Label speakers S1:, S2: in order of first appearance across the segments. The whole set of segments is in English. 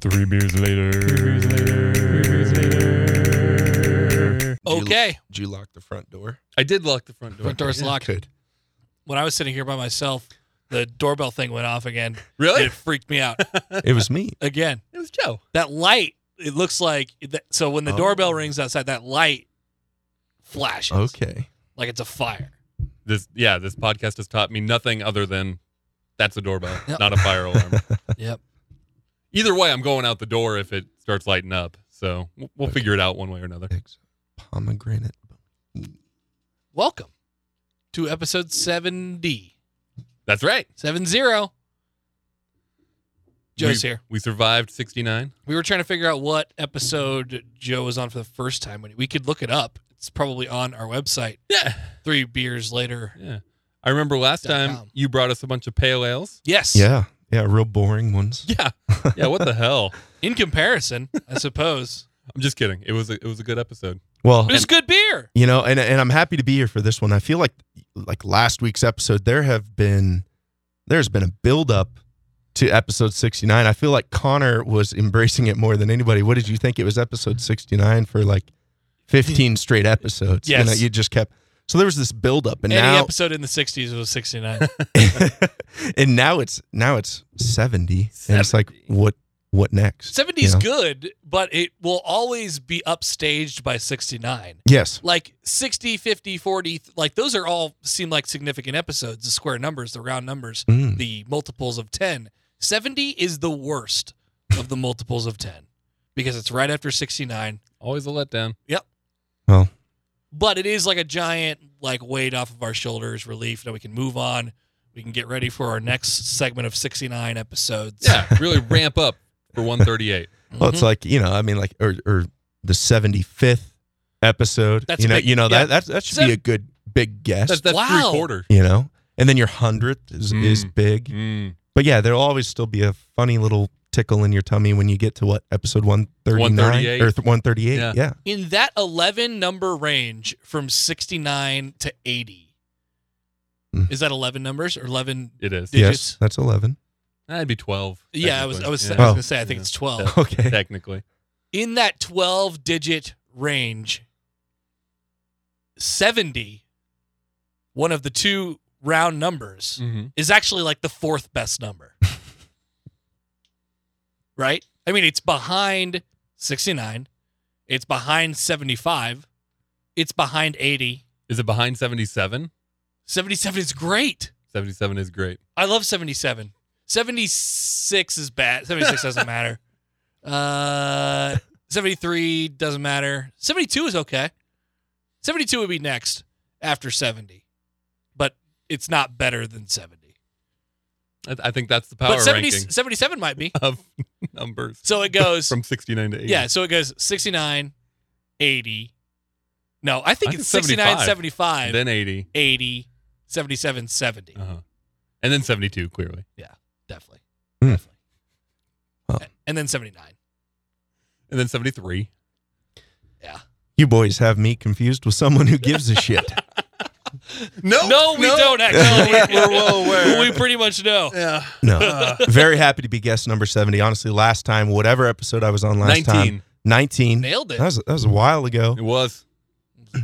S1: Three beers later.
S2: Did you-
S3: Okay.
S2: Did you lock the front door?
S3: I did lock the front door.
S4: Front door's locked.
S2: Good.
S4: When I was sitting here by myself, the doorbell thing went off again.
S3: Really?
S4: And it freaked me out
S2: It was me.
S4: again.
S3: It was Joe.
S4: That light, it looks like that, so when the
S2: Oh.
S4: doorbell rings outside, that light flashes
S2: Okay.
S4: like it's a fire.
S3: This yeah, this podcast has taught me nothing other than that's a doorbell,
S4: Yep.
S3: not a fire alarm.
S4: Yep.
S3: Either way, I'm going out the door if it starts lighting up. So we'll, we'll figure it out one way or another.
S2: Eggs, pomegranate.
S4: Welcome to episode 7D.
S3: That's right.
S4: 7 0. Joe's
S3: we,
S4: here.
S3: We survived 69.
S4: We were trying to figure out what episode Joe was on for the first time. When We could look it up. It's probably on our website.
S3: Yeah.
S4: Three beers later.
S3: Yeah. I remember last
S4: Dot
S3: time
S4: com.
S3: you brought us a bunch of pale ales.
S4: Yes.
S2: Yeah. Yeah. Real boring ones.
S3: Yeah. Yeah, what the hell?
S4: In comparison, I suppose.
S3: I'm just kidding. It was a, it was a good episode.
S2: Well,
S4: But it's good beer.
S2: you know, and and I'm happy to be here for this one. I feel like like last week's episode, there have been there's been a buildup to episode 69. I feel like Connor was embracing it more than anybody. What did you think? It was episode 69 for like 15 straight episodes. You know,
S4: Yes.
S2: you just kept. So there was this buildup, and
S4: Any
S2: now
S4: episode in the 60s was 69.
S2: and now it's now it's 70, and it's like
S3: 70.
S2: what what next?
S4: 70 is
S2: Yeah.
S4: good, but it will always be upstaged by 69.
S2: Yes.
S4: like 60 50 40 th- like those are all seem like significant episodes the square numbers the round numbers
S2: Mm.
S4: the multiples of 10 70 is the worst of the multiples of 10 because it's right after 69
S3: Always a letdown.
S4: but it is like a giant like weight off of our shoulders relief that we can move on we can get ready for our next segment of 69 episodes
S3: Yeah, really ramp up for 138.
S2: Well, it's
S4: Mhm.
S2: like you know, I mean, like or or the seventy fifth episode.
S4: That's
S2: you know,
S4: big.
S2: you know
S4: Yeah.
S2: that that that should
S4: Sev-
S2: be a good big guess.
S3: That's, that's
S4: Wow.
S3: three quarter.
S2: you know, and then your hundredth is is
S3: Mm.
S2: big.
S3: Mm,
S2: But yeah, there'll always still be a funny little tickle in your tummy when you get to what episode one thirty nine
S3: 138.
S2: or one thirty eight.
S3: Yeah.
S2: Yeah.
S4: Mm-hmm. in that 11 number range from 69 to 80
S2: Mm.
S4: is that 11 numbers or 11
S3: it is.
S4: Digits.
S2: yes, that's eleven.
S3: That'd be 12.
S4: Yeah, I was I was, I was
S3: technically.
S2: Oh.
S4: gonna say I think
S3: Yeah.
S4: it's twelve.
S3: Yeah.
S2: Okay,
S3: Yeah, technically.
S4: In that twelve digit range, seventy, one of the two round numbers,
S3: Mm-hmm.
S4: is actually like the fourth best number. right? I mean it's behind sixty nine, it's behind seventy five, it's behind eighty.
S3: Is it behind 77?
S4: Seventy seven is great.
S3: 77 is great.
S4: I love 77. 76 is bad. 76 doesn't matter. Uh 73 doesn't matter. 72 is okay. 72 would be next after 70. But it's not better than 70.
S3: I, I think that's the power
S4: but 70,
S3: ranking
S4: 77 might be.
S3: of numbers
S4: So it goes
S3: from 69 to 80.
S4: Yeah, so it goes 69 80. No, I think
S3: I
S4: it's
S3: think
S4: 69
S3: 75,
S4: 75
S3: Then 80.
S4: 80 77 70.
S3: Uh-huh. And then 72, clearly.
S4: Definitely.
S2: Hmm.
S4: Definitely.
S2: Wow.
S4: And then 79.
S3: And then 73.
S4: Yeah.
S2: you boys have me confused with someone who gives a shit.
S3: No,
S4: No, we don't actually.
S3: We're well aware.
S4: We pretty much know.
S3: Yeah.
S2: No,
S3: Uh,
S2: very happy to be guest number seventy. Honestly, last time, whatever episode I was on last
S3: 19.
S2: time, nineteen.
S4: Nailed it.
S2: That was that was a while ago.
S3: It was.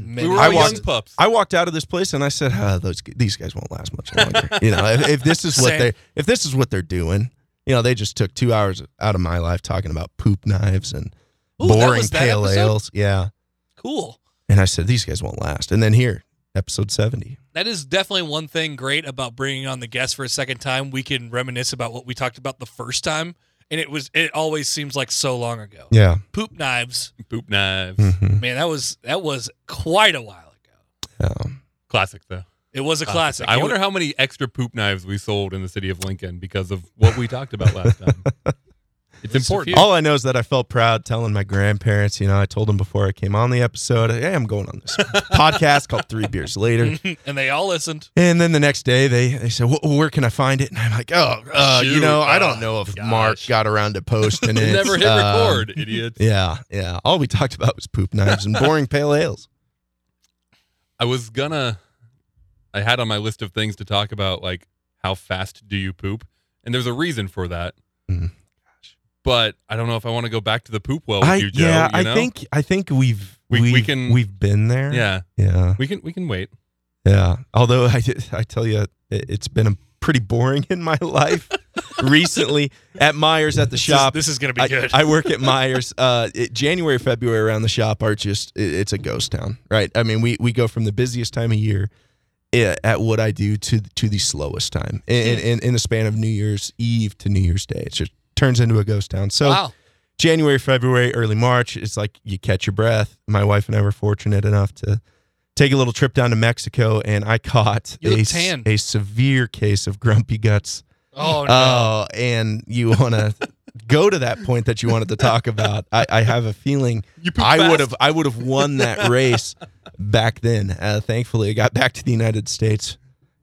S4: Maybe
S3: we were
S2: I
S3: all
S2: walked-
S3: young pups.
S2: I walked out of this place and I said, ah, "Those these guys won't last much longer." you know, if, if this is what
S4: Same.
S2: they if this is what they're doing, you know, they just took two hours out of my life talking about poop knives and
S4: Ooh, that
S2: boring
S4: was that
S2: pale
S4: episode?
S2: ales. Yeah,
S4: cool.
S2: and I said these guys won't last. And then here, episode seventy.
S4: That is definitely one thing great about bringing on the guest for a second time. We can reminisce about what we talked about the first time, and it was it always seems like so long ago.
S2: Yeah,
S4: Poop knives,
S3: Poop knives.
S4: Hmm.
S2: Mhm.
S4: man. That was that was quite a while ago.
S2: Um,
S3: Classic, though.
S4: It was a
S2: Uh,
S4: classic.
S3: I
S4: It
S3: wonder
S4: was-
S3: how many extra poop knives we sold in the city of Lincoln because of what we talked about last time. It's
S4: Just a
S3: important.
S4: few.
S2: all I know is that I felt proud telling my grandparents. You know, I told them before I came on the episode, "Hey, I'm going on this podcast called Three Beers
S3: Mm-hmm.
S2: Later."
S4: and they all listened.
S2: And then the next day, they they said, well, "Where can I find it?" And I'm like, "Oh, uh, you
S3: Shoot.
S2: know, I
S3: Oh,
S2: don't know if
S3: gosh.
S2: Mark got around to posting it.
S3: Never hit
S2: Um,
S3: record, idiots.
S2: yeah, yeah. All we talked about was poop knives and boring pale ales.
S3: I was gonna I had on my list of things to talk about like how fast do you poop? And there's a reason for that.
S2: Mm.
S3: but I don't know if I want to go back to the poop well with
S2: I,
S3: Oh, you, Joe.
S2: yeah,
S3: you know?
S2: I think I think we've
S3: We- we
S2: we've-
S3: can-
S2: we've been there.
S3: Yeah,
S2: yeah,
S3: we can we can wait.
S2: yeah. Although I I tell you, it, it's been a pretty boring in my life recently. At Myers at the shop,
S4: This, is, this is gonna be
S2: I,
S4: good.
S2: I work at Myers. Uh, it, January, February around the shop are just it, it's a ghost town, right? I mean, we we go from the busiest time of year i- at what I do to to the slowest time in, in, in the span of New Year's Eve to New Year's Day. It just turns into a ghost town. So
S4: wow.
S2: January, February, early March, it's like you catch your breath. My wife and I were fortunate enough to take a little trip down to Mexico, and I caught
S4: You look
S2: a, s-
S4: tan.
S2: a severe case of grumpy guts.
S4: Oh no.
S2: Oh, and you want to go to that point that you wanted to talk about. I, I have a feeling
S3: You poop
S2: I
S3: fast.
S2: would have I would have won that race back then. Uh, thankfully, I got back to the United States.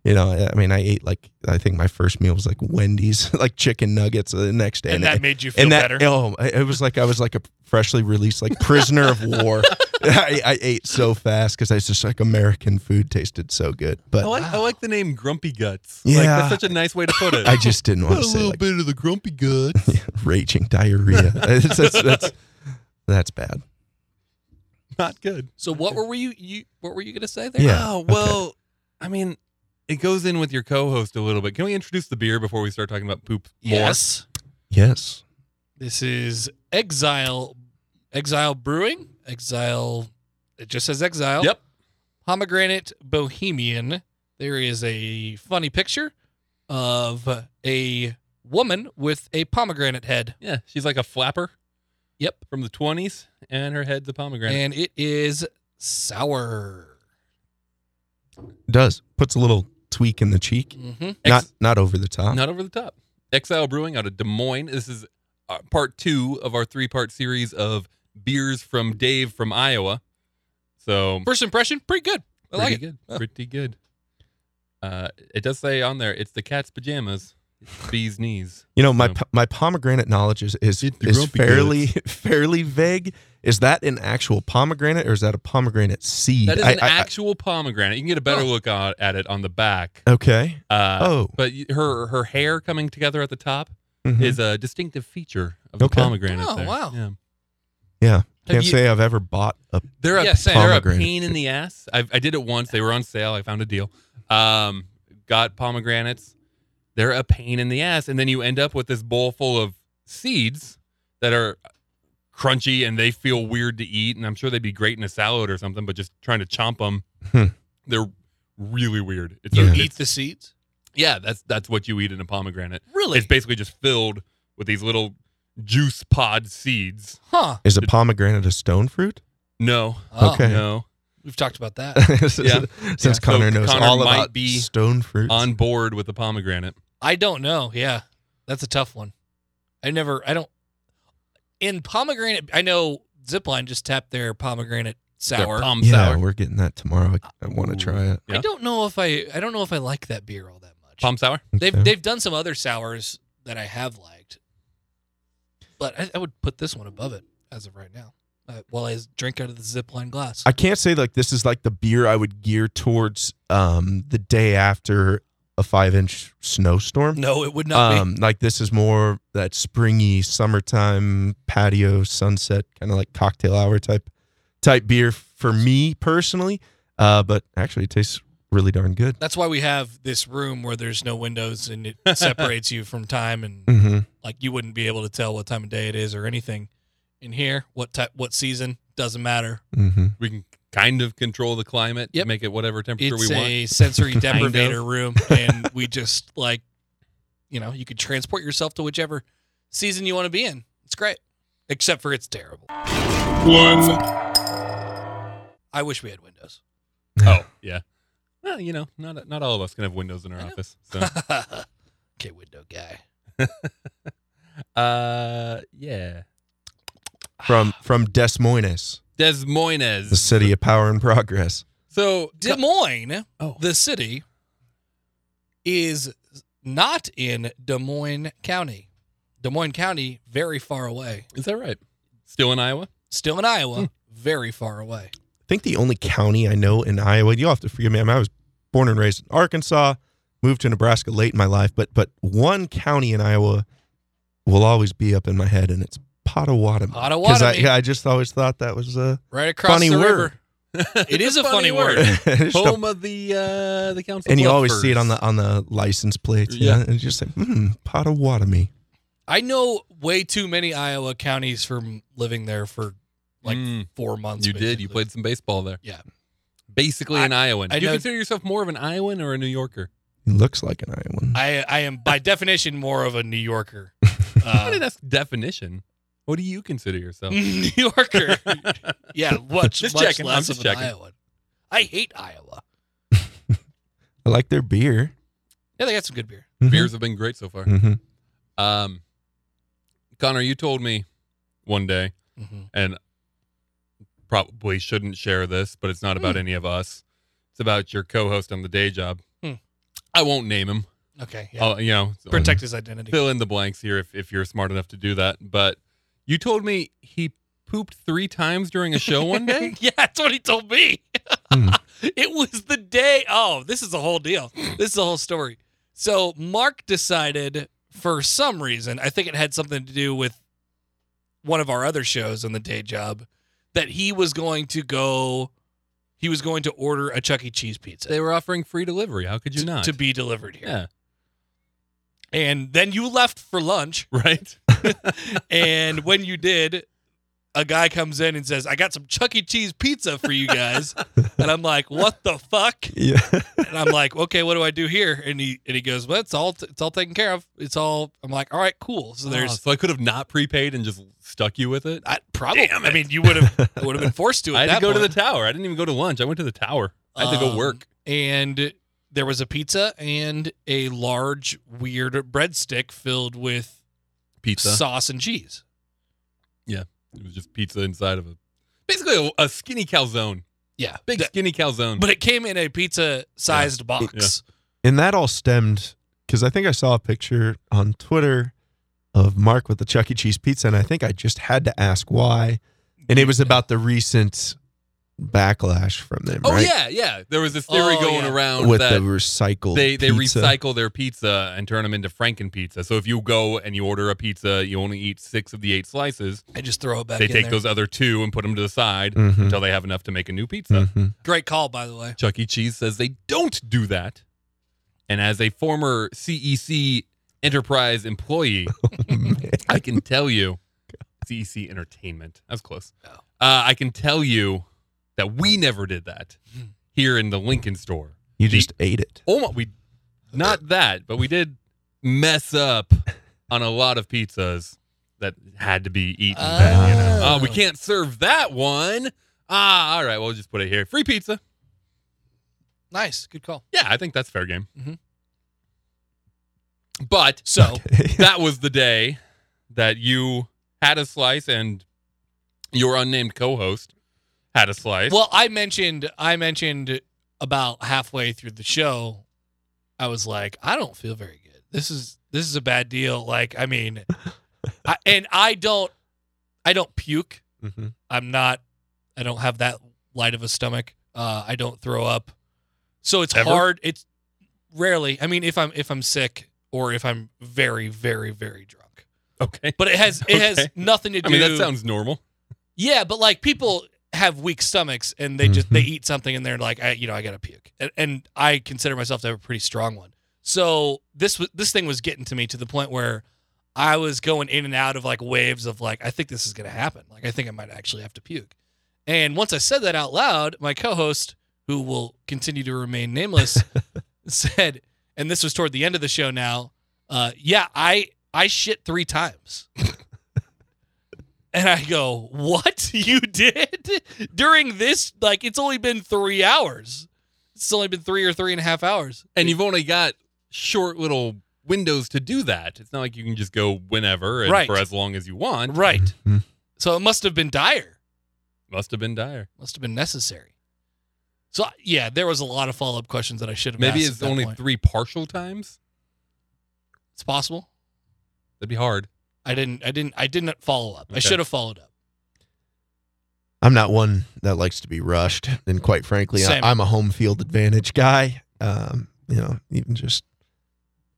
S2: You know, I- I mean, I ate like I think my first meal was like Wendy's, like chicken nuggets uh, the next day,
S4: and
S2: it-
S4: that made you feel
S2: and that
S4: better.
S2: oh, I- it was like I was like a freshly released like prisoner of war. I, I ate so fast because I was just like American food tasted so good,
S3: I
S2: but
S3: like I like the name Grumpy Guts. like,
S2: Yeah.
S3: that's such a nice way to put it.
S2: I just didn't want
S3: a
S2: to say
S3: little
S2: like
S3: bit of the Grumpy Guts.
S2: raging diarrhea. that's, that's, that's that's bad.
S3: Not good.
S4: so what were you you what were you gonna say there?
S2: Yeah,
S3: Oh
S2: okay.
S3: well, I mean, it goes in with your co-host a little bit. Can we introduce the beer before we start talking about poop more?
S4: Yes.
S2: Yes.
S4: This is Exile Exile Brewing. Exile it just says Exile.
S3: Yep.
S4: Pomegranate Bohemian. There is a funny picture of a woman with a pomegranate head.
S3: Yeah, she's like a flapper.
S4: Yep.
S3: From the twenties, and her head's a pomegranate.
S4: And it is sour.
S2: Does puts a little tweak in the cheek,
S4: Mm-hmm.
S2: not not over the top.
S3: Not over the top. Exile Brewing out of Des Moines. This is uh, part two of our three-part series of beers from Dave from Iowa. So
S4: First impression, pretty good. I like
S3: pretty
S4: it.
S3: good.
S4: Yeah.
S3: Pretty good. Uh, it does say on there it's the cat's pajamas, it's bee's knees.
S2: You know, my
S3: No.
S2: po- my pomegranate knowledge is is,
S3: Eat the
S2: is
S3: grumpy
S2: fairly fairly vague. Is that an actual pomegranate or is that a pomegranate seed?
S3: That is
S2: I-
S3: an
S2: I- I-
S3: actual pomegranate. You can get a better
S4: Oh.
S3: look on, at it on the back.
S2: okay.
S3: Uh,
S2: oh,
S3: But y- her her hair coming together at the top
S2: mhm.
S3: is a distinctive feature of the
S2: Okay.
S3: pomegranate.
S4: Oh,
S3: there.
S4: wow.
S3: Yeah.
S2: can't
S4: you-
S2: say I've ever bought a.
S3: They're a,
S4: Yeah, same.
S3: they're a
S2: Pomegranate.
S3: pain in the ass. I, I did it once. They were on sale. I found a deal. Um, got pomegranates. They're a pain in the ass. And then you end up with this bowl full of seeds that are crunchy and they feel weird to eat. And I'm sure they'd be great in a salad or something, but just trying to chomp them,
S2: Hmm.
S3: they're really weird. It's
S4: You
S3: a-
S4: eat
S3: it's-
S4: the seeds?
S3: yeah, that's that's what you eat in a pomegranate.
S4: Really?
S3: It's basically just filled with these little juice pod seeds.
S4: huh.
S2: Is a pomegranate a stone fruit?
S3: No,
S4: Oh,
S2: Okay.
S3: no.
S4: We've talked about that.
S2: Since
S3: Yeah.
S2: since
S3: So
S2: Connor knows
S3: Connor
S2: all
S3: might
S2: about
S3: be
S2: stone fruits.
S3: On board with the pomegranate.
S4: I don't know. Yeah, that's a tough one. I never. I don't. In pomegranate, I know Zipline just tapped their pomegranate
S3: They're
S4: sour.
S3: Palm
S2: yeah,
S3: sour. Uh,
S2: we're getting that tomorrow. I, I want
S3: Ooh.
S2: to try it.
S3: yeah.
S4: I don't know if I. I don't know if I like that beer all that much.
S3: Palm sour.
S4: they've
S2: Okay.
S4: they've done some other sours that I have liked, but I, I would put this one above it as of right now. Uh, while I drink out of the Zipline glass.
S2: I can't say like this is like the beer I would gear towards um, the day after a five inch snowstorm.
S4: no, it would not
S2: Um, like this is more that springy summertime patio sunset kind of like cocktail hour type type beer for me personally. Uh, but actually, it tastes really darn good.
S4: be. That's why we have this room where there's no windows and it separates you from time and
S2: Mm-hmm.
S4: like you wouldn't be able to tell what time of day it is or anything in here what type what season doesn't matter
S2: Mm-hmm.
S3: We can kind of control the climate.
S4: Yep.
S3: Make it whatever temperature
S4: it's
S3: we want.
S4: a sensory
S3: Kind of.
S4: deprivator room and we just like you know you could transport yourself to whichever season you want to be in it's great except for it's terrible i wish we had windows
S3: Oh yeah. Well, you know, not not all of us can have windows in our
S4: I know.
S3: office. So,
S4: okay window guy
S3: uh, yeah.
S2: From from Des Moines,
S3: Des
S2: the
S3: Moines.
S2: city of power and progress.
S3: So
S4: des moines
S3: Oh.
S4: the city is not in des moines county des moines county very far away
S3: is that right? Still in Iowa?
S4: still in Iowa, very far away.
S2: I think the only county I know in Iowa. You'll have to forgive me. I, mean, I was born and raised in Arkansas, moved to Nebraska late in my life, but but one county in Iowa will always be up in my head, and it's Potawatomi. Because I,
S4: Potawatomi.
S2: I just always thought that was uh,
S4: Right across
S2: Funny
S4: the
S2: word.
S4: river. It is a funny word.
S2: just a
S3: Home of the uh, the council.
S2: and you
S3: Bluffers.
S2: always see it on the on the license plates.
S3: Yeah.
S2: Yeah, and it's just like hmm, Potawatomi.
S4: I know way too many Iowa counties from living there for like
S3: Mm,
S4: four months.
S3: you did. You
S4: basically.
S3: played some baseball there.
S4: Yeah.
S3: Basically, an Iowan.
S4: I
S3: Do you
S4: know-
S3: consider yourself more of an Iowan or a New Yorker?
S2: It looks like an Iowan.
S4: I I am by definition more of a New Yorker.
S3: I mean,
S4: Uh,
S3: that's definition. What do you consider yourself?
S4: New Yorker. Yeah, much
S3: Just
S4: much
S3: checking,
S4: less
S3: I'm just
S4: of an
S3: checking.
S4: Iowan. I hate Iowa.
S2: I like their beer.
S4: Yeah, they got some good beer.
S2: Mhm.
S3: Beers have been great so far.
S2: Mhm.
S3: Um, Connor, you told me one day,
S4: Mm-hmm.
S3: and probably shouldn't share this, but it's not about any of us. It's about your co-host on the day job.
S4: Hmm.
S3: I won't name him.
S4: Okay, yeah.
S3: I'll, you know,
S4: protect his identity.
S3: fill in the blanks here if, if you're smart enough to do that. But you told me he pooped three times during a show one day.
S4: yeah, that's what he told me.
S2: Hmm.
S4: it was the day. Oh, this is the whole deal. This is the whole story. So Mark decided, for some reason, I think it had something to do with one of our other shows on the day job, that he was going to go. He was going to order a Chuck E. Cheese pizza
S3: they were offering free delivery. How could you
S4: to,
S3: not?
S4: to be delivered here.
S3: yeah,
S4: And then you left for lunch.
S3: right.
S4: and when you did, a guy comes in and says, I got some Chuck E. Cheese pizza for you guys. and I'm like, what the fuck?
S2: Yeah,
S4: And I'm like, okay, what do I do here? And he and he goes, well, it's all it's all taken care of. It's all. I'm like, all right, cool. So there's
S3: Oh, so I could have not prepaid and just stuck you with it.
S4: I, probably. I mean, you would have would have been forced to. At
S3: I had
S4: that
S3: to go to
S4: point.
S3: the tower. I didn't even go to lunch. I went to the tower. I had to
S4: Um,
S3: go work.
S4: And there was a pizza and a large weird breadstick filled with
S3: Pizza.
S4: sauce and cheese.
S3: it was just pizza inside of a basically a, a skinny calzone.
S4: Yeah,
S3: Big
S4: That-
S3: skinny calzone.
S4: but it came in a pizza sized box.
S2: and that all stemmed because I think I saw a picture on Twitter of Mark with the Chuck E. Cheese pizza, and I think I just had to ask why. And it was about the recent backlash from them.
S3: oh
S2: right?
S3: yeah, yeah. There was this theory
S4: Oh,
S3: going
S4: yeah.
S3: around
S2: with
S3: that
S2: the recycled.
S3: they they
S2: pizza.
S3: recycle their pizza and turn them into franken pizza. So if you go and you order a pizza, you only eat 6 of the 8 slices.
S4: I just throw it back.
S3: they
S4: in
S3: take
S4: there.
S3: those other 2 and put them to the side
S2: Mhm,
S3: until they have enough to make a new pizza.
S2: mhm.
S4: Great call, by the way.
S3: Chuck E. Cheese says they don't do that. And as a former CEC enterprise employee,
S2: mm-hmm.
S3: I can tell you, CEC Entertainment. That was close.
S4: Oh.
S3: Uh, I can tell you that we never did that
S4: Hmm.
S3: here in the Lincoln store.
S2: You just ate it.
S3: Oh my, we not that, but we did mess up on a lot of pizzas that had to be eaten. then, you know.
S4: Oh.
S3: Oh, we can't serve that one. Ah, all right. We'll just put it here. Free pizza.
S4: Nice, good call.
S3: Yeah, I think that's fair game.
S4: Mhm.
S3: But
S4: So
S3: that was the day that you had a slice and your unnamed co-host had a slice.
S4: Well, I mentioned I mentioned about halfway through the show, I was like, I don't feel very good. This is this is a bad deal. Like, I mean, I, and I don't I don't puke.
S2: Mhm.
S4: I'm not I don't have that light of a stomach. Uh, I don't throw up. So it's
S3: Ever?
S4: hard. It's rarely. I mean, if I'm if I'm sick or if I'm very very very drunk.
S3: okay.
S4: But it has it has
S3: Okay.
S4: nothing to do
S3: I mean, that sounds normal.
S4: yeah, but like people have weak stomachs and they just
S2: Mhm.
S4: they eat something and they're like, I, you know, I gotta puke, and, and I consider myself to have a pretty strong one. So this was this thing was getting to me to the point where I was going in and out of like waves of like, I think this is gonna happen. Like I think I might actually have to puke. And once I said that out loud, my co-host, who will continue to remain nameless, said, and this was toward the end of the show now. Uh, yeah, I I shit three times. And I go, "What you did during this? Like, it's only been three hours. It's only been three or three and a half hours."
S3: And you've only got short little windows to do that. It's not like you can just go whenever and
S4: Right.
S3: for as long as you want.
S4: right,
S2: Mhm.
S4: so it must have been dire.
S3: Must have been dire.
S4: Must have been necessary. So yeah, there was a lot of follow up questions that I should have.
S3: Maybe
S4: asked at
S3: it's
S4: that
S3: only
S4: point.
S3: three partial times.
S4: It's possible.
S3: That'd be hard.
S4: I didn't. I didn't. I didn't follow up. I
S3: Okay.
S4: should have followed up.
S2: I'm not one that likes to be rushed, and quite frankly, I,
S4: Same.
S2: I'm a home field advantage guy. Um, you know, even just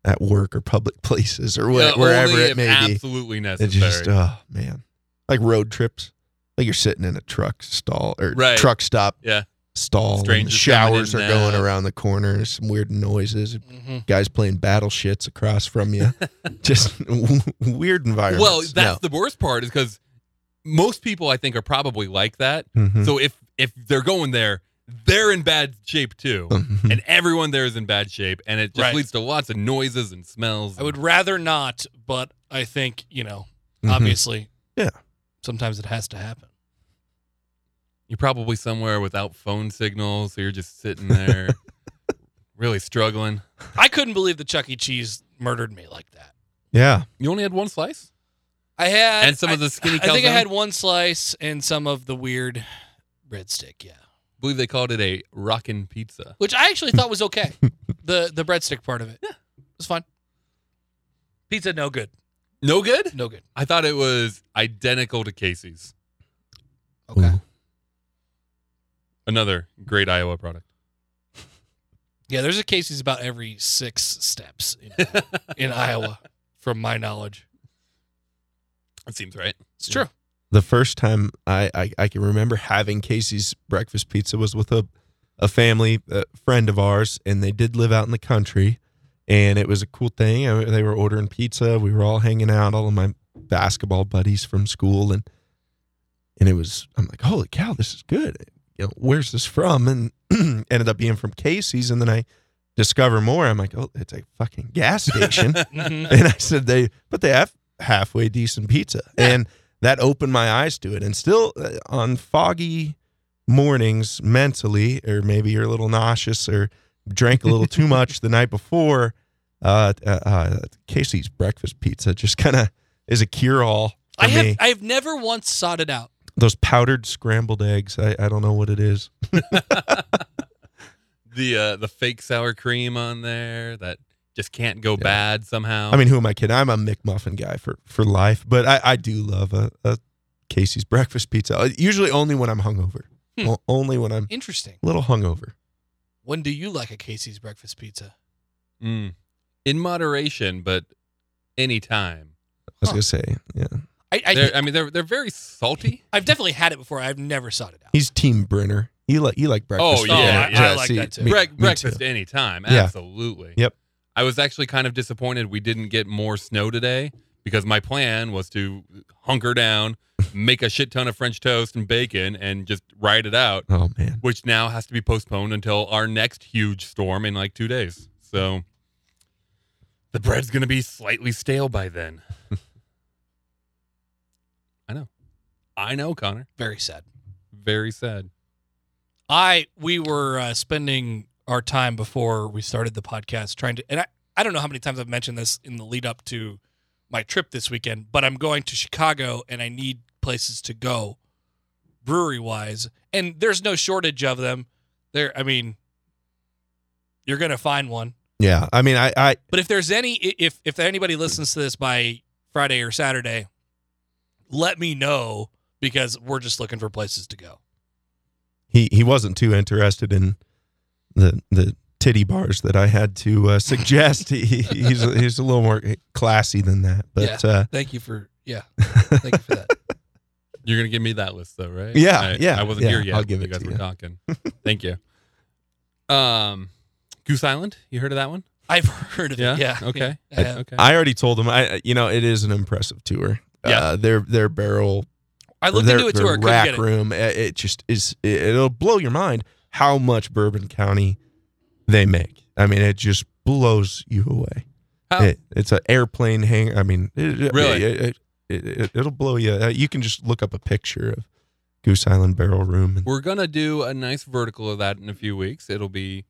S2: at work or public places or where,
S3: Uh,
S2: wherever
S3: only
S2: it
S3: if
S2: may be.
S3: Absolutely
S2: It
S3: necessary.
S2: just oh man, like road trips. Like you're sitting in a truck stall or
S3: Right.
S2: truck stop
S3: yeah.
S2: stall. and the
S3: Strangers coming
S2: showers
S3: in
S2: are
S3: and
S2: going
S3: out.
S2: around the corner. Some weird noises.
S4: Mhm.
S2: Guys playing battle shits across from you. just w- weird environment.
S3: Well, that's the worst part is because most people I think are probably like that.
S2: Mm-hmm.
S3: So if if they're going there, they're in bad shape too,
S2: Mm-hmm.
S3: and everyone there is in bad shape, and it just
S4: Right.
S3: leads to lots of noises and smells.
S4: I would rather not, but I think you know,
S3: Mm-hmm.
S4: obviously,
S2: Yeah.
S4: Sometimes it has to happen.
S3: You're probably somewhere without phone signal, so you're just sitting there, really struggling.
S4: I couldn't believe the Chuck E. Cheese murdered me like that.
S2: yeah.
S3: You only had one slice.
S4: I had
S3: And some of
S4: I-
S3: the skinny
S4: I think I
S3: calzone?
S4: had one slice and some of the weird breadstick. Yeah,
S3: I believe they called it a rockin' pizza.
S4: which I actually thought was okay. the the breadstick part of it. Yeah, it was fine. Pizza, no good,
S3: No good.
S4: no good.
S3: I thought it was identical to Casey's.
S4: Okay.
S2: Ooh.
S3: Another great Iowa product.
S4: Yeah, there's a Casey's about every six steps in, in Iowa, from my knowledge.
S3: It seems right.
S4: It's true.
S2: The first time I, I I can remember having Casey's breakfast pizza was with a a family a friend of ours, and they did live out in the country, and it was a cool thing. I, they were ordering pizza. We were all hanging out, all of my basketball buddies from school, and and it was I'm like, holy cow, this is good. You know, where's this from? And ended up being from Casey's, and then I discover more. I'm like, oh, it's a fucking gas station.
S4: Mhm.
S2: And I said they, but they have halfway decent pizza, and that opened my eyes to it. And still, uh, on foggy mornings, mentally, or maybe you're a little nauseous, or drank a little too much the night before, uh, uh, uh, Casey's breakfast pizza just kind of is a cure-all for
S4: I have
S2: me.
S4: I have never once sought it out.
S2: Those powdered scrambled eggs, I, I don't know what it is.
S3: The uh, the fake sour cream on there that just can't go
S2: Yeah.
S3: bad somehow.
S2: I mean, who am I kidding? I'm a McMuffin guy for for life, but I, I do love a, a Casey's breakfast pizza. Uh, Usually, only when I'm hungover.
S4: Hmm.
S2: O- Only when I'm
S4: Interesting.
S2: a little hungover.
S4: When do you like a Casey's breakfast pizza?
S3: Mm. in moderation, but anytime.
S2: I was
S4: Huh.
S2: gonna say, yeah.
S4: I, I,
S3: They're, I mean, they're they're very salty.
S4: I've definitely had it before. I've never sought it out.
S2: He's Team Brenner. You like you like breakfast?
S3: Oh, yeah, yeah. I
S4: like that too.
S2: me-
S3: Break,
S2: me
S3: breakfast
S2: too.
S3: anytime,
S2: Yeah.
S3: absolutely.
S2: Yep.
S3: I was actually kind of disappointed we didn't get more snow today because my plan was to hunker down, make a shit ton of French toast and bacon, and just ride it out.
S2: Oh man,
S3: which now has to be postponed until our next huge storm in like two days. So the bread's going to be slightly stale by then. I know. I know, Connor.
S4: Very sad.
S3: Very sad.
S4: I we were uh, spending our time before we started the podcast trying to, and I, I don't know how many times I've mentioned this in the lead up to my trip this weekend, but I'm going to Chicago and I need places to go brewery wise, and there's no shortage of them. There, I mean, you're gonna find one.
S2: yeah. I mean, I, I
S4: But if there's any, i- if if anybody listens to this by Friday or Saturday, let me know because we're just looking for places to go.
S2: he he wasn't too interested in the the titty bars that I had to uh, suggest. he, he- he's a- he's a little more classy than that, but yeah, uh,
S4: Thank you for yeah, thank you for that.
S3: You're going to give me that list, though, right?
S2: Yeah,
S3: I,
S2: yeah,
S3: I wasn't
S2: yeah.
S3: here yet.
S2: I'll give
S3: when you
S2: it
S3: guys
S2: to
S3: were
S2: you.
S3: talking. Thank you. Um, Goose Island. You heard of that one?
S4: I've heard of it.
S3: Yeah?
S4: Yeah.
S3: Okay.
S4: I have.
S3: Okay.
S2: I already told him. I you know it is an impressive tour.
S3: Yeah.
S2: uh, their their barrel
S4: I looked
S2: their,
S4: into it
S2: their
S4: to her. Couldn't
S2: rack
S4: get it.
S2: room. It, it just is. It, it'll blow your mind how much Bourbon County they make. I mean, it just blows you away.
S3: How-
S2: It, it's an airplane hang. I mean, it, it-
S3: Really?
S2: it, it, it, will blow you. Uh, you can just look up a picture of Goose Island Barrel Room.
S4: Uh,
S2: And,
S3: We're gonna do a nice vertical of that in a few weeks. It'll be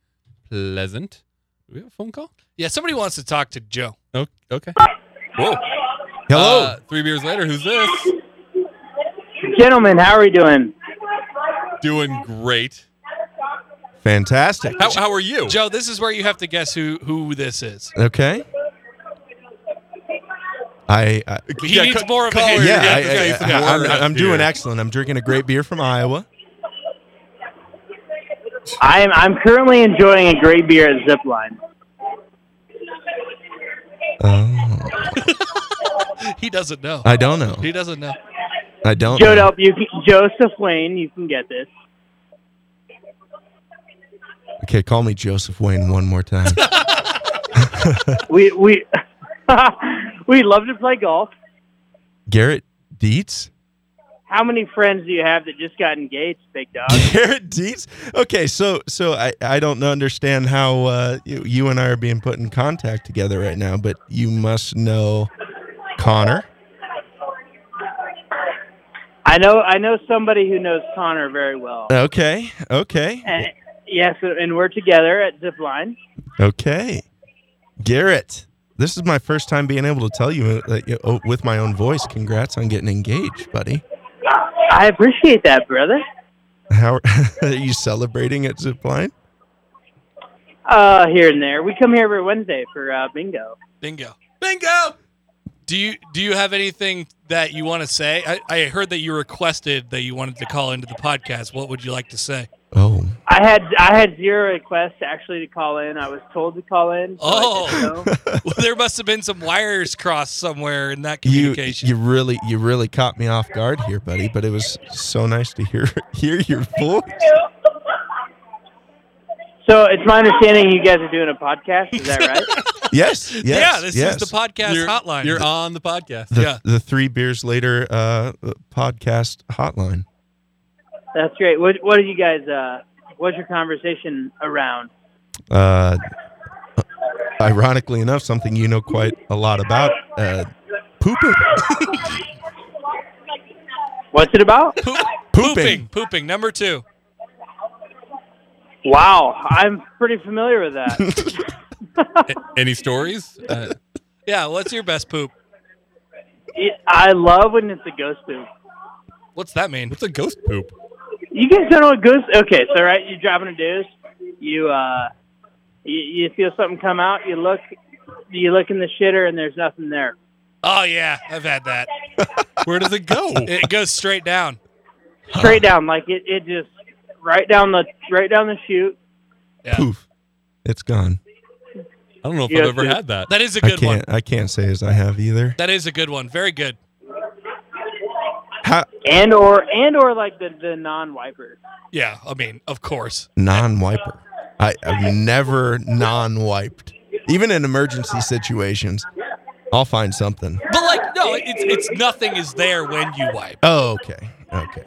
S3: pleasant. Do we have a phone call?
S4: Yeah. Somebody wants to talk to Joe.
S3: Oh, okay. Whoa.
S2: hello,
S3: Uh, three beers later, who's this?
S1: Gentlemen, how are we doing?
S3: Doing great.
S2: fantastic.
S3: How, how are you?
S4: Joe, this is where you have to guess who who this is.
S2: okay. I, I
S4: He
S3: Yeah,
S4: needs
S3: co-
S4: more of a
S3: call
S4: hint.
S3: her.
S2: yeah,
S3: yeah,
S2: I,
S3: okay,
S2: I,
S3: some more
S2: am
S3: right
S2: I'm doing
S3: here.
S2: excellent. I'm drinking a great beer from Iowa.
S1: I'm I'm currently enjoying a great beer at Zipline.
S2: Oh,
S4: He doesn't know.
S2: I don't know.
S4: He doesn't know.
S2: I don't.
S1: Joe,
S2: know.
S1: Delp, you can, Joseph Wayne, you can get this.
S2: Okay, call me Joseph Wayne one more time.
S1: We we we love to play golf.
S2: Garrett Dietz.
S1: How many friends do you have that just got engaged, big dog?
S2: Garrett Dietz. Okay, so so I I don't understand how uh, you, you and I are being put in contact together right now, but you must know Connor.
S1: I know I know somebody who knows Connor very well.
S2: Uh, Okay, okay,
S1: And, yes, and we're together at Zipline.
S2: okay. Garrett, this is my first time being able to tell you uh, you- oh, with my own voice. Congrats on getting engaged, buddy.
S1: I appreciate that, brother.
S2: How are you celebrating at Zipline?
S1: Uh, here and there. We come here every Wednesday for uh, bingo.
S4: Bingo.
S3: Bingo.
S4: Do you do you have anything that you want to say? I, I heard that you requested that you wanted to call into the podcast. What would you like to say?
S2: Oh,
S1: I had I had zero requests actually to call in. I was told to call in. so I
S4: Oh.
S1: did so.
S4: Well, there must have been some wires crossed somewhere in that
S2: you
S4: communication.
S2: you really you really caught me off guard here, buddy. But it was so nice to hear hear your voice.
S1: so it's my understanding you guys are doing a podcast. Is that right?
S2: Yes, yes,
S4: yeah, this
S2: yes.
S4: is the podcast
S3: you're,
S4: hotline.
S3: You're on the podcast.
S2: the,
S4: yeah.
S2: the three beers later uh, podcast hotline.
S1: That's great. What What are you guys? Uh, what's your conversation around?
S2: Uh, ironically enough, something you know quite a lot about uh, pooping.
S1: What's it about?
S4: Poop-
S2: Pooping.
S4: pooping, pooping. Number two.
S1: Wow, I'm pretty familiar with that.
S3: Any stories? Uh,
S4: Yeah, what's your best poop?
S1: I love when it's a ghost poop.
S4: What's that mean?
S3: what's a ghost poop?
S1: You guys don't know what goose? Okay, so right, you're driving a deuce. You uh, you, you feel something come out. You look, you look in the shitter, and there's nothing there.
S4: Oh yeah, I've had that.
S3: Where does it go?
S4: It goes straight down.
S1: Straight down, like it, it just right down the right down the chute.
S2: Poof, it's gone.
S3: I don't know if
S1: Yeah,
S3: I've ever
S1: dude.
S3: had that.
S4: That is a
S2: I
S4: good one.
S2: can't. I can't say as I have either.
S4: That is a good one. Very good.
S2: How
S1: And or and or like the the non wiper.
S4: Yeah, I mean, of course.
S2: non-wiper? I, I've never non-wiped, even in emergency situations. I'll find something.
S4: But like, no, it's it's nothing is there when you wipe.
S2: Oh, okay, okay.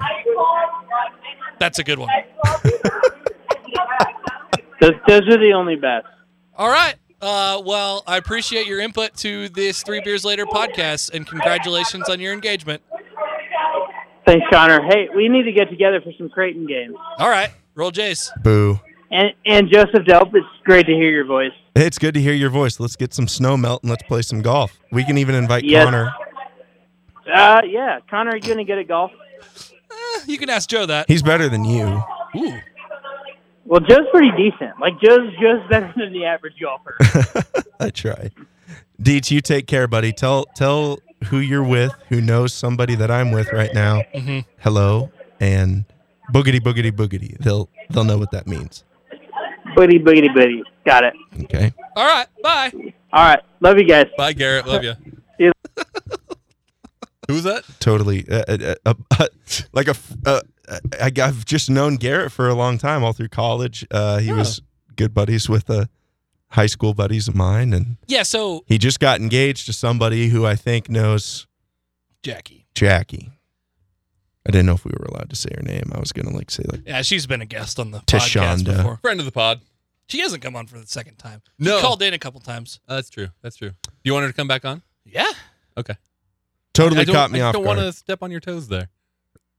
S4: That's a good one.
S1: Those those are the only best.
S4: All right. Uh, well, I appreciate your input to this Three Beers Later podcast, and congratulations on your engagement.
S1: Thanks, Connor. Hey, we need to get together for some Creighton games.
S4: All right, roll Jace.
S2: Boo.
S1: And and Joseph Delp, it's great to hear your voice.
S2: Hey, it's good to hear your voice. Let's get some snow melt and let's play some golf. We can even invite
S1: Yes.
S2: Connor.
S1: Uh, yeah, Connor, are you gonna get a golf?
S4: Eh, you can ask Joe that.
S2: He's better than you.
S4: Ooh.
S1: Well, Joe's pretty decent. Like Joe's Joe's better than the average golfer.
S2: I try. Deets, you take care, buddy. Tell tell who you're with, who knows somebody that I'm with right now.
S4: Mhm.
S2: Hello and boogity boogity boogity. They'll they'll know what that means.
S1: Booty, boogity, booty. Got it.
S2: Okay.
S4: All right. Bye.
S1: All right. Love you guys.
S3: Bye, Garrett. Love you.
S1: Yeah.
S3: Who's that?
S2: Totally. Uh, uh, uh, uh, like a f- uh, uh, I, I've just known Garrett for a long time, all through college. Uh, he was
S4: Oh.
S2: good buddies with uh, high school buddies of mine, and
S4: Yeah. So
S2: he just got engaged to somebody who I think knows
S4: Jackie.
S2: Jackie. I didn't know if we were allowed to say her name. I was gonna like say like
S4: Yeah, she's been a guest on the podcast
S2: Tashonda.
S4: before.
S3: Friend of the pod.
S4: She hasn't come on for the second time.
S3: No.
S4: She called in a couple times.
S3: Uh, that's true. That's true. Do you want her to come back on?
S4: Yeah.
S2: totally
S3: I don't,
S2: caught me
S3: I
S2: off
S3: don't
S2: guard.
S3: want to step on your toes there.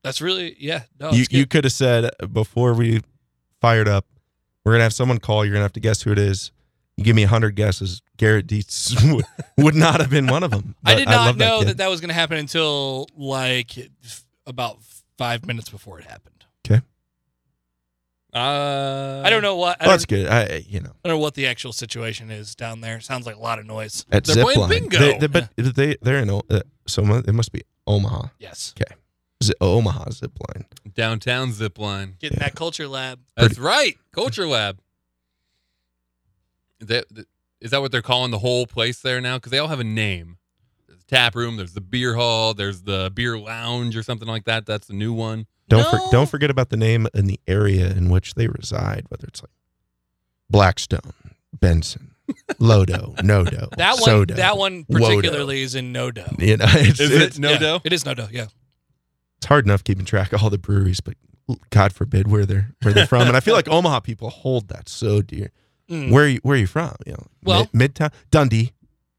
S4: That's really yeah. No,
S2: you
S4: it's good.
S2: you could have said uh, before we fired up, we're gonna have someone call. You're gonna have to guess who it is. You give me hundred guesses. Garrett Dietz would- would not have been one of them.
S4: I did
S2: But
S4: not
S2: love
S4: know that
S2: kid.
S4: that, was going to happen until like f- about five minutes before it happened.
S3: Uh,
S4: I don't know what I
S2: Well,
S4: don't,
S2: that's good. I you know
S4: I don't know what the actual situation is down there. Sounds like a lot of noise.
S2: at
S3: They're playing
S2: Zipline.
S3: bingo.
S2: They, they, but they they're in O- uh, so mu- it must be Omaha.
S4: Yes,
S2: Z- Omaha Zipline.
S3: Downtown Zipline.
S4: getting
S2: Yeah.
S4: that culture lab.
S3: That's right. Culture Lab. That, that- Is that what they're calling the whole place there now? Because they all have a name. There's the tap room. There's the beer hall. There's the beer lounge or something like that. That's the new one.
S2: Don't for-
S4: No.
S2: don't forget about the name and the area in which they reside, whether it's like Blackstone, Benson, Lodo, Nodo,
S4: That one,
S2: Sodo,
S4: that one
S2: Wodo.
S4: particularly is in No Dough.
S2: You know, it's,
S3: Is
S2: it's,
S3: it No
S4: yeah,
S3: Dough?
S4: It is No Dough. Yeah.
S2: it's hard enough keeping track of all the breweries, but God forbid where they're where they're from. And I feel like Omaha people hold that so dear.
S4: Mm.
S2: Where are you, where are you from? You know,
S4: Well-
S2: Mid- Midtown, Dundee,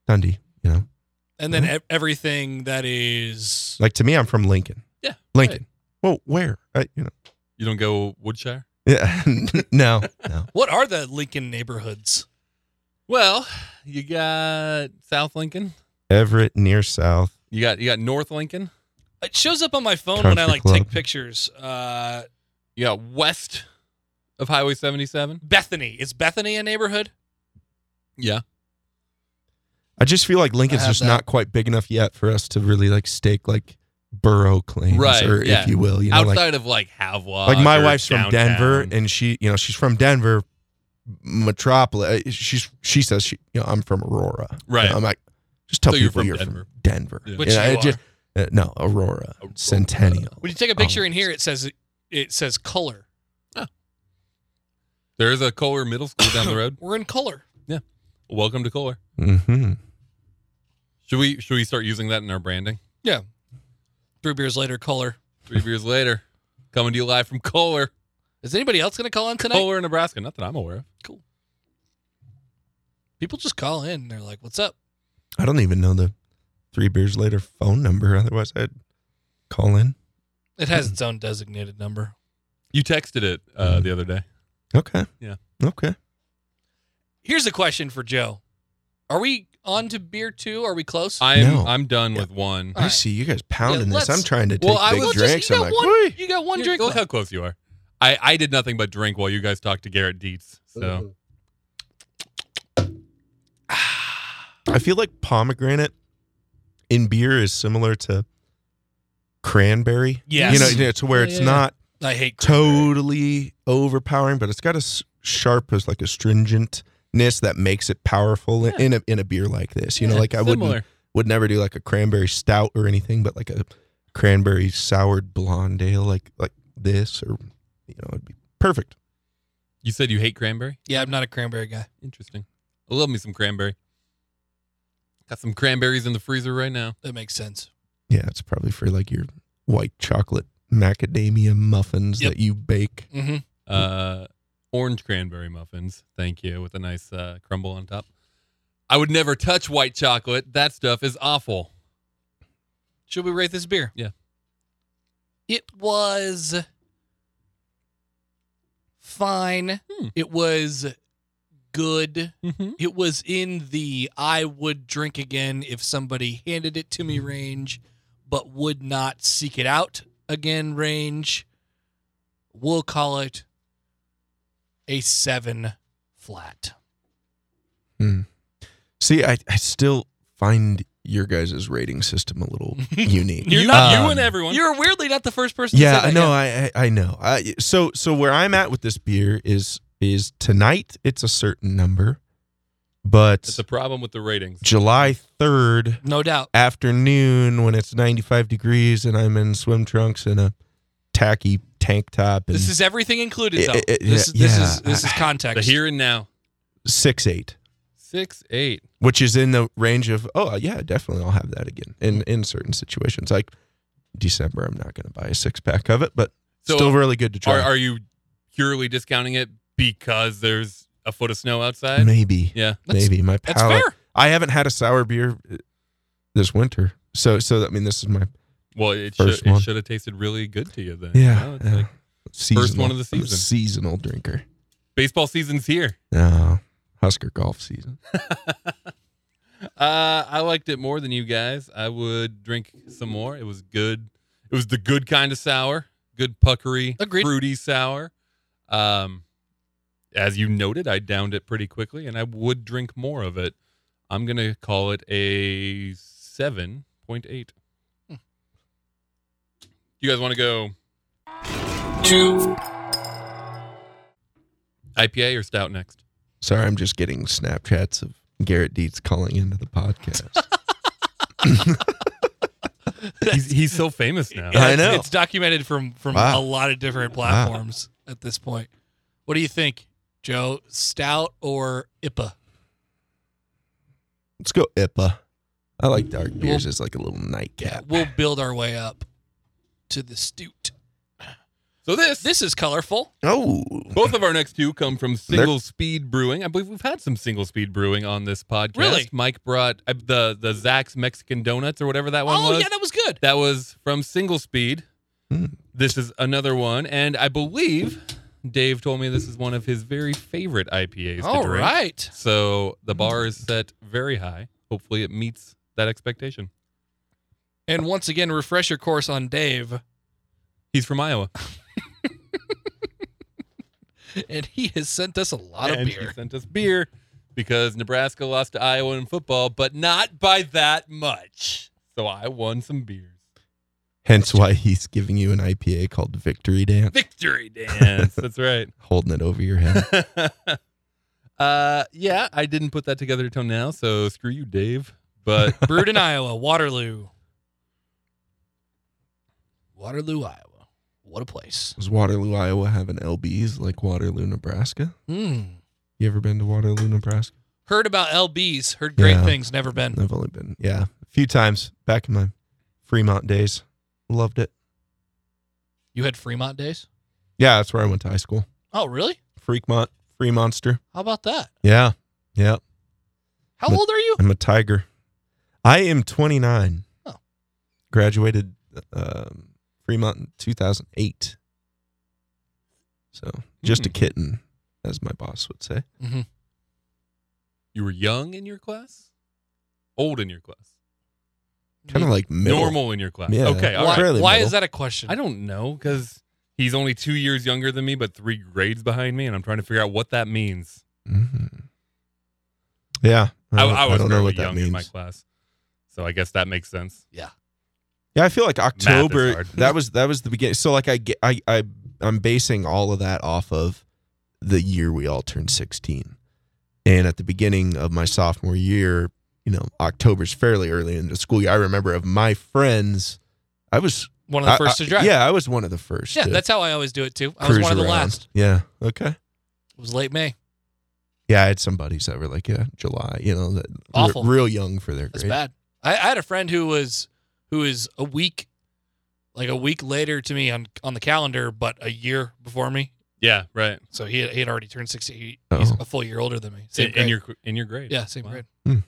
S2: Dundee. You know,
S4: And then ev- everything that is
S2: like to me, I'm from Lincoln.
S3: Yeah,
S2: Lincoln. Well, where? I, you know,
S3: You don't go Woodshire.
S2: yeah, no, no.
S4: what are the Lincoln neighborhoods?
S3: Well, you got South Lincoln.
S2: Everett near South.
S3: You got you got North Lincoln.
S4: It shows up on my phone when I
S2: Country
S4: like
S2: club.
S4: take pictures. Uh,
S3: You got West of Highway 77.
S4: Bethany is Bethany a neighborhood?
S3: Yeah.
S2: I just feel like Lincoln's
S4: have
S2: just
S4: that.
S2: not quite big enough yet for us to really like stake like borough claims,
S3: Right,
S2: Or
S3: yeah.
S2: if you will, you know, like
S3: Outside of like Havelock.
S2: like my
S3: or
S2: wife's from Denver,
S3: downtown.
S2: and she, you know, she's from Denver, metropolis. uh, She's she says she, you know, I'm from Aurora. You
S3: Right.
S2: know, I'm like, just tell
S3: So you're
S2: people
S3: from
S2: you're
S3: Denver.
S2: from Denver.
S3: Yeah.
S4: Which
S2: Yeah,
S4: you
S2: it just- uh, no, Aurora,
S3: Aurora.
S2: Centennial. Um,
S4: When you take a
S2: Oh.
S4: picture in here, it says it says color.
S3: There is a Kohler Middle School down the road.
S4: We're in color.
S3: Welcome to Kohler.
S2: hmm
S3: Should we should we start using that in our branding?
S4: Three beers later, color.
S3: Three beers later, coming to you live from Kohler,
S4: Is anybody else going to call in tonight?
S3: Kohler, Nebraska. Not that I'm aware of.
S4: People just call in. And they're like, "What's up?"
S2: I don't even know the three beers later phone number. Otherwise, I'd call in.
S4: It has its own designated number.
S3: You texted it uh,
S2: Mm.
S3: the other day.
S2: Okay.
S3: Yeah.
S2: Okay.
S4: Here's a question for Joe: Are we on to beer two? Are we close?
S3: I am
S2: No.
S3: I'm done with one.
S4: All right.
S2: I see you guys pounding
S4: let's-
S2: this. I'm trying to take
S3: Well, I
S2: big
S3: was
S4: Well, just-
S2: drinks.
S4: you
S2: I'm
S4: got
S2: like,
S4: one.
S2: "Whee!"
S4: You got one
S3: You-
S4: drink.
S3: Look how
S4: left.
S3: close you are. I I did nothing but drink while you guys talked to Garrett Dietz. So
S2: I feel like pomegranate in beer is similar to cranberry.
S4: Yes.
S2: You know, you know, to where
S3: Yeah,
S2: it's
S3: yeah, yeah.
S2: not
S4: I hate
S2: totally overpowering, but it's got a s- sharp as like astringentness that makes it powerful in- in a in a beer like this. You know,
S3: Yeah,
S2: like I
S3: similar.
S2: wouldn't would never do like a cranberry stout or anything, but like a cranberry soured blonde ale like like this or you know, it'd be perfect.
S3: You said you hate cranberry.
S4: Yeah, I'm not a cranberry guy.
S3: Interesting. I love me some cranberry. Got some cranberries in the freezer right now.
S4: That makes sense.
S2: Yeah, it's probably for like your white chocolate macadamia muffins
S4: Yep.
S2: that you bake.
S4: Mm-hmm.
S3: uh, orange cranberry muffins. Thank you, with a nice uh, crumble on top. I would never touch white chocolate. That stuff is awful.
S4: Should we rate this beer?
S3: Yeah.
S4: It was fine.
S3: Hmm.
S4: It was good.
S3: Mm-hmm.
S4: It was in the I would drink again if somebody handed it to me
S3: Mm-hmm.
S4: range, but would not seek it out again range. We'll call it a seven flat.
S2: See, I, I still find your guys' rating system a little unique.
S4: You're
S3: you,
S4: not-
S3: you
S2: Um,
S3: and everyone.
S4: You're weirdly not the first person
S2: yeah,
S4: to say
S2: I
S4: that.
S2: know. I, I I know. I, so so where I'm at with this beer is is tonight it's a certain number, but
S3: It's a problem with the ratings.
S2: July third
S4: No doubt.
S2: afternoon when it's 95 degrees and I'm in swim trunks and a tacky tank top and
S4: This is everything included,
S2: It-
S4: though.
S2: it- it-
S4: this, is this is
S2: yeah,
S4: this is
S2: I-
S3: The
S4: context.
S3: here and now.
S2: six eight,
S3: Six eight.
S2: which is in the range of oh yeah, definitely I'll have that again in
S3: Mm-hmm.
S2: in certain situations like December. I'm not going to buy a six pack of it, but
S3: So uh,
S2: still really good to try.
S3: are, are you purely discounting it because there's a foot of snow outside?
S2: maybe
S3: Yeah.
S4: That's-
S2: maybe my
S4: That's
S2: palate.
S4: fair.
S2: I haven't had a sour beer uh, this winter, so so I mean this is my
S3: Well, it
S2: First
S3: should it
S2: one.
S3: should have tasted really good to you then. you
S2: yeah,
S3: know? It's
S2: yeah.
S3: like,
S2: seasonal,
S3: one of the
S2: I'm a
S3: season.
S2: seasonal drinker.
S3: baseball season's here.
S2: No, Husker golf season.
S3: Uh, I liked it more than you guys. I would drink some more. It was good. It was the good kind of sour, good puckery,
S4: Agreed.
S3: fruity sour. Um, as you noted, I downed it pretty quickly, and I would drink more of it. I'm gonna call it a seven point eight. You guys want to go
S4: Two.
S3: IPA or stout next?
S2: Sorry, I'm just getting Snapchats of Garrett Dietz calling into the podcast.
S3: He's, he's so famous now.
S2: Yeah. I
S4: it's-
S2: know.
S4: It's documented from from
S2: Wow.
S4: a lot of different platforms at this point. What do you think, Joe? Stout or IPA?
S2: Let's go IPA. I like dark beers as like a little nightcap.
S4: We'll build our way up to the Stute.
S3: So this,
S4: This is colorful.
S2: Oh,
S3: both of our next two come from
S2: They're-
S3: Single Speed Brewing. I believe we've had some Single Speed Brewing on this podcast.
S4: Really?
S3: Mike brought uh, the the Zach's Mexican Donuts or whatever that one
S4: Oh
S3: was.
S4: yeah, that was good.
S3: That was from Single Speed.
S2: Hmm.
S3: This is another one, and I believe Dave told me this is one of his very favorite IPAs. to
S4: All
S3: drink.
S4: right.
S3: So the bar is set very high. Hopefully, it meets that expectation.
S4: And once again, refresh your course on Dave,
S3: He's from Iowa.
S4: and he has sent us a lot of
S3: and
S4: beer.
S3: He sent us beer because Nebraska lost to Iowa in football, but not by that much. So I won some beers.
S2: hence why he's giving you an IPA called Victory Dance,
S3: Victory dance. That's right.
S2: holding it over your head.
S3: uh, yeah, I didn't put that together until now, so screw you, Dave. But
S4: Brewed in Iowa, Waterloo. Waterloo, Iowa. What a place.
S2: Does Waterloo, Iowa, have an LBs like Waterloo, Nebraska?
S4: Hmm.
S2: You ever been to Waterloo, Nebraska?
S4: Heard about LBs. Heard great
S2: Yeah.
S4: things. Never been.
S2: I've only been, yeah, a few times back in my Fremont days. Loved it.
S4: You had Fremont days?
S2: Yeah, that's where I went to high school.
S4: Oh, really?
S2: Freakmont, Free Monster.
S4: How about that?
S2: Yeah, yeah.
S4: How
S2: But-
S4: old are you?
S2: I'm a tiger. I am 29.
S4: Oh.
S2: Graduated um, Fremont in 2008. So just a
S3: Hmm.
S2: kitten, as my boss would say.
S3: you were young in your class, old in your class,
S2: Kind of like middle.
S3: normal in your class.
S2: Yeah.
S3: Okay, all
S4: why
S3: right.
S2: Fairly
S4: why
S2: middle.
S4: is that a question?
S3: I don't know because he's only two years younger than me, but three grades behind me, and I'm trying to figure out what that means.
S2: Mhm. Yeah.
S3: I,
S2: don't-
S3: I was
S2: don't know
S3: fairly
S2: what that
S3: young in my
S2: means.
S3: class, so I guess that makes sense.
S2: Yeah, I feel like
S3: is
S2: October.
S3: hard.
S2: That was that was the beginning. So like I ge- I I I'm basing all of that off of the year we all turned 16, and at the beginning of my sophomore year, you know, October's fairly early in the school year. I remember of my friends, I was
S4: One of the
S2: I-
S4: first
S2: I-
S4: to drive.
S2: Yeah, I was one of the first.
S4: Yeah,
S2: to
S4: that's how I always do it too. I was
S2: cruise
S4: one of the
S2: around.
S4: last.
S2: Yeah. Okay.
S4: It was late May.
S2: Yeah, I had some buddies that were like, yeah, July. You know, that
S4: Awful.
S2: real young for their
S4: That's
S2: grade.
S4: bad. I, I had a friend who was who is a week like a week later to me on on the calendar, but a year before me.
S3: Yeah, right.
S4: So he had, he had already turned sixty. He, he's
S2: Oh.
S4: a full year older than me. Same
S3: In, in
S4: grade.
S3: your in your grade.
S4: yeah, same
S3: Wow.
S4: grade.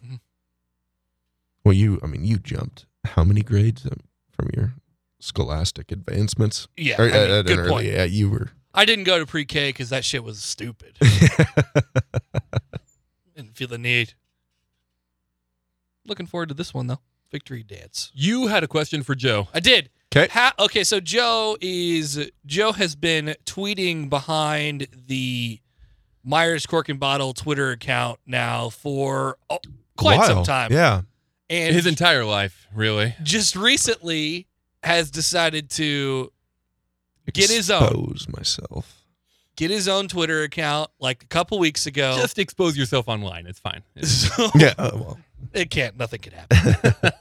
S2: Well, you, I mean, you jumped how many grades um, from your scholastic advancements?
S4: Yeah,
S2: Or
S4: I
S2: uh,
S4: mean,
S2: at- at an
S4: good
S2: early-
S4: point.
S2: Yeah, you were.
S4: I didn't go to pre K because that shit was stupid. didn't feel the need. Looking forward to this one though. Victory dance.
S3: You had a question for Joe.
S4: I did.
S2: 'Kay.
S4: Ha- okay, so Joe is Joe has been tweeting behind the Myers Cork and Bottle Twitter account now for oh, quite some
S2: Wild.
S4: time.
S2: Yeah.
S4: And
S3: His entire life, really.
S4: just recently has decided to Get his own.
S2: Expose myself.
S4: get his own Twitter account like a couple weeks ago.
S3: Just expose yourself online. It's fine. It's-
S4: so
S2: Yeah. Oh, well.
S4: it can't nothing can happen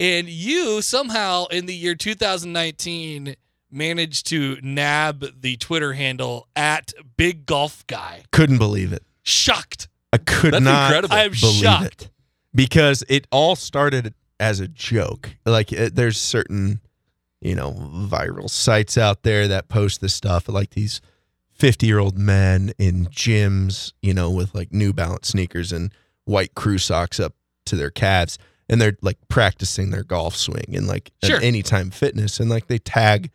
S4: and you somehow in the year 2019 managed to nab the twitter handle at big golf guy
S2: Couldn't believe it.
S4: shocked
S2: I could
S3: That's
S2: not
S3: incredible.
S4: i'm
S2: believe
S4: shocked
S2: it because it all started as a joke. Like it, there's certain, you know, viral sites out there that post this stuff like these 50 year old men in gyms, you know, with like New Balance sneakers and white crew socks up to their calves. And they're like practicing their golf swing and like at
S4: Sure.
S2: anytime fitness. And like they tag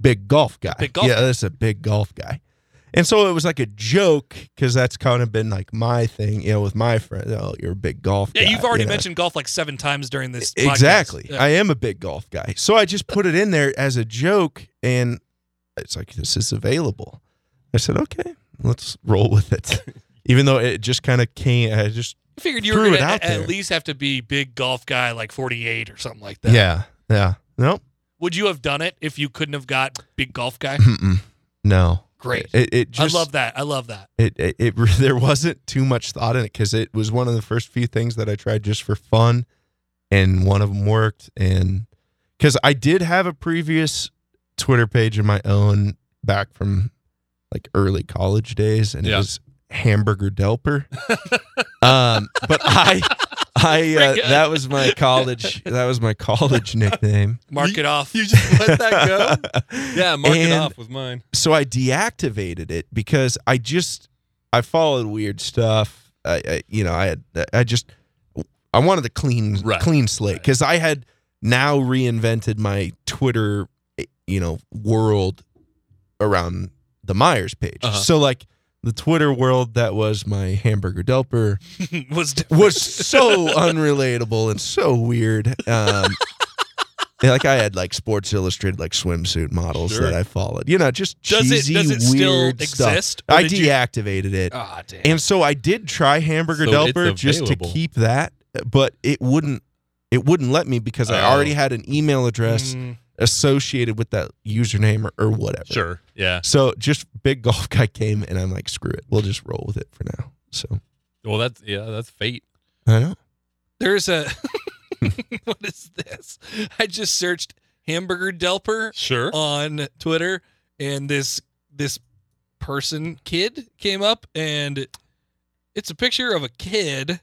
S2: big golf guy.
S4: Big golf
S2: yeah,
S4: guy.
S2: that's a big golf guy. And so it was like a joke because that's kind of been like my thing, you know, with my friend. Oh, you're a big golf
S4: yeah
S2: guy.
S4: you've already
S2: you know. E-,
S4: mentioned golf like seven times during this podcast.
S2: Exactly.
S4: Yeah.
S2: I am a big golf guy. So I just put it in there as a joke and it's like this is available. I said, "Okay, let's roll with it." Even though it just kind of came I just
S4: i figured you were gonna
S2: threw it out
S4: at,
S2: there.
S4: at least have to be big golf guy like 48 or something like that
S2: Yeah. Yeah. Nope.
S4: would you have done it if you couldn't have got big golf guy
S2: Mm-mm. No.
S4: Great.
S2: Hmm. It, it just,
S4: I love that. I love that.
S2: it, it, it re- there wasn't too much thought in it because it was one of the first few things that I tried just for fun, and one of them worked. And because I did have a previous Twitter page of my own back from like early college days, and it
S3: Yeah.
S2: was Hamburger Delper. um, but I, I uh,
S4: Pretty good.
S2: that was my college that was my college nickname.
S4: Mark it off.
S3: You just let that go. Yeah, mark it
S2: And-
S3: off was mine.
S2: so I deactivated it because I just I followed weird stuff. I, I you know I had I just I wanted a clean
S3: Right,
S2: clean slate
S3: right.
S2: because I had now reinvented my Twitter you know world around the Myers page.
S3: Uh-huh.
S2: So like the Twitter world that was my hamburger delper
S4: was different.
S2: was so unrelatable and so weird. Um, yeah, like I had like Sports Illustrated like swimsuit models
S3: Sure.
S2: that I followed. You know, just
S4: does it
S2: cheesy,
S4: does it still
S2: weird stuff.
S4: exist?
S2: I deactivated it,
S4: Ah, damn.
S2: and so I did try Hamburger
S3: So it's
S2: Delper just to
S3: available.
S2: keep that, but it wouldn't. It wouldn't let me because I
S3: Oh.
S2: already had an email address
S4: Mm,
S2: associated with that username or, or whatever.
S3: Sure. Yeah.
S2: So just big golf guy came and I'm like, screw it, we'll just roll with it for now. So
S3: Well, that's yeah, that's fate.
S2: I know.
S4: there's a. what is this? I just searched hamburger delper
S3: Sure.
S4: on Twitter, and this this person kid came up, and it's a picture of a kid,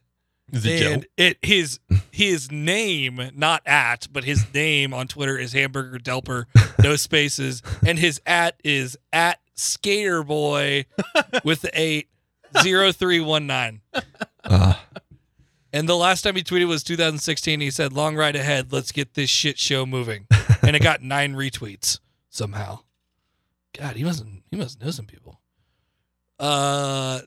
S3: Is it
S4: and
S3: Joe?
S4: it his his name, not at, but his name on Twitter is hamburger delper, no spaces, and his at is at skater boy with the eight zero three one nine.
S2: Uh,
S4: And the last time he tweeted was 2016. He said, "Long ride ahead. Let's get this shit show moving." and it got nine retweets somehow. God, he wasn't. He must know some people. Uh,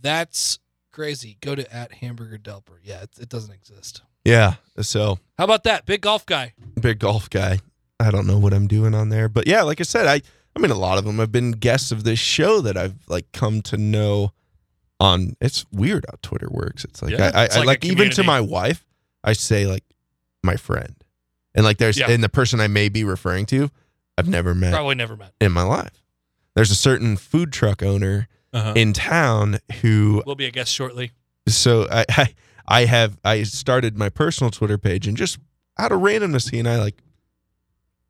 S4: that's crazy. Go to at hamburger delper. Yeah, it, it doesn't exist.
S2: yeah. So
S4: How about that? Big golf guy.
S2: big golf guy. I don't know what I'm doing on there, but yeah, like I said, I I mean a lot of them have been guests of this show that I've like come to know on. It's weird how Twitter works. It's like
S3: Yeah.
S2: I, I
S4: It's
S2: I,
S4: like a
S2: like even to
S4: community.
S2: my wife, I say like my friend, and like there's
S4: Yeah.
S2: and the person I may be referring to, I've never met
S4: Probably never met.
S2: in my life. There's a certain food truck owner
S3: Uh-huh.
S2: in town who
S4: We'll be a guest shortly.
S2: so I, I I have I started my personal Twitter page and just out of randomness he and I like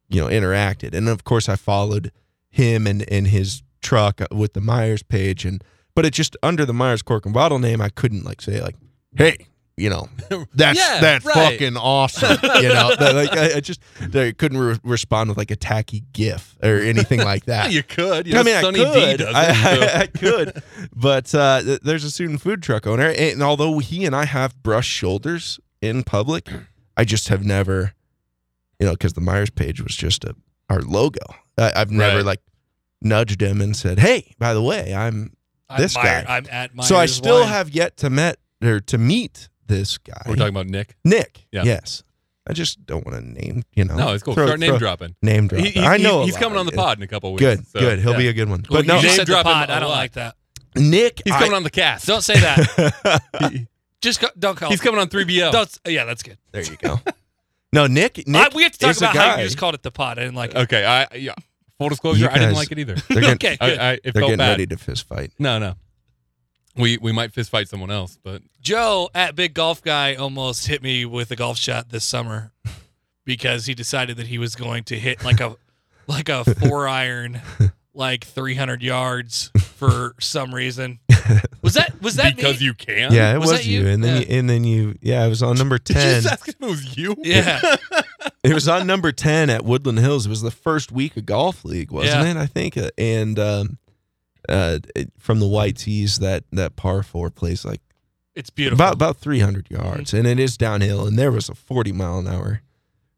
S2: you know interacted and of course I followed him and and his truck with the Myers page and but it just under the Myers Cork and Bottle name I couldn't like say like hey you know that's
S3: Yeah,
S2: that's
S3: right.
S2: fucking awesome you know That, like I, I just they couldn't re- respond with like a tacky gif or anything like
S3: Yeah,
S2: that
S3: you could. You know,
S2: I mean,
S3: Sonny
S2: I
S3: D
S2: could.
S3: does it,
S2: I, I,
S3: so-
S2: I could, but uh, th- there's a student food truck owner, and, and although he and I have brushed shoulders in public, I just have never, you know, because the Myers page was just a our logo. I, I've never
S3: Right.
S2: like nudged him and said, "Hey, by the way, I'm."
S4: I'm
S2: This
S4: Meyer-
S2: guy.
S4: I'm at my.
S2: so I still have yet to met or to meet this guy,
S3: We're talking about Nick.
S2: Nick.
S3: Yeah.
S2: Yes, I just don't want to name. You know,
S3: No, it's cool.
S2: throw-
S3: Start name
S2: throw-
S3: dropping.
S2: Name drop.
S3: He- he-
S2: I know a
S3: he's
S2: lot
S3: coming
S2: of
S3: on the
S2: you.
S3: pod in a couple weeks.
S2: Good,
S3: so,
S2: good. He'll
S3: yeah.
S2: be a good one.
S4: Well,
S2: but no,
S4: you just
S3: Name
S4: said the
S3: drop him
S4: pod.
S3: a
S4: I don't
S3: lot.
S4: like that.
S2: Nick.
S3: He's
S2: I-
S3: coming on the cast.
S4: Don't say that. just go, don't call.
S3: He's coming on 3BL.
S4: Don't, yeah, that's good.
S2: There you go. No, Nick. Nick
S4: I- we have to talk
S2: is a
S4: about how
S2: guy.
S4: you just called it the pod. I didn't like it.
S3: Okay, I yeah. Full disclosure,
S2: You
S3: I didn't
S2: guys-
S3: like it either.
S2: they're getting,
S4: okay,
S3: I,
S4: good.
S3: I, it
S2: they're
S3: felt
S2: getting
S3: bad.
S2: ready to fist fight.
S3: No, no. We we might fist fight someone else, but
S4: Joe at Big Golf Guy almost hit me with a golf shot this summer because he decided that he was going to hit like a like a four iron like 300 yards for some reason. Was that was that
S3: because
S4: me?
S3: you can.
S2: Yeah, it
S4: Was
S2: was,
S4: that
S2: you.
S4: you?
S2: And then you, and then you. Yeah, it was on number
S3: Did you
S2: ten.
S3: just ask if it was you?
S4: Yeah.
S2: it was on number ten at Woodland Hills. It was the first week of golf league, wasn't
S4: Yeah.
S2: it? I think. Uh, And um, uh, it- from the white tees, that that par four plays like
S4: It's beautiful.
S2: about about three hundred yards, and it is downhill. And there was a forty mile an hour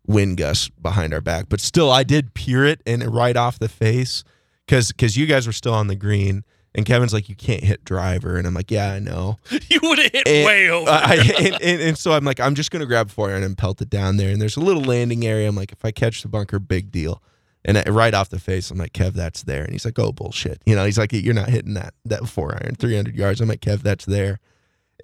S2: wind gust behind our back, but still, I did peer it and it right off the face because because you guys were still on the green. And Kevin's like, you can't hit driver, and I'm like, yeah, I know.
S4: you would have hit
S2: Eh,
S4: way over.
S2: Uh, I, and, and, and so I'm like, I'm just gonna grab four iron and pelt it down there. And there's a little landing area. I'm like, if I catch the bunker, big deal. And I, right off the face, I'm like, Kev, that's there. And he's like, oh bullshit. You know, he's like, you're not hitting that that four iron, 300 yards. I'm like, Kev, that's there.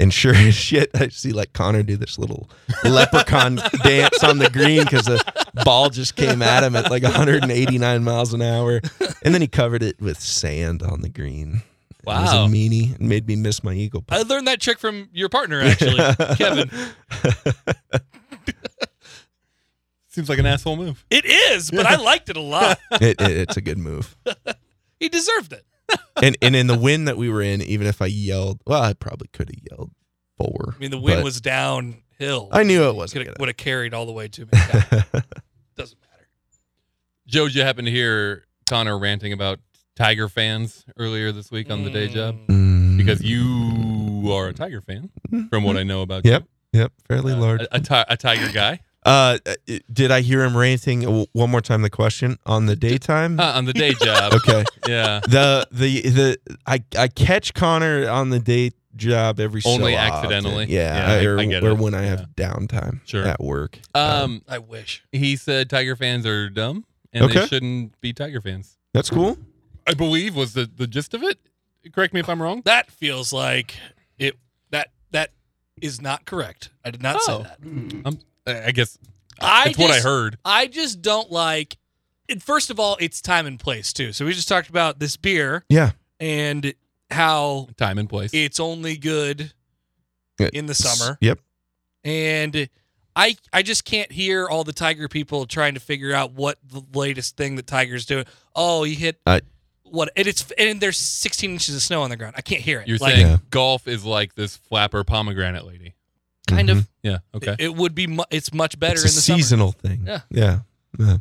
S2: And sure as shit, I see like Connor do this little leprechaun dance on the green because the ball just came at him at like 189 miles an hour. And then he covered it with sand on the green. It was
S3: Wow.
S2: a meanie and made me miss my eagle.
S3: I
S2: putt.
S3: learned that trick from your partner, actually, Kevin. Seems like an asshole move.
S4: It is, but I liked it a lot.
S2: It- it, it's a good move.
S4: He deserved it.
S2: and and in the wind that we were in, even if I yelled, well, I probably could have yelled four.
S4: I mean, the wind
S2: but
S4: was downhill.
S2: I knew it wasn't
S4: Could
S2: gonna.
S4: would have carried all the way to me. Doesn't matter.
S3: Joe, did you happen to hear Connor ranting about Tiger fans earlier this week on the day job?
S4: Mm.
S3: Because you are a Tiger fan, from what I know about
S2: Yep, yep, fairly
S3: you.
S2: large.
S3: Uh, a, a, ti- a Tiger guy.
S2: Uh, uh, did I hear him ranting w- one more time? The question on the daytime.
S3: Huh, on the day job.
S2: Okay.
S3: Yeah.
S2: the the the I I catch Connor on the day job every so
S3: Only
S2: often.
S3: accidentally.
S2: Yeah,
S3: Yeah, I-
S2: or,
S3: I get
S2: or
S3: it.
S2: when I have
S3: Yeah.
S2: downtime
S3: Sure.
S2: at work.
S3: Um,
S4: I wish.
S3: he said Tiger fans are dumb and they
S2: Okay.
S3: shouldn't be Tiger fans.
S2: that's cool.
S3: I believe was the, the gist of it. Correct me if I'm wrong.
S4: That feels like it. That that is not correct. I did not
S3: Oh.
S4: say that.
S3: Um, I I guess
S4: I
S3: that's what I
S4: just-
S3: heard.
S4: I just don't like. It, first of all, it's time and place too. So we just talked about this beer
S2: Yeah,
S4: and how
S3: Time and place.
S4: it's only good
S2: Good.
S4: in the summer.
S2: Yep.
S4: and I I just can't hear all the Tiger people trying to figure out what the latest thing that Tiger's doing. Oh, he hit
S2: I-
S4: what? And it's and there's 16 inches of snow on the ground. I can't hear it.
S3: You're
S4: like
S3: saying
S2: Yeah.
S3: golf is like this flapper pomegranate lady.
S4: kind
S2: Mhm.
S4: of.
S3: Yeah. mm-hmm. Okay.
S4: It, it would be. Mu- it's much better
S2: It's
S4: in
S2: a
S4: the summer.
S2: seasonal thing.
S4: Yeah.
S2: yeah, yeah.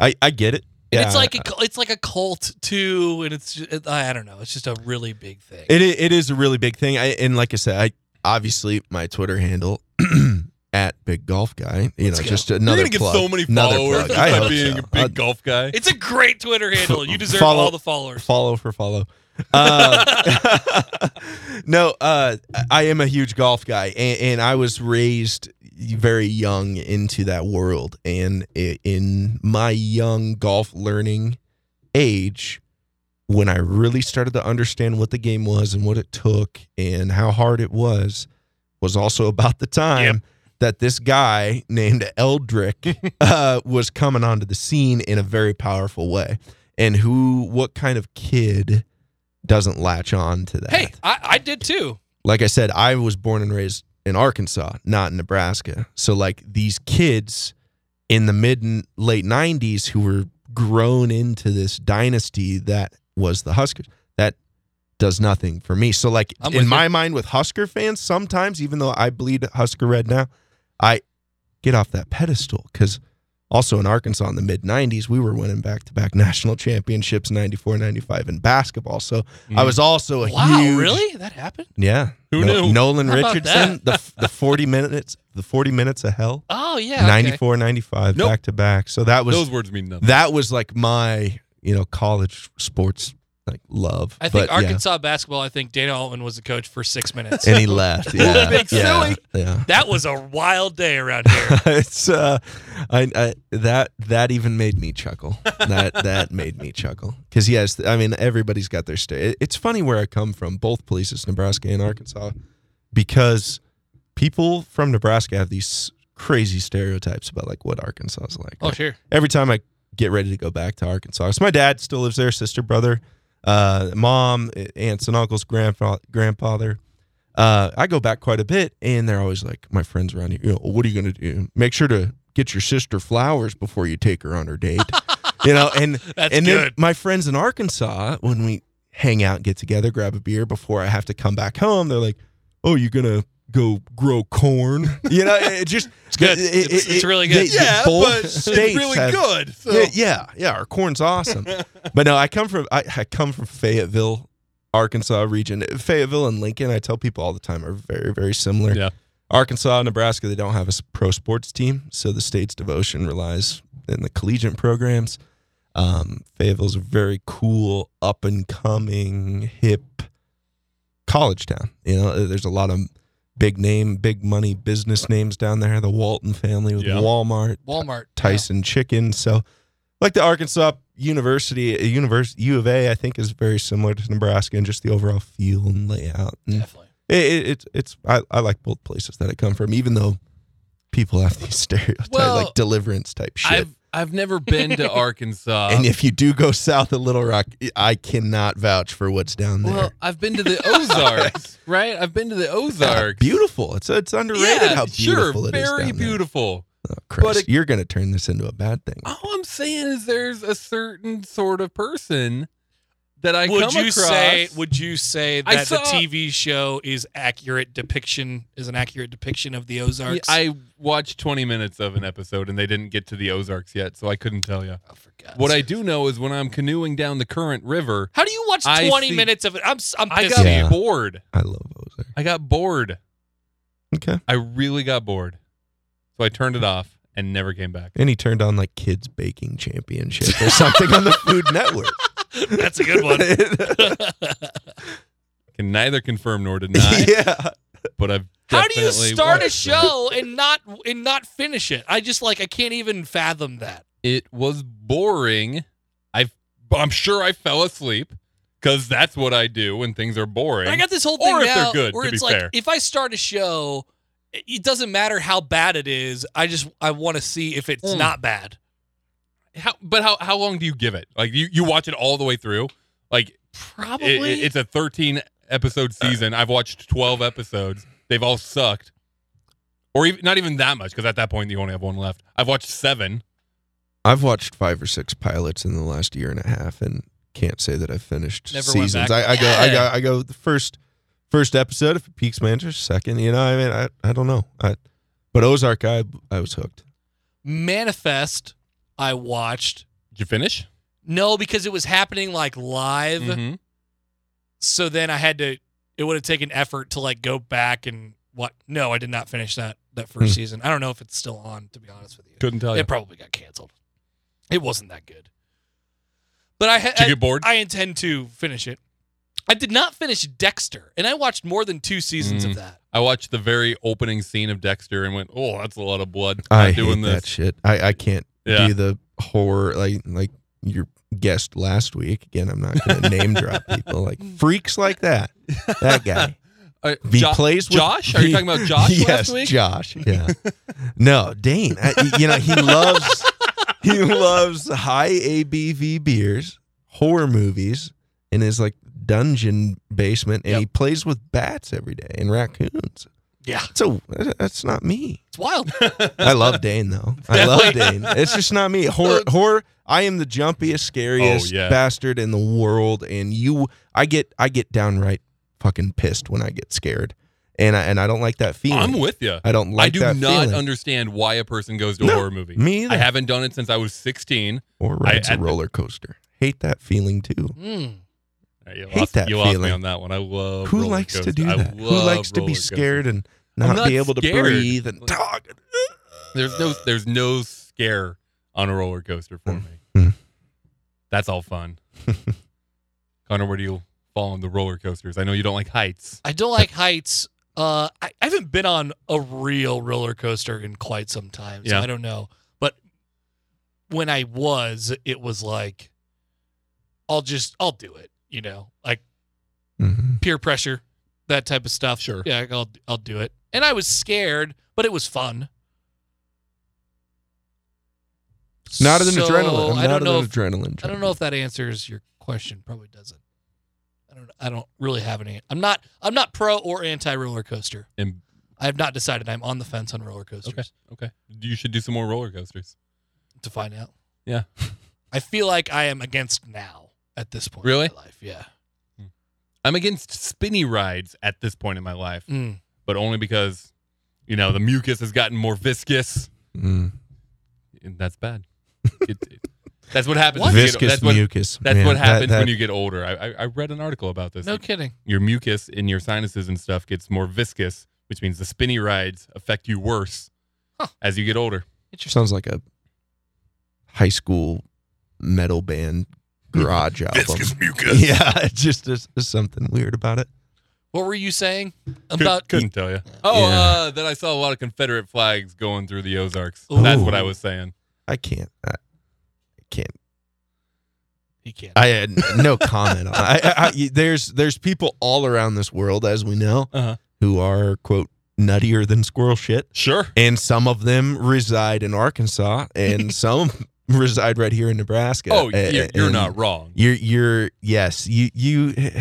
S2: I I get it.
S4: And
S2: Yeah,
S4: it's like a, cu- it's like a cult too, and it's just, it, I don't know. It's just a really big thing.
S2: It i- it is a really big thing. I and like I said, I obviously my Twitter handle at big golf guy. You
S4: Let's
S2: know,
S4: go.
S2: just another
S3: You're gonna
S2: plug,
S3: get so many
S2: another
S3: followers
S2: plug. I
S3: by
S2: hope
S3: being
S2: so.
S3: a big
S2: I'll
S3: golf guy.
S4: it's a great Twitter handle. You deserve
S2: Follow-
S4: all the followers.
S2: follow for follow. Uh, no, uh, I am a huge golf guy, and, and I was raised very young into that world. And i- in my young golf learning age, when I really started to understand what the game was and what it took and how hard it was, was also about the time that this guy named Eldrick uh, was coming onto the scene in a very powerful way. And who, what kind of kid doesn't latch on to that?
S4: Hey, I, I did too.
S2: like I said, I was born and raised in Arkansas, not in Nebraska. So like these kids in the mid and late '90s who were grown into this dynasty that was the Huskers, that does nothing for me. So like
S4: I'm with
S2: in
S4: you.
S2: my mind, with Husker fans, sometimes even though I bleed Husker red now, I get off that pedestal because. Also in Arkansas in the mid 90s, we were winning back to back national championships 94 95 in basketball. So I was also a
S4: Mm. Wow,
S2: huge
S4: really? That happened?
S2: yeah.
S3: Who knew?
S2: Nolan
S4: How about
S2: Richardson, the the 40 minutes, the 40 minutes of hell.
S4: Oh yeah. okay.
S2: ninety four, ninety five, 94, 95
S3: Nope.
S2: back to back. So that was
S3: Those words mean nothing.
S2: that was like my, you know, college sports like love.
S4: I think
S2: But, yeah.
S4: Arkansas basketball. I think Dana Altman was the coach for six minutes.
S2: and he left. Yeah.
S4: Big
S2: yeah.
S4: silly.
S2: Yeah.
S4: that was a wild day around here.
S2: it's uh I, I that that even made me chuckle that that made me chuckle because yes i mean everybody's got their state it's funny where i come from both places nebraska and arkansas because people from nebraska have these crazy stereotypes about like what arkansas is like
S4: oh sure.
S2: every time i get ready to go back to arkansas so my dad still lives there sister brother uh mom aunts and uncles grandfather grandfather uh, I go back quite a bit, and they're always like, "My friends around here, you know, what are you going to do? Make sure to get your sister flowers before you take her on her date, you know." And
S4: That's
S2: and then
S4: good.
S2: my friends in Arkansas, when we hang out and get together, grab a beer before I have to come back home, they're like, "Oh, you're gonna go grow corn?" You know, it just it's
S4: good. It's- it's really good.
S3: yeah, but it's really
S2: have,
S3: good. So
S2: yeah, yeah, yeah, our corn's awesome. but no, I come from I, I come from Fayetteville, Arkansas region. Fayetteville and Lincoln, I tell people all the time, are very very similar.
S3: Yeah.
S2: Arkansas, Nebraska, they don't have a s- pro sports team, so the state's devotion relies in the collegiate programs. Um, Fayetteville's a very cool, up and coming, hip college town. You know, uh, there's a lot of big name, big money business names down there. The Walton family with
S3: Yeah.
S2: Walmart,
S4: Walmart.
S2: Tyson Chicken. So, like the Arkansas University, uh, University U of A, I think is very similar to Nebraska and just the overall feel and layout.
S4: Yeah,
S2: And
S4: definitely.
S2: It, it, it's it's I, I like both places that I come from, even though people have these stereotypes
S3: Well,
S2: like deliverance type shit.
S3: I've uh, I've never been to Arkansas.
S2: and if you do go south of Little Rock, I cannot vouch for what's down there.
S3: well, I've been to the Ozarks, right? I've been to the Ozarks.
S2: Ah, beautiful. It's it's underrated
S3: Yeah,
S2: how beautiful
S3: sure,
S2: it is.
S3: very
S2: down there.
S3: beautiful.
S2: Oh, Christ,
S3: it-
S2: you're gonna turn this into a bad thing.
S3: All I'm saying is there's a certain sort of person that I
S4: would
S3: come
S4: you
S3: across.
S4: say would you say
S3: I
S4: that
S3: saw-
S4: the TV show is accurate depiction is an accurate depiction of the
S3: Yeah,
S4: Ozarks?
S3: I watched 20 minutes of an episode and they didn't get to the Ozarks yet, so I couldn't tell you.
S4: oh, for God's
S3: What I
S4: sake.
S3: do know is when I'm canoeing down the current river,
S4: How do you watch
S3: I
S4: 20
S3: see-
S4: minutes of it? I'm s- I'm
S3: I
S4: pissed.
S3: got
S2: Yeah.
S3: bored.
S2: I love Ozark.
S3: I got bored.
S2: Okay.
S3: I really got bored. So I turned it off and never came back.
S2: And he turned on like kids baking championship or something on the Food Network.
S4: That's a good one.
S3: Can neither confirm nor deny,
S2: yeah.
S3: but I've
S4: How do you
S3: definitely
S4: start a
S3: watched it.
S4: show and not and not finish it? I just like I can't even fathom that.
S3: It was boring. I I'm sure I fell asleep cuz that's what I do when things are boring.
S4: But I got this whole
S3: Or
S4: thing
S3: if they're
S4: now
S3: good,
S4: where
S3: to be
S4: it's like
S3: fair.
S4: if I start a show, it- it doesn't matter how bad it is. I just I want to see if it's
S3: Mm.
S4: not bad.
S3: how, but how how long do you give it? Like you you watch it all the way through? Like
S4: Probably. Uh,
S3: it, it- it's a 13 episode season. I've watched 12 episodes. They've all sucked, or even, not even that much because at that point you only have one left. I've watched seven.
S2: I've watched five or six pilots in the last year and a half, and can't say that I've finished
S4: Never went
S2: seasons.
S4: back.
S2: I, I go, I go,
S3: Yeah.
S2: I go. The first, first episode if it piques my interest. Second, you know, I mean, I, I don't know. I, but Ozark, I, I was hooked.
S4: Manifest. I watched
S3: Did you finish?
S4: no because it was happening like live.
S3: Mhm.
S4: So then I had to. It would have taken effort to like go back and what? No, I did not finish that that first
S2: Hmm.
S4: season. I don't know if it's still on. To be honest with you,
S3: Couldn't tell you.
S4: it probably got canceled. It wasn't that good. But I, ha-
S3: Did you get bored?
S4: I intend to finish it. I did not finish Dexter, and I watched more than two seasons
S3: Mm.
S4: of that.
S3: I watched the very opening scene of Dexter and went, "Oh, that's a lot of blood."
S2: I
S3: Not
S2: hate
S3: doing
S2: that
S3: this.
S2: shit. I, I can't
S3: Yeah.
S2: do the horror like like your guest last week. Again, I'm not going to name drop people like freaks like that. That guy.
S3: All right,
S2: He
S3: Jo-
S2: plays with
S3: Josh. Are you
S2: he-
S3: talking about Josh
S2: yes,
S3: last week?
S2: Josh. Yeah. no, Dane. I, you know he loves he loves high ABV beers, horror movies, in his like dungeon basement, and
S4: Yep.
S2: he plays with bats every day and raccoons.
S4: Yeah,
S2: That's a that's not me.
S4: it's wild.
S2: I love Dane though. I love Dane. It's just not me. Horror, horror. I am the jumpiest, scariest
S3: Oh, yeah.
S2: bastard in the world, and you. I get, I get downright fucking pissed when I get scared, and I and I don't like that feeling.
S3: I'm with you.
S2: I don't like
S3: I do
S2: that
S3: not
S2: feeling.
S3: understand why a person goes to
S2: No,
S3: a horror movie.
S2: me
S3: I
S2: either.
S3: haven't done it since I was 16.
S2: or rides
S3: I-
S2: a
S3: I-
S2: roller coaster. Hate that feeling too.
S4: Mm.
S3: All right, You
S2: Hate
S3: lost,
S2: that
S3: you lost me
S2: feeling.
S3: on that one. I love
S2: Who
S3: roller
S2: likes to do
S3: coasters. I
S2: that? Who
S3: love
S2: likes to
S3: roller
S2: be
S3: coasters.
S2: scared and not,
S3: not
S2: be able to
S3: scared.
S2: breathe and talk?
S3: There's no there's no scare on a roller coaster for me.
S2: Uh, Mm.
S3: That's all fun. Connor, where do you fall on the roller coasters? I know you don't like heights.
S4: I don't like heights. Uh, I, I haven't been on a real roller coaster in quite some time, so
S3: Yeah.
S4: I don't know. But when I was, it was like, I'll just, I'll do it. You know, like
S2: Mhm.
S4: peer pressure, that type of stuff.
S3: Sure.
S4: Yeah, I'll, I'll do it. And I was scared, but it was fun.
S2: Not an
S4: So,
S2: adrenaline. I'm
S4: I don't
S2: not an
S4: know. If,
S2: adrenaline.
S4: I don't know if that answers your question. Probably doesn't. I don't. I don't really have any. I'm not. I'm not pro or anti roller coaster.
S3: And
S4: I have not decided. I'm on the fence on roller coasters
S3: okay, okay, you should do some more roller coasters.
S4: to find out.
S3: Yeah.
S4: I feel like I am against now at this point.
S3: Really?
S4: In my life. Yeah.
S3: I'm against spinny rides at this point in my life,
S4: Mm.
S3: but only because you know the mucus has gotten more viscous,
S2: Mm.
S3: and that's bad. It, it- that's what happens. when you get-
S2: Viscous
S3: that's what,
S2: mucus.
S3: That's
S2: man.
S3: what
S2: That-
S3: happens
S2: that-
S3: when you get older. I, I, I read an article about this.
S4: No kidding.
S3: your mucus in your sinuses and stuff gets more viscous, which means the spinny rides affect you worse
S4: Huh.
S3: as you get older.
S4: Interesting.
S2: Sounds like a high school metal band garage album.
S3: mucus.
S2: Yeah, it's just there's, there's something weird about it.
S4: What were you saying
S3: About,
S4: about?
S3: Couldn't tell you. Oh,
S2: Yeah.
S3: uh, that I saw a lot of Confederate flags going through the Ozarks. That's what I
S2: Ooh.
S3: was saying.
S2: I can't. I, I can't.
S4: You can't.
S2: I had no comment on. it. I, I, I, there's there's people all around this world, as we know,
S3: Uh-huh.
S2: who are quote nuttier than squirrel shit,
S3: Sure.
S2: and some of them reside in Arkansas, and some reside right here in Nebraska.
S3: Oh,
S2: A-
S3: you're, you're
S2: and
S3: not wrong.
S2: You're you're yes. You you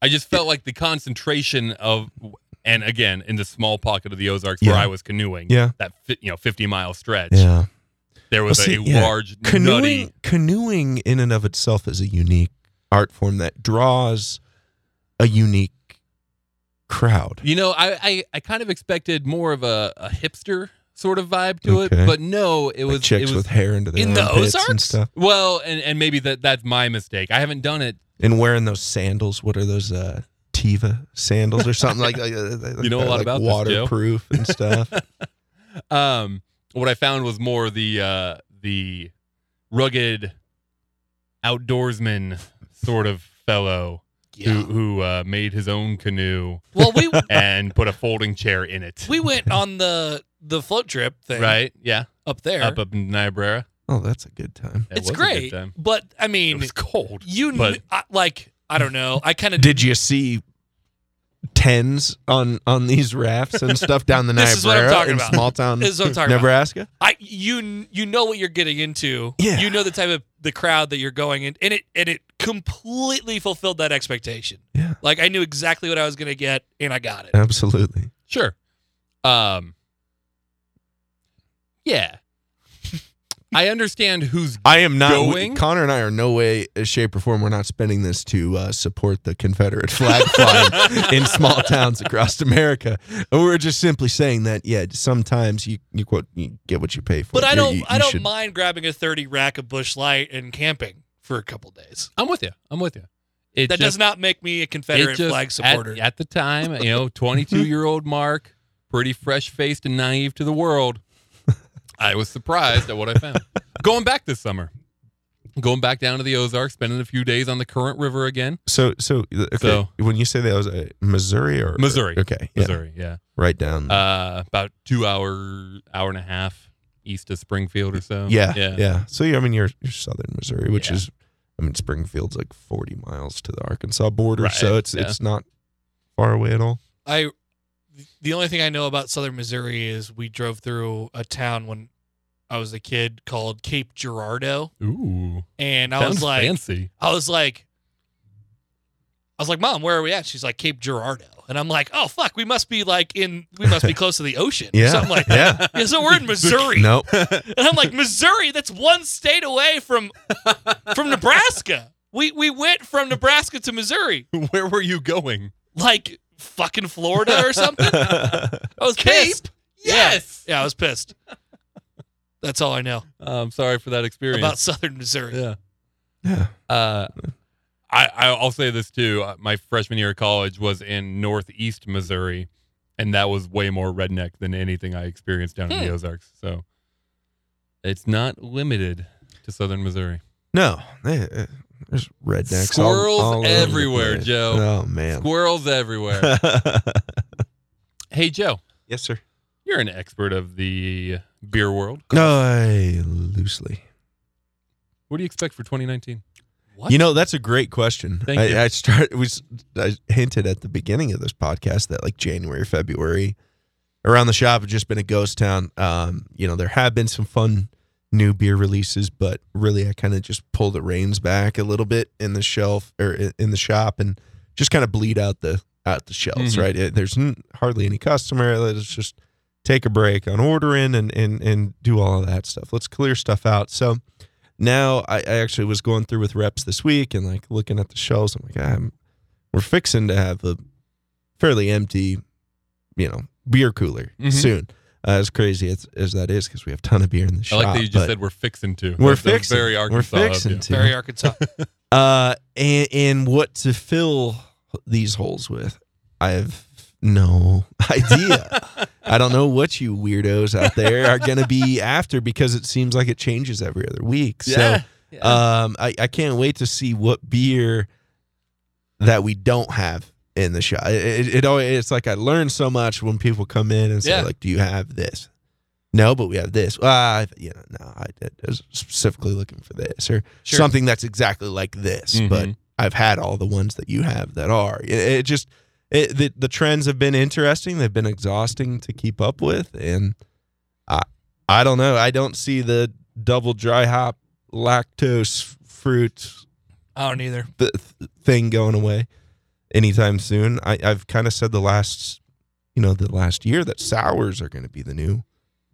S3: I just felt like the concentration of, and again, in the small pocket of the Ozarks where
S2: Yeah.
S3: I was canoeing,
S2: yeah
S3: that fi- you know fifty mile stretch,
S2: yeah.
S3: there was
S2: Well, see,
S3: a
S2: yeah.
S3: large
S2: Canoeing
S3: nutty.
S2: canoeing in and of itself is a unique art form that draws a unique crowd.
S3: You know, I, I I kind of expected more of a, a hipster sort of vibe to
S2: Okay.
S3: it, but no, it
S2: Like
S3: was
S2: chicks
S3: it was
S2: with hair into their
S4: In the
S2: armpits and
S4: Ozarks?
S2: stuff,
S3: well, and and maybe that that's my mistake. I haven't done it.
S2: and wearing those sandals. What are those? Uh, Tiva sandals or something like, like uh,
S3: You know a lot
S2: like
S3: about this, Joe.
S2: waterproof and stuff.
S3: Um, what I found was more the uh the rugged outdoorsman sort of fellow who who uh, made his own canoe
S4: Well, we
S3: and put a folding chair in it.
S4: we went on the the float trip thing
S3: right? Yeah.
S4: up there.
S3: Up up in Niobrara.
S2: oh, that's a good time.
S3: That was
S4: it's
S3: a good
S4: great,
S3: time.
S4: but I
S3: It
S4: mean,
S3: was cold.
S4: you kn-
S3: but-
S4: I, like I don't know. I kind of
S2: Did you see tens on on these rafts and stuff down the
S4: This is what I'm
S2: Niobrara
S4: talking
S2: in
S4: about.
S2: small town
S4: This is what I'm talking about.
S2: Nebraska?
S4: I you kn- you know what you're getting into.
S2: Yeah.
S4: You know the type of the crowd that you're going in, and it and it completely fulfilled that expectation.
S2: Yeah.
S4: Like I knew exactly what I was gonna get, and I got it.
S3: Uh,
S2: Absolutely.
S3: Sure. Um Yeah. I understand who's
S2: I am not.
S3: Going?
S2: Connor and I are no way, shape, or form. We're not spending this to uh, support the Confederate flag flying in small towns across America. We're just simply saying that, yeah, sometimes you you, quote, you get what you pay for.
S4: But I
S2: You-
S4: don't
S2: you-
S4: I
S2: you
S4: don't
S2: should-
S4: mind grabbing a thirty rack of Bush Light and camping for a couple days.
S3: I'm with you. I'm with you. It
S4: That
S3: just-
S4: does not make me a
S3: it
S4: Confederate
S3: just-
S4: flag
S3: at-
S4: supporter.
S3: At, the time, you know, 22 year old Mark, pretty fresh faced and naive to the world. I was surprised at what I found. going back this summer, going back down to the Ozarks, spending a few days on the current river again,
S2: So so okay.
S3: So-
S2: when you say that was uh, Missouri or
S3: Missouri.
S2: Okay, yeah,
S3: Missouri. Yeah.
S2: right down.
S3: Uh, about two hour, hour and a half east of Springfield or so.
S2: yeah, yeah,
S3: Yeah.
S2: So yeah, I mean, you're you're southern Missouri, which
S3: Yeah.
S2: is, I mean, Springfield's like 40 miles to the Arkansas border,
S3: Right,
S2: so it's
S3: yeah.
S2: it's not far away at all.
S4: I the only thing I know about southern Missouri is we drove through a town when I was a kid called Cape Girardeau.
S3: Ooh.
S4: And I
S3: sounds
S4: was like
S3: fancy.
S4: I was like, I was like, Mom, where are we at? She's like, Cape Girardeau. And I'm like, oh, fuck, we must be like in, we must be close to the ocean.
S2: Yeah,
S4: Or something like that.
S2: yeah.
S4: Yeah, so we're in Missouri.
S2: No,
S4: And I'm like, Missouri, that's one state away from from Nebraska. We we went from Nebraska to Missouri,
S3: Where were you going?
S4: like fucking Florida or something. I was pissed.
S3: Yes.
S4: Yeah, I was pissed. That's all I know
S3: I'm Um, sorry for that experience.
S4: about southern Missouri.
S3: yeah.
S2: yeah.
S3: Uh, I I- I'll say this too. Uh, My freshman year of college was in Northeast Missouri, and that was way more redneck than anything I experienced down in the
S4: Hmm.
S3: Ozarks. So it's not limited to Southern Missouri.
S2: No, eh, eh, there's rednecks. all-
S3: Squirrels
S2: all over the
S3: everywhere,
S2: place.
S3: Joe.
S2: Oh man.
S3: Squirrels everywhere. hey Joe,
S2: yes, sir.
S3: you're an expert of the beer world.
S2: No, I- loosely.
S3: What do you expect for 2019?
S4: What?
S2: You know, that's a great question.
S3: Thank
S2: I,
S3: you.
S2: I started was I hinted at the beginning of this podcast that like January, February, around the shop had just been a ghost town. Um, you know, there have been some fun new beer releases, but really I kind of just pull the reins back a little bit in the shelf or i- in the shop and just kind of bleed out the out the shelves,
S3: Mhm.
S2: right? It, there's n- hardly any customer. Let's just take a break on ordering and and and do all of that stuff. Let's clear stuff out. So now I, I actually was going through with reps this week and like looking at the shelves. I'm like, I'm, we're fixing to have a fairly empty, you know, beer cooler
S3: Mhm.
S2: soon. Uh, as crazy as, as that is, because we have a ton of beer in the
S3: I
S2: shop.
S3: like that you just
S2: but
S3: said we're fixing to.
S2: we're
S3: That's- that's
S2: fixing.
S3: Very Arkansas. of
S2: we're
S3: you.
S2: fixing to.
S4: Very Arkansas.
S2: Uh, and, and what to fill these holes with, I have no idea. I don't know what you weirdos out there are going to be after because it seems like it changes every other week.
S3: Yeah.
S2: So um, I, I can't wait to see what beer that we don't have in the shop. It, it, it always, it's like I learn so much when people come in and say
S4: Yeah.
S2: like, "Do you have this?" No, but we have this. Uh, you know, no, I, I was specifically looking for this or
S4: Sure.
S2: something that's exactly like this. But
S3: Mhm.
S2: I've had all the ones that you have that are. It, it just it, the the trends have been interesting. They've been exhausting to keep up with, and I I don't know. I don't see the double dry hop lactose fruit
S4: I don't either.
S2: th- th- thing going away anytime soon. I, I've kind of said the last, you know, the last year that sours are going to be the new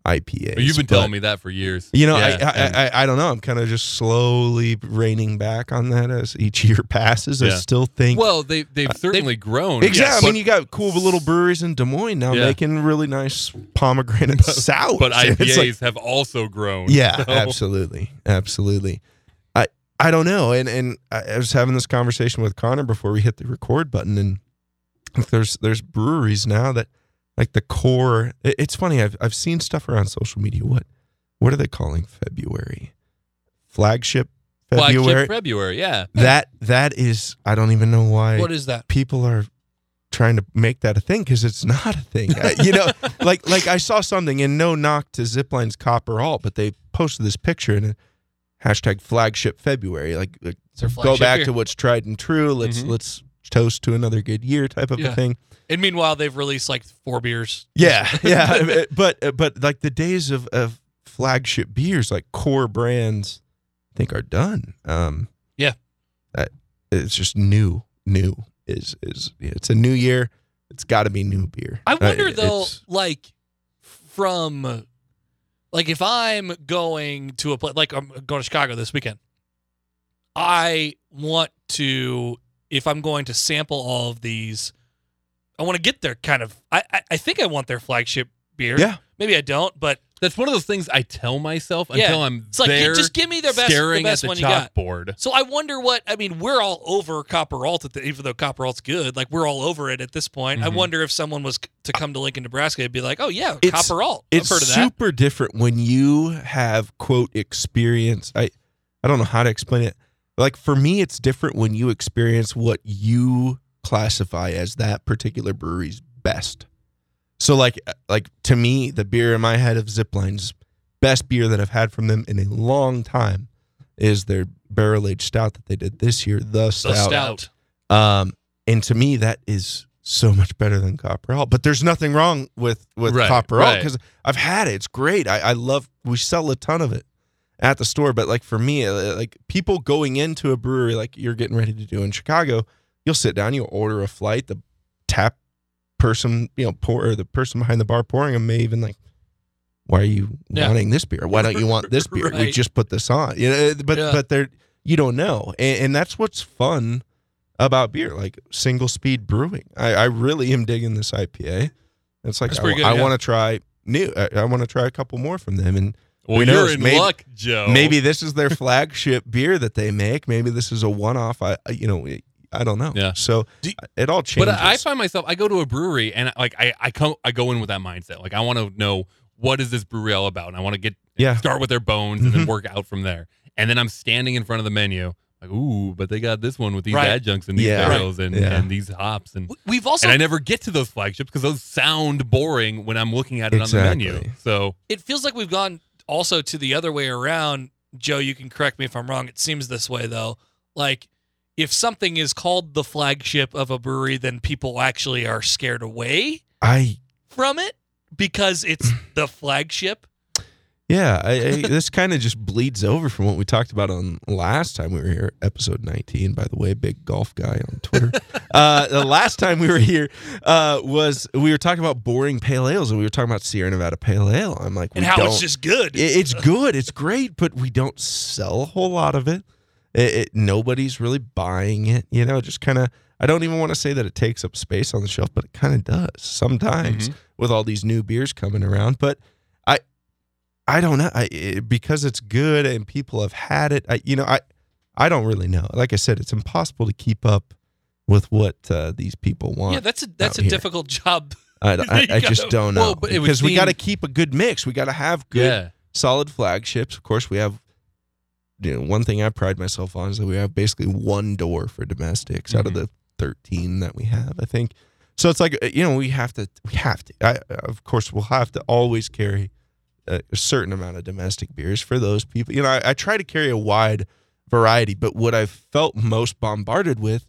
S2: IPA.
S3: You've been telling me that for years.
S2: You know,
S3: Yeah, and-
S2: I, I, I I don't know. I'm kind of just slowly reining back on that as each year passes. I
S3: Yeah.
S2: still think.
S3: well, they they've certainly grown.
S2: exactly. I mean,
S3: But,
S2: you got cool little breweries in Des Moines now
S3: Yeah.
S2: making really nice pomegranate sours.
S3: but
S2: It's
S3: IPAs
S2: like-
S3: have also grown.
S2: yeah,
S3: so-
S2: absolutely, absolutely. I I don't know, and and I I was having this conversation with Connor before we hit the record button, and like, there's there's breweries now that like the core. it- it's funny. I've I've seen stuff around social media. What what are they calling February? Flagship
S3: Flagship
S2: February.
S3: February. Yeah.
S2: that that is. I don't even know why
S4: What is that?
S2: people are trying to make that a thing because it's not a thing. I- you know, like like I saw something and no knock to Zipline's Copper Alt, but they posted this picture and it- hashtag flagship February. Like, like,
S4: It's their
S2: go
S4: flagship
S2: back
S4: beer.
S2: to what's tried and true. Let's
S3: Mhm.
S2: let's toast to another good year type of a
S4: Yeah.
S2: thing.
S4: And meanwhile, they've released like four beers.
S2: Yeah, yeah. eh, but but like the days of of flagship beers, like core brands, I think are done. Um,
S4: Yeah.
S2: that it's just new, new is is yeah, it's a new year. It's got to be new beer.
S4: I
S2: Uh,
S4: wonder
S2: it-
S4: though,
S2: it's-
S4: like from like if I'm going to a place like I'm going to Chicago this weekend, I want to if I'm going to sample all of these, I want to get their kind of I I, I think I want their flagship beer.
S2: Yeah.
S4: Maybe I don't, but
S3: That's one of those things I tell myself
S4: Yeah.
S3: until I'm
S4: it's like
S3: there
S4: just give me their best the
S3: staring
S4: best
S3: at
S4: one
S3: the
S4: you got.
S3: chalkboard.
S4: So I wonder what I mean. We're all over Copper Alt, at the, even though Copper Alt's good. Like we're all over it at this point. I
S3: Mhm.
S4: wonder if someone was c- to come to Lincoln, Nebraska, it'd be like, "Oh yeah,
S2: It's-
S4: Copper Alt." I've
S2: it's
S4: heard of that.
S2: super different when you have quote experience. I I don't know how to explain it. Like for me, it's different when you experience what you classify as that particular brewery's best. So like uh, like to me, the beer in my head of Zipline's best beer that I've had from them in a long time is their barrel aged stout that they did this year, the
S4: The
S2: stout.
S4: stout.
S2: Um, and to me, that is so much better than Copper Hall. But there's nothing wrong with with
S3: Right,
S2: Copper Hall
S3: right.
S2: because I've had it. It's great. I, I love. We sell a ton of it at the store. But like for me, uh, like people going into a brewery, like you're getting ready to do in Chicago, you'll sit down, you'll order a flight. The tap person, you know, pour or the person behind the bar pouring them may even like. Why are you
S4: Yeah.
S2: wanting this beer? Why don't you want this beer? We
S4: Right.
S2: just put this on. You know, but
S4: Yeah.
S2: but they're you don't know, and, and that's what's fun about beer, like single speed brewing. I, I really am digging this IPA. It's like
S4: That's
S2: I,
S4: pretty good, yeah.
S2: want to try new. I, I want to try a couple more from them, and
S3: Well,
S2: Who
S3: you're
S2: knows?
S3: in
S2: Maybe-
S3: luck,
S4: Oh.
S3: Joe.
S2: maybe this is their flagship beer that they make. Maybe this is a one off. I I- you know I don't know.
S3: Yeah.
S2: So
S4: Do-
S2: it all
S3: But
S2: changes.
S3: I, I find myself I go to a brewery and like I I come I go in with that mindset. Like I want to know what is this brewery all about, and I want to get
S2: yeah. Mm-hmm.
S3: start with their bones and then work out from there. And then I'm standing in front of the menu, like, ooh, but they got this one with these
S4: Right.
S3: adjuncts and these
S2: Yeah.
S3: barrels and,
S2: Yeah.
S3: and these hops. And,
S4: W- We've also
S3: and I never get to those flagships because those sound boring when I'm looking at it on the menu.
S2: Exactly.
S3: So
S4: it feels like we've gone also to the other way around. Joe, you can correct me if I'm wrong. It seems this way though. Like if something is called the flagship of a brewery, then people actually are scared away
S2: I
S4: from it because it's the flagship.
S2: yeah. I, I, this kind of just bleeds over from what we talked about on last time we were here, episode nineteen. By the way, big golf guy on Twitter. uh, the last time we were here uh, was we were talking about boring pale ales, and we were talking about Sierra Nevada pale ale. I'm like, we
S4: and how
S2: don't,
S4: it's just good.
S2: It- it's good. It's great, but we don't sell a whole lot of it. It, it nobody's really buying it. You know, just kind of. I don't even want to say that it takes up space on the shelf, but it kind of does sometimes
S3: Mm-hmm.
S2: with all these new beers coming around. But I, I don't know. I it, because it's good and people have had it. I, you know, I, I don't really know. Like I said, it's impossible to keep up with what uh, these people want.
S4: yeah, that's a that's a
S2: here.
S4: difficult job.
S2: I, I, I just don't know
S3: Well, but it would
S2: because we
S3: seem-
S2: got to keep a good mix. We got to have good
S3: yeah,
S2: solid flagships. Of course, we have you know, one thing I pride myself on is that we have basically one door for domestics out of
S3: Mhm.
S2: the 13 that we have, I think. So it's like uh, you know, we have to we have to I, of course we'll have to always carry a certain amount of domestic beers for those people. You know, I, I try to carry a wide variety, but what I've felt most bombarded with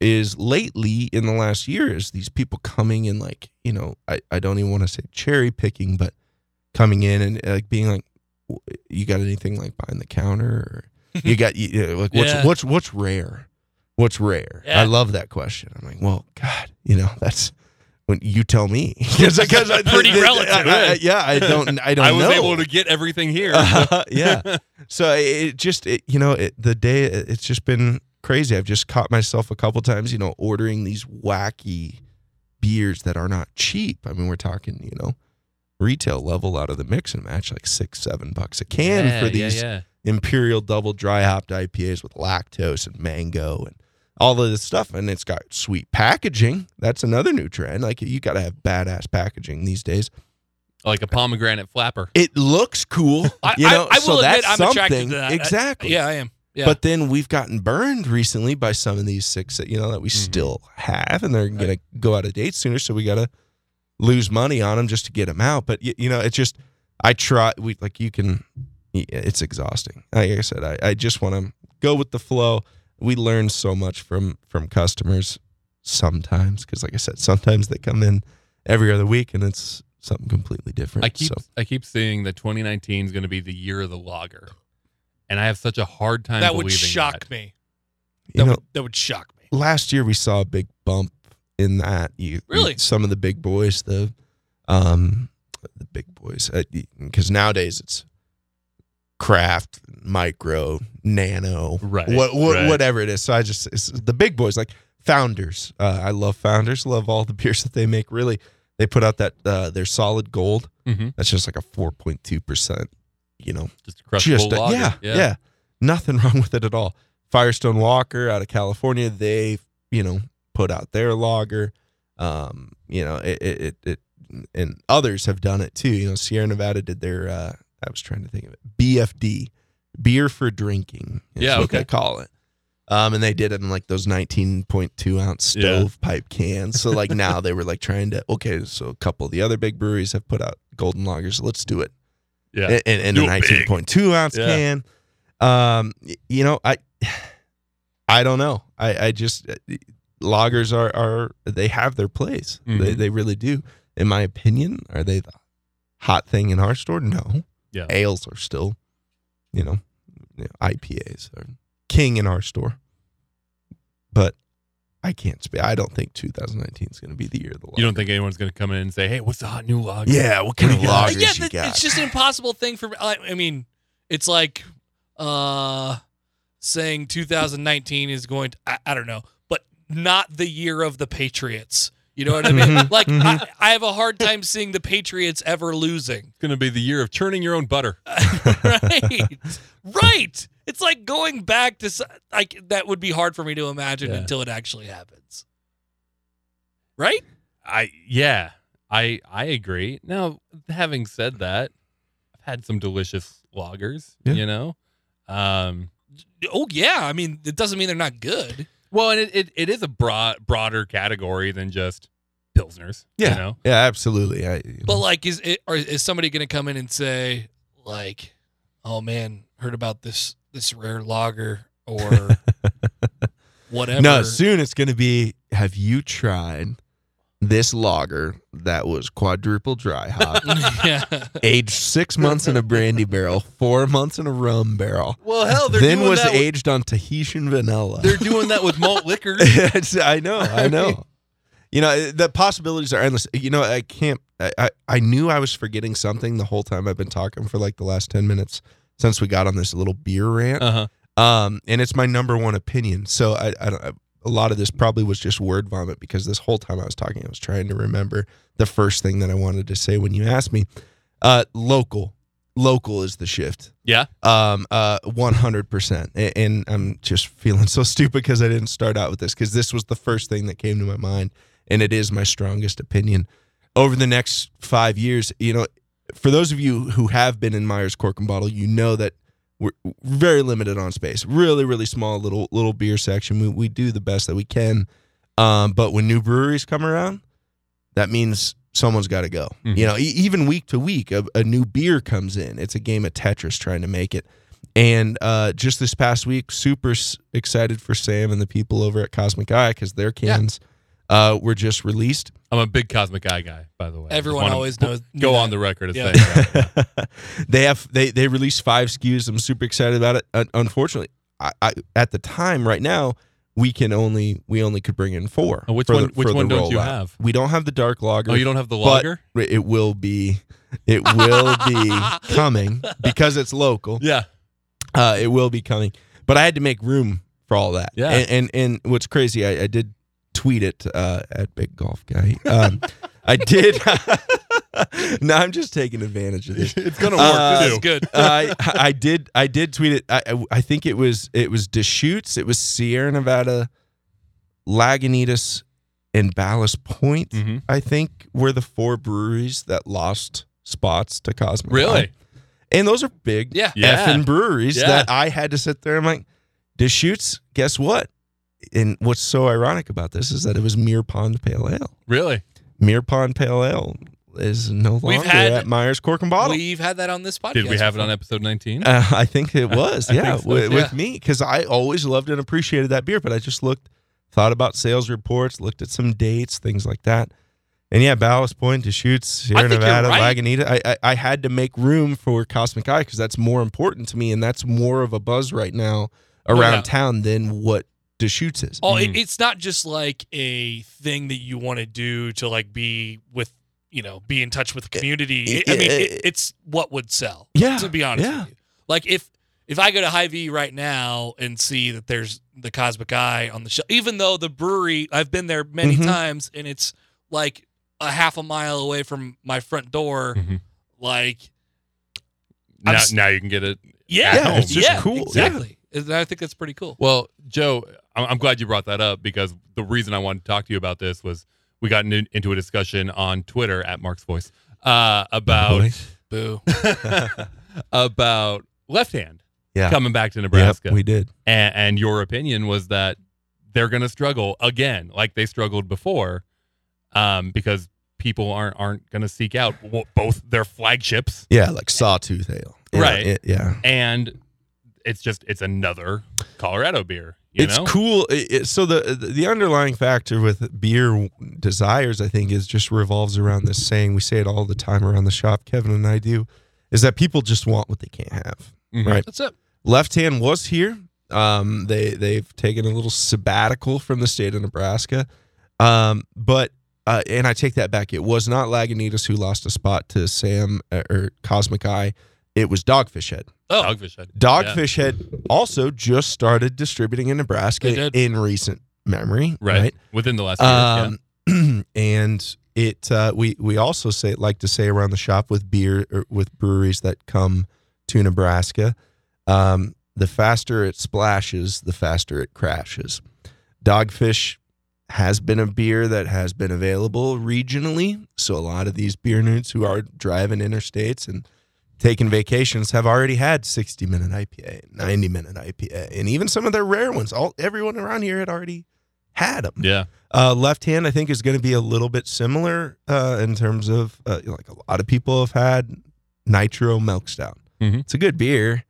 S2: is lately in the last year is these people coming in like, you know, I, I don't even want to say cherry picking, but coming in and uh, like being like, "W- you got anything like behind the counter or you got, you, you know, like what's,
S4: Yeah.
S2: what's, what's rare? What's rare?
S4: Yeah.
S2: I love that question. I'm like, well, God, you know, that's when you tell me because
S4: Pretty relative,
S2: I, I,
S4: yeah.
S2: yeah, I don't, I don't
S3: I was
S2: know.
S3: able to get everything here.
S2: Uh, yeah. So it- it just, it, you know, it, the day it- it's just been crazy. I've just caught myself a couple times, you know, ordering these wacky beers that are not cheap. I mean, we're talking, you know, retail level out of the mix and match, like six, seven bucks a can
S3: Yeah,
S2: for
S3: yeah,
S2: these
S3: yeah.
S2: imperial double dry hopped IPAs with lactose and mango and all of this stuff. And it's got sweet packaging. That's another new trend. Like you got to have badass packaging these days.
S3: Like a pomegranate flapper.
S2: It looks cool.
S4: I-
S2: you know,
S4: I- I
S2: so
S4: will admit
S2: that's
S4: I'm attracted
S2: something.
S4: to that. I-
S2: Exactly.
S4: Yeah, I am. Yeah.
S2: But then we've gotten burned recently by some of these six that you know that we
S3: Mhm.
S2: still have, and they're gonna go out of date sooner. So we gotta lose money on them just to get them out. But you, you know, it's just I try. We like you can. It's exhausting. Like I said, I, I just want to go with the flow. We learn so much from from customers sometimes because, like I said, sometimes they come in every other week and it's something completely different.
S3: I keep
S2: so
S3: I keep seeing that 2019 is going to be the year of the logger, and I have such a hard time.
S4: that would
S3: believing
S4: shock
S3: that.
S4: me. That,
S2: you know,
S4: would, that would shock me.
S2: last year we saw a big bump in that. You
S4: Really?
S2: some of the big boys, the um, the big boys, because nowadays it's craft, micro, nano,
S3: Right,
S2: what, what,
S3: right.
S2: whatever it is. So I just it's the big boys like founders. Uh, I love founders. Love all the beers that they make. Really, they put out that uh, their solid gold.
S3: Mhm.
S2: That's just like a four point two percent. You know,
S3: Just a crushable
S2: just a-
S3: lager.
S2: yeah, yeah, nothing wrong with it at all. Firestone Walker out of California, they you know put out their lager. Um, you know it, it, it, it and others have done it too. You know Sierra Nevada did their uh, I was trying to think of it BFD, beer for drinking. Is
S3: Yeah,
S2: what they
S3: okay.
S2: call it. Um, and they did it in like those 19.2 ounce
S3: Yeah.
S2: stovepipe cans. So like now they were like trying to okay. So a couple of the other big breweries have put out golden lagers. Let's do it
S3: yeah.
S2: in, in, in a
S3: Do it big.
S2: 19.2 ounce
S3: Yeah.
S2: can. Um, y- you know, I, I don't know. I, I just uh, loggers are are they have their place. They
S3: Mhm.
S2: they really do. In my opinion, are they the hot thing in our store? No.
S3: Yeah.
S2: Ales are still, you know, you know, IPAs are king in our store. But I can't speak. I don't think 2019 is going to be the year of the logger.
S3: You don't think anyone's going to come in and say, "Hey, what's the hot new lager?"
S2: Yeah, what kind
S3: What
S2: of
S3: do you got?
S2: loggers
S4: yeah,
S2: you
S4: that-
S2: got?
S4: it's just an impossible thing for. I, I mean, it's like uh, saying 2019 is going to. I, I don't know, but not the year of the Patriots. You know what I mean?
S2: Mhm,
S4: like,
S2: mhm.
S4: I, I have a hard time seeing the Patriots ever losing.
S3: It's going to be the year of churning your own butter.
S4: right, right. It's like going back to s- like that would be hard for me to imagine
S3: Yeah.
S4: until it actually happens. Right?
S3: I yeah, I I agree. Now, having said that, I've had some delicious lagers.
S2: Yeah.
S3: You know, um,
S4: Oh yeah. I mean, it doesn't mean they're not good.
S3: well, and it, it, it is a broad broader category than just pilsners.
S2: Yeah.
S3: you know,
S2: yeah, absolutely. I, you
S3: Mm-hmm.
S4: But like, is it or is somebody going to come in and say like, "Oh man, heard about this this rare lager or whatever"?
S2: No, soon it's going to be. Have you tried this lager that was quadruple dry hop,
S4: yeah.
S2: aged six months in a brandy barrel, four months in a rum barrel,
S3: well, hell,
S2: then was aged on Tahitian vanilla?
S3: they're doing that with malt liquor.
S2: It's- I know, I know. You know the possibilities are endless. You know I can't. I, I I knew I was forgetting something the whole time I've been talking for like the last ten minutes since we got on this little beer rant.
S3: Uh huh.
S2: Um, and it's my number one opinion. So I, I, don't- a lot of this probably was just word vomit because this whole time I was talking, I was trying to remember the first thing that I wanted to say when you asked me. Uh, local, local is the shift.
S3: Yeah.
S2: Um, uh, one hundred percent. And I'm just feeling so stupid because I didn't start out with this because this was the first thing that came to my mind, and it is my strongest opinion. Over the next five years, you know, for those of you who have been in Myers Cork and Bottle, you know that we're very limited on space. Really, really small little little beer section. We we do the best that we can. Um, but when new breweries come around, that means someone's got to go.
S3: Mhm.
S2: You know, e- even week to week, a, a new beer comes in. It's a game of Tetris trying to make it. And uh, just this past week, super s- excited for Sam and the people over at Cosmic Eye because their
S4: Yeah.
S2: cans uh, were just released.
S3: I'm a big Cosmic Eye guy, by the way. I just
S4: Everyone
S3: wanna
S4: always
S3: p-
S4: knows. knew
S3: Go
S4: that.
S3: on the record as
S4: Yeah.
S3: saying that.
S2: they have they they released five SKUs. I'm super excited about it. Un- Unfortunately, I, I at the time right now we can only we only could bring in four.
S3: Uh, Which
S2: for the-
S3: one? Which
S2: for the
S3: one don't you
S2: rollout.
S3: have?
S2: We don't have the dark lager.
S3: Oh, you don't have the
S2: But-
S3: lager?
S2: It will be it will be coming because it's local.
S3: yeah.
S2: Uh, it will be coming. But I had to make room for all that.
S3: Yeah.
S2: And and, and what's crazy, I, I did tweet it uh, at Big Golf Guy. Um, I did. no, I'm just taking advantage of this.
S3: It's gonna
S2: Uh,
S4: This is good.
S2: I I did I did tweet it. I I- I think it was it was Deschutes, it was Sierra Nevada, Lagunitas, and Ballast Point.
S3: hmm
S2: I think were the four breweries that lost spots to Cosmic.
S3: Really?
S2: Eye. And those are big
S4: Yeah.
S3: Yeah.
S2: effing breweries
S3: Yeah.
S2: that I had to sit there. I'm like, Deschutes, guess what? And what's so ironic about this is that it was Mere Pond Pale Ale.
S3: Really?
S2: Mere Pond Pale Ale is no
S4: We've
S2: longer
S4: had-
S2: at Myers Cork and Bottle.
S4: We've had that on this podcast.
S3: Did we have it on
S4: before.
S3: episode 19?
S2: Uh, I think it was,
S3: I
S2: yeah,
S3: think so,
S2: with,
S3: yeah.
S2: with me because I always loved and appreciated that beer. But I just looked, thought about sales reports, looked at some dates, things like that, and yeah, Ballast Point, Deschutes, Sierra
S4: think you're
S2: Nevada,
S4: right.
S2: Lagunita. I, I I had to make room for Cosmic Eye because that's more important to me, and that's more of a buzz right now
S3: Oh,
S2: around
S4: doubt.
S2: town than what Deschutes is.
S4: Oh, it, it's not just like a thing that you want to do to like be with, you know, be in touch
S2: Eh,
S4: with the community.
S2: it-
S4: I I mean,
S2: it-
S4: it, it's what would sell.
S2: eh, Yeah,
S4: To be honest
S2: yeah.
S4: with you. Like if if I go to Hy-Vee right now and see that there's the Cosmic Eye on the shelf, even though the brewery, I've been there many
S2: Mhm.
S4: times and it's like a half a mile away from my front door,
S2: Mm-hmm.
S3: Mhm.
S4: like I'm
S3: Now,
S4: s-
S3: now you can get it.
S4: yeah,
S3: Yeah, it's
S2: just cool, yeah.
S4: Exactly. And I think that's pretty cool.
S3: Well, Joe, I'm, I'm glad you brought that up because the reason I wanted to talk to you about this was we got in, into a discussion on Twitter at Mark's Voice uh, about
S4: Boo.
S3: about left hand
S2: Yeah.
S3: coming back to
S2: Yep,
S3: Nebraska,
S2: we did.
S3: and, and your opinion was that they're going to struggle again, like they struggled before, um, because people aren't aren't going to seek out w- both their flagships,
S2: Yeah, like Sawtooth Ale. Yeah,
S3: Right.
S2: it- yeah.
S3: and it's just it's another Colorado beer. You
S2: it's
S3: know?
S2: cool. It- it- so the the underlying factor with beer desires, I think, is just revolves around this saying. We say it all the time around the shop. Kevin and I do, is that people just want what they can't have.
S3: Mhm.
S2: Right.
S4: That's it.
S2: Left Hand was here. Um, they they've taken a little sabbatical from the state of Nebraska, um, but uh, and I take that back. It was not Lagunitas who lost a spot to Sam uh, or Cosmic Eye. It was Dogfish Head.
S4: Oh,
S3: Dogfish Head.
S2: Dogfish Head also just started distributing in
S4: They
S2: Nebraska
S4: did.
S2: in recent memory,
S3: Yeah. Right.
S2: right?
S3: Within the last year. yeah.
S2: Um, and it uh, we we also say like to say around the shop with beer or with breweries that come to Nebraska, um, the faster it splashes, the faster it crashes. Dogfish has been a beer that has been available regionally, so a lot of these beer nerds who are driving interstates and taking vacations have already had 60 minute IPA, 90 minute IPA, and even some of their rare ones. All everyone around here had already had them.
S3: Yeah.
S2: Uh, left hand, I think, is going to be a little bit similar uh, in terms of uh, like a lot of people have had nitro milk stout.
S3: Mhm.
S2: It's a good beer.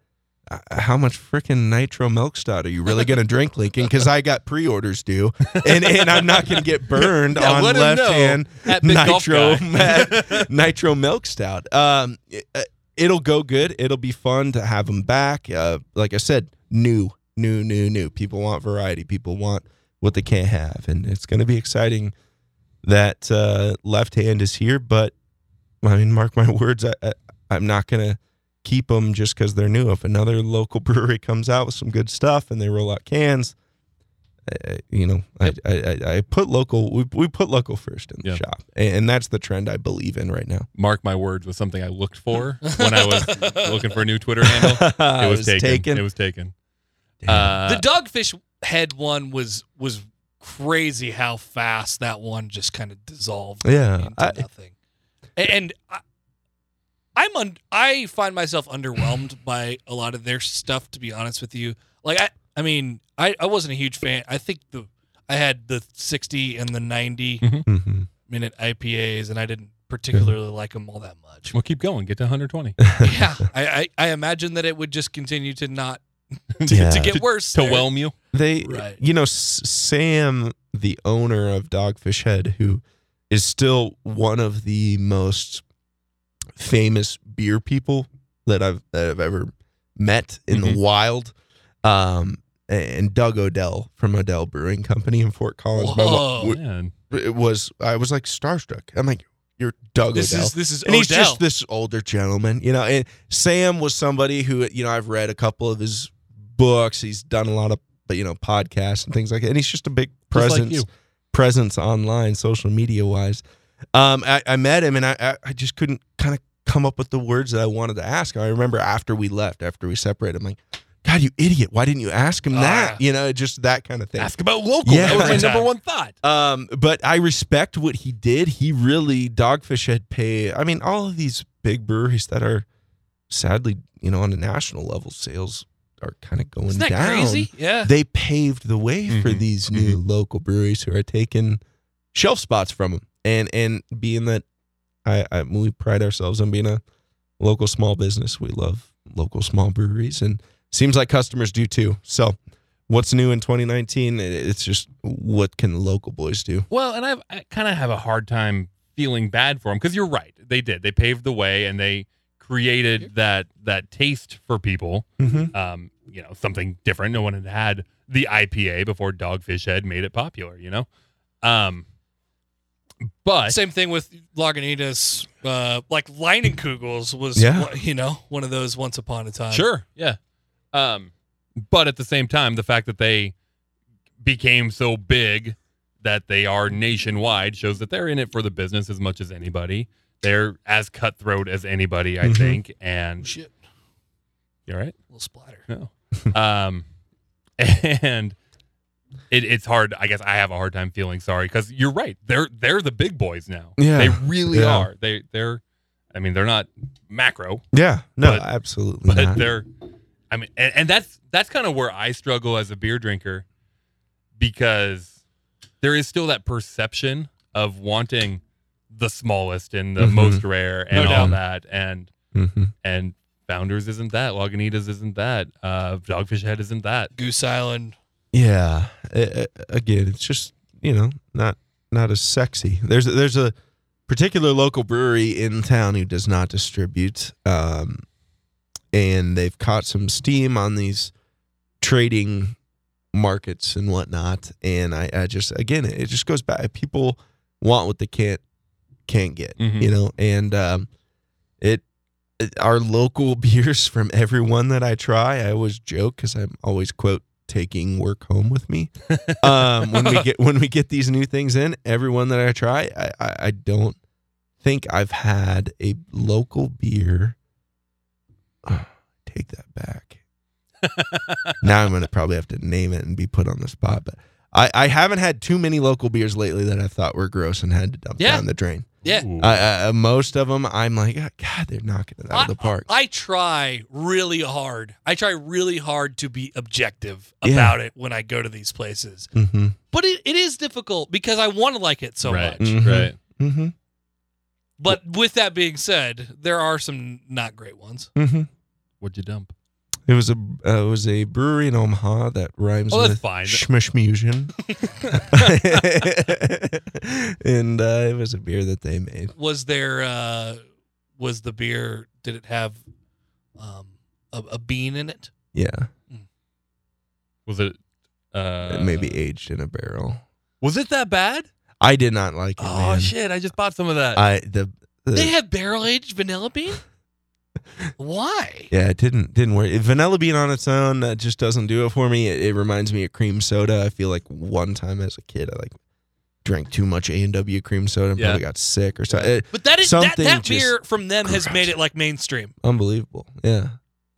S2: Uh, how much freaking nitro milk stout are you really going to drink, Lincoln? Because I got pre-orders due, and, and I'm not going to get burned
S3: Yeah,
S2: on
S3: let him
S2: left
S3: know.
S2: hand
S3: At Big Golf
S2: Nitro
S3: Guy.
S2: Matt. nitro milk stout. Um, it, uh, it'll go good. It'll be fun to have them back. Uh, like I said, new, new, new, new. People want variety. People want what they can't have, and it's going to be exciting that uh, left hand is here. But I mean, mark my words, I, I, I'm not going to keep them just because they're new. If another local brewery comes out with some good stuff and they roll out cans. I- I- You know, I, I I- I put local. We, we put local first in the
S3: Yeah.
S2: shop, and and that's the trend I believe in right now.
S3: Mark my words was something I looked for when I was looking for a new Twitter handle. It was, taken. It was taken. Uh,
S4: the dogfish head one was was crazy how fast that one just kind of dissolved
S2: Yeah,
S4: into
S2: I-
S4: nothing and, and I, i'm un, i find myself underwhelmed by a lot of their stuff to be honest with you like i i mean i i wasn't a huge fan i think the i had the 60 and the 90
S2: Mhm.
S4: minute ipas and i didn't particularly like them all that much.
S3: Well, keep going. Get to 120
S4: yeah, I, I, I imagine that it would just continue to not to,
S2: Yeah.
S4: to get worse.
S3: to
S4: there.
S3: whelm you.
S2: They,
S4: Right.
S2: you know, S- Sam, the owner of Dogfish Head, who is still one of the most famous beer people that I've that I've ever met in
S3: Mhm.
S2: the wild. Um, and Doug Odell from Odell Brewing Company in Fort Collins, my wa-
S4: Whoa.
S2: w-
S3: Man.
S2: it was I was like starstruck. I'm like, you're Doug
S4: This
S2: Odell
S4: is this is
S2: and
S4: Odell.
S2: he's just this older gentleman, you know. And Sam was somebody who, you know, I've read a couple of his books. He's done a lot of, but you know, podcasts and things like that. And he's just a big
S3: like
S2: presence,
S3: you.
S2: presence online, social media wise. Um, I, I met him, and I, I, I just couldn't kind of come up with the words that I wanted to ask. I remember after we left, after we separated, I'm like, God, you idiot! Why didn't you ask him
S4: Ah.
S2: that? You know, just that kind of thing.
S3: Ask about local.
S2: Yeah.
S3: that was my
S4: Right.
S3: number one thought.
S2: Um, but I respect what he did. He really dogfish had pay. I mean, all of these big breweries that are sadly, you know, on a national level, sales are kind of going
S4: Isn't that
S2: down.
S4: crazy? Yeah.
S2: They paved the way for
S3: Mhm,
S2: these new local breweries who are taking shelf spots from them. And and being that I, I we pride ourselves on being a local small business, we love local small breweries, and seems like customers do too. So, what's new in 2019? It- It's just what can local boys do?
S3: Well, and I've, I kind of have a hard time feeling bad for them because you're right. They did. They paved the way and they created that that taste for people.
S2: Mm-hmm.
S3: Um, you know, something different. No one had had the IPA before Dogfish Head made it popular. You know, um, but
S4: Same thing with Lagunitas. Uh, like Leinenkugels was,
S2: Yeah.
S4: one- you know, one of those once upon a time.
S3: Sure. Yeah. Um, but at the same time, the fact that they became so big that they are nationwide shows that they're in it for the business as much as anybody. They're as cutthroat as anybody, I
S2: Mhm.
S3: think. And
S4: Shit.
S3: you all right?
S4: Little splatter.
S3: No. um, and it, it's hard. I guess I have a hard time feeling sorry because you're right. They're they're the big boys now.
S2: Yeah.
S3: They really
S2: Yeah.
S3: are. They they're. I mean, they're not macro,
S2: Yeah, no,
S3: But-
S2: absolutely.
S3: but
S2: not.
S3: they're i mean and, and that's that's kind of where i struggle as a beer drinker because there is still that perception of wanting the smallest and the
S2: Mhm.
S3: most rare and
S4: No
S3: all
S2: doubt.
S3: that and
S2: Mhm.
S3: and founders isn't that lagunitas isn't that uh dogfish head isn't that
S4: Goose Island.
S2: Yeah. A- a- Again, it's just you know not not as sexy. There's a, there's a particular local brewery in town who does not distribute, um, and they've caught some steam on these trading markets and whatnot. And I, I just again, it just goes back. People want what they can't can't get,
S3: Mhm.
S2: you know, and um, it it- our local beers from everyone that I try. I always joke because I'm always quote taking work home with me. Um, when we get when we get these new things in, everyone that I try, I, I, I don't think I've had a local beer. Ah, take that back. now I'm gonna probably have to name it and be put on the spot, but. I, I haven't had too many local beers lately that I thought were gross and had to dump
S4: Yeah.
S2: down the drain.
S4: Yeah.
S3: Ooh.
S2: I, I, most of them, I'm like, "Ah, God, they're knocking it out of the park.
S4: I try really hard. I try really hard to be objective
S2: Yeah.
S4: about it when I go to these places.
S2: Mm-hmm.
S4: But it, it is difficult because I want to like it so
S3: right
S4: much.
S2: Mhm.
S3: right
S2: Mm-hmm.
S4: But with that being said, there are some not great ones.
S2: Mm-hmm.
S3: what'd you dump
S2: It was a uh, it was a brewery in Omaha that rhymes
S3: oh that's
S2: with
S3: fine
S2: Schmishmusion. and uh, it was a beer that they made.
S4: Was there uh was the beer did it have um a, a bean in it?
S2: Yeah,
S3: was it uh
S2: it may be aged in a barrel.
S3: was it that bad
S2: I did not like it.
S3: oh
S2: man.
S3: shit i just bought some of that
S2: I the, the-
S4: They have barrel aged vanilla bean? Why?
S2: yeah, it didn't didn't work. Vanilla bean on its own that just doesn't do it for me. It, it reminds me of cream soda. I feel like one time as a kid, I like drank too much A and W cream soda and
S3: Yeah.
S2: probably got sick or something. It-
S4: But that is that,
S2: Something
S4: that
S2: just
S4: beer from them has
S2: gross.
S4: made it like mainstream.
S2: unbelievable. Yeah,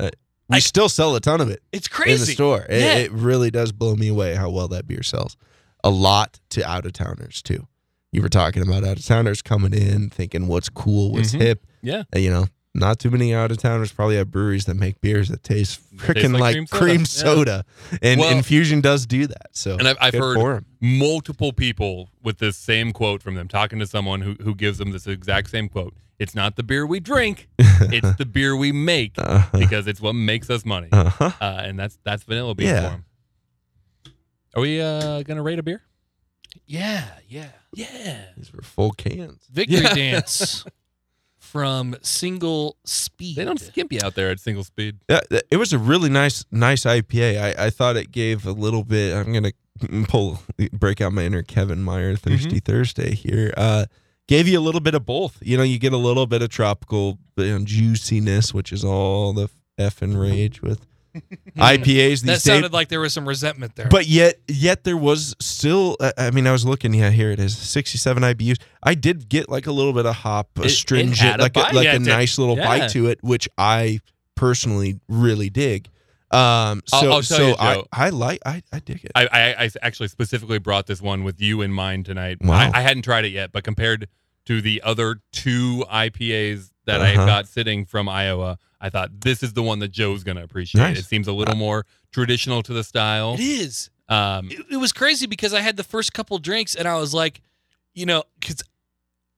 S2: Uh, we
S4: I-
S2: still sell a ton of it.
S4: It's
S2: in the
S4: crazy.
S2: store. It,
S4: Yeah.
S2: it really does blow me away how well that beer sells. A lot to out of towners too. You were talking about out of towners coming in thinking what's cool, what's
S3: Mhm.
S2: hip.
S3: Yeah.
S2: Uh, you know, not too many out of towners probably have breweries that make beers that taste freaking
S3: like
S2: like,
S3: cream
S2: cream
S3: soda.
S2: soda.
S3: Yeah.
S2: And
S3: Well-
S2: infusion does do that. So
S3: And I've- I've
S2: good
S3: heard-
S2: for 'em.
S3: multiple people with this same quote from them talking to someone who, who gives them this exact same quote it's not the beer we drink it's the beer we make
S2: Uh-huh.
S3: because it's what makes us money uh,
S2: Uh-huh.
S3: and that's that's vanilla bean
S2: Yeah.
S3: for 'em. are we uh, gonna rate a beer
S4: Yeah, yeah.
S3: yeah
S2: These were full cans.
S4: Victory
S3: Yeah.
S4: dance from single speed. Hmm.
S3: they don't skimp you out there at single speed
S2: Yeah, th- it was a really nice, nice IPA. I, I thought it gave a little bit. I'm gonna pull, break out my inner Kevin Meyer
S4: Mm-hmm.
S2: Thirsty Thursday here. Uh, gave you a little bit of both. You know, you get a little bit of tropical you know, juiciness, which is all the f and rage with IPAs these
S4: That
S2: days.
S4: sounded like there was some resentment there.
S2: But yet, yet there was still. I- I mean, I was looking. Yeah, here it is, sixty-seven IBUs. I did get like a little bit of hop
S3: it had
S2: astringent,
S3: a
S2: like
S3: bite.
S2: a, like
S4: Yeah,
S2: a
S4: it did.
S2: nice little
S3: Yeah.
S2: bite to it, which I personally really dig. Um, so
S3: I'll- I'll tell
S2: so
S3: you,
S2: I,
S3: Joe.
S2: I like I, I dig it.
S3: I, I, I actually specifically brought this one with you in mind tonight.
S2: Wow.
S3: I, I hadn't tried it yet, but compared to the other two IPAs that I
S2: Uh-huh.
S3: got sitting from Iowa, I thought this is the one that Joe's going to appreciate.
S2: Nice. Uh,
S3: It seems a little more traditional to the style.
S4: it is.
S3: Um,
S4: It, it was crazy because I had the first couple drinks and I was like, you know, because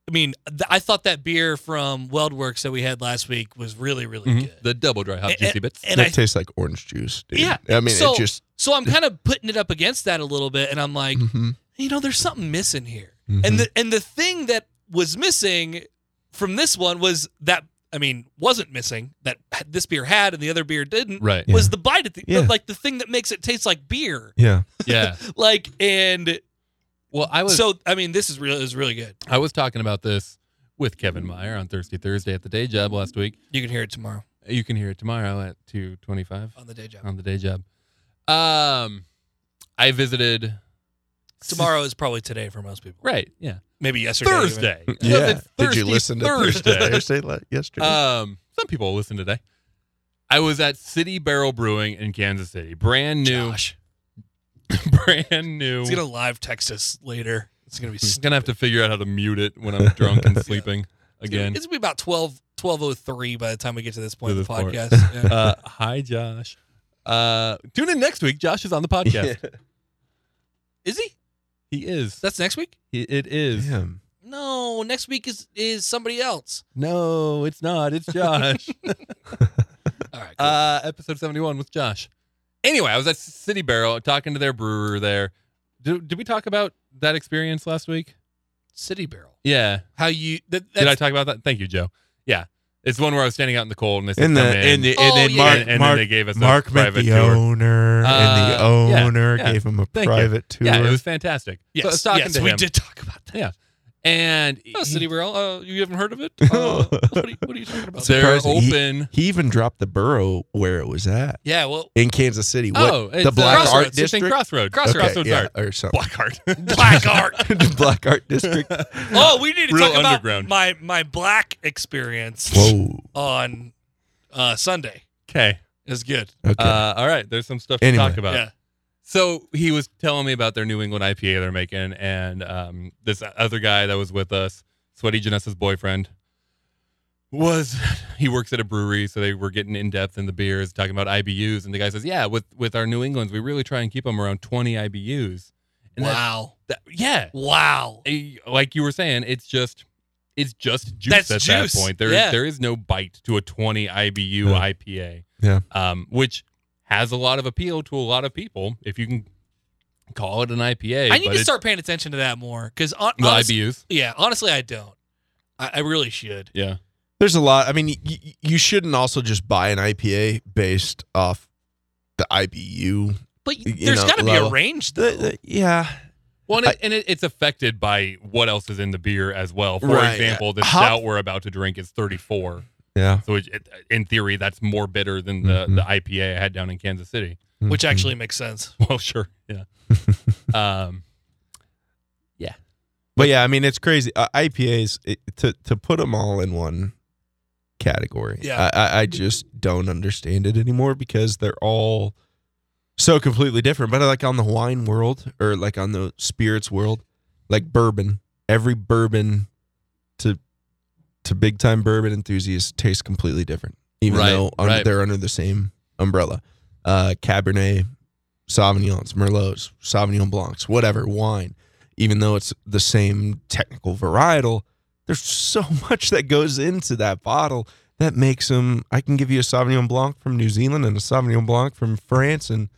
S4: I mean, th- I thought that beer from Weldworks that we had last week was really, really
S3: mhm.
S4: good.
S3: The double dry hop
S4: And-
S3: juicy bits.
S4: And
S2: that
S4: I,
S2: tastes like orange juice. Dude.
S4: Yeah,
S2: I mean,
S4: so-
S2: it just.
S4: so I'm kind of putting it up against that a little bit, and I'm like,
S2: mhm,
S4: you know, there's something missing here.
S2: mhm.
S4: And the and the thing that was missing from this one was that I mean wasn't missing that this beer had and the other beer didn't
S3: Right.
S2: Yeah.
S4: was the bite at the
S2: Yeah.
S4: like the thing that makes it taste like beer.
S2: yeah,
S3: Yeah.
S4: Like and
S3: Well, I was
S4: so I mean this is real is really good.
S3: I was talking about this with Kevin Meyer on Thursday Thursday at the day job last week.
S4: You can hear it tomorrow
S3: You can hear it tomorrow at 2:25
S4: on the day job.
S3: on the day job. Um I visited
S4: Tomorrow is probably today for most people.
S3: Right. Yeah.
S4: Maybe yesterday. even.
S3: Thursday.
S2: yeah.
S3: Thursday,
S2: Did you listen to Thursday? Thursday like yesterday.
S3: Um, some people will listen today. I was at City Barrel Brewing in Kansas City, brand new,
S4: Gosh,
S3: brand new.
S4: he's gonna live text us later. It's gonna be
S3: I'm
S4: s-
S3: gonna have to figure out how to mute it when I'm drunk and sleeping again.
S4: It's gonna be about 12, 12.03 by the time we get to this point
S3: To
S4: of the
S3: this point.
S4: podcast. Yeah.
S3: Uh, hi, Josh. Uh, tune in next week. Josh is on the podcast.
S4: is he?
S3: He is.
S4: That's next week.
S3: He, it is.
S2: Damn.
S4: No, next week is is somebody else.
S3: No, it's not. It's Josh.
S4: All right. cool.
S3: uh, episode 71 with Josh. Anyway, I was at City Barrel talking to their brewer there. Did, did we talk about that experience last week?
S4: City Barrel.
S3: Yeah.
S4: How you? That,
S3: Did I
S4: that's,
S3: talk about that? Thank you, Joe. Yeah, it's one where I was standing out in the cold and they said,
S2: And
S3: "Come
S2: the and the and
S4: Oh,
S2: then
S4: yeah.
S2: Mark
S3: and, and
S2: Mark
S3: then they gave us a
S2: Mark met
S3: private
S2: the
S3: tour.
S2: owner, and the
S3: Uh, yeah,
S2: owner
S3: yeah.
S2: gave him a
S3: Thank you.
S2: private tour.
S3: Yeah, it was fantastic.
S4: yes,
S3: so I was talking
S4: yes,
S3: to
S4: we
S3: him,
S4: did talk about that.
S3: Yeah. and
S4: Oh, City Barrel. Uh, you haven't heard of it? Uh,
S3: Oh.
S4: what, are you, what are you talking about?
S3: they're
S2: Surprising. He-
S3: open.
S2: He even dropped the borough where it was at
S4: yeah. Well,
S2: in Kansas City. What,
S3: oh, it's
S2: the
S3: uh,
S2: Black
S3: Crossroads.
S2: Art
S3: It's in
S2: District.
S3: Crossroad.
S4: Crossroads.
S3: Crossroads
S2: yeah,
S3: Art.
S2: or something.
S3: Black Art.
S4: black art.
S2: the Black Art District.
S4: Oh, we need to
S3: Real
S4: talk about
S3: underground.
S4: my my black experience
S2: Whoa.
S4: on uh, Sunday.
S3: Okay.
S4: Is good.
S2: Okay.
S3: Uh, all right. There's some stuff
S2: Anyway.
S3: to talk about.
S4: yeah.
S3: So he was telling me about their New England IPA they're making, and um, this other guy that was with us, Sweaty Janessa's boyfriend, was he works at a brewery, so they were getting in depth in the beers, talking about IBUs, and the guy says, "Yeah, with with our New Englands, we really try and keep them around 20 IBUs." And that-
S4: Wow.
S3: that- yeah,
S4: wow.
S3: Eh, like you were saying, it's just it's just juice
S4: That's
S3: at
S4: juice.
S3: that point. There
S4: Yeah.
S3: there is no bite to a 20 IBU
S2: No.
S3: IPA.
S2: Yeah.
S3: Um, which has a lot of appeal to a lot of people if you can call it an IPA.
S4: I need
S3: but
S4: to
S3: it's-
S4: start paying attention to that more because on,
S3: the
S4: honest-
S3: IBUs.
S4: yeah, honestly, I don't. I, I really should.
S3: Yeah.
S2: There's a lot. I mean, y- y- you shouldn't also just buy an IPA based off the IBU.
S4: But
S2: You
S4: there's
S2: know,
S4: got to be a
S2: level.
S4: range,
S2: The,
S4: though.
S2: the- yeah.
S3: Well, and, it, and it, it's affected by what else is in the beer as well. For
S2: Right,
S3: example,
S2: yeah.
S3: the
S2: Hop-
S3: stout we're about to drink is 34.
S2: Yeah.
S3: So, it, it- in theory, that's more bitter than the,
S2: Mm-hmm.
S3: the IPA I had down in Kansas City.
S2: Hmm.
S4: which actually makes sense.
S3: Well, sure. Yeah. um,
S2: But yeah, I mean, it's crazy. Uh, IPAs it, to to put them all in one category.
S4: Yeah.
S2: I, I, I just don't understand it anymore because they're all so completely different. But like on the wine world or like on the spirits world, like bourbon, every bourbon to to big time bourbon enthusiasts taste completely different, even
S3: Right,
S2: though un-
S3: right.
S2: they're under the same umbrella. Uh, Cabernet, Sauvignons, Merlots, Sauvignon Blancs, whatever wine, even though it's the same technical varietal, there's so much that goes into that bottle that makes them. I can give you a Sauvignon Blanc from New Zealand and a Sauvignon Blanc from France and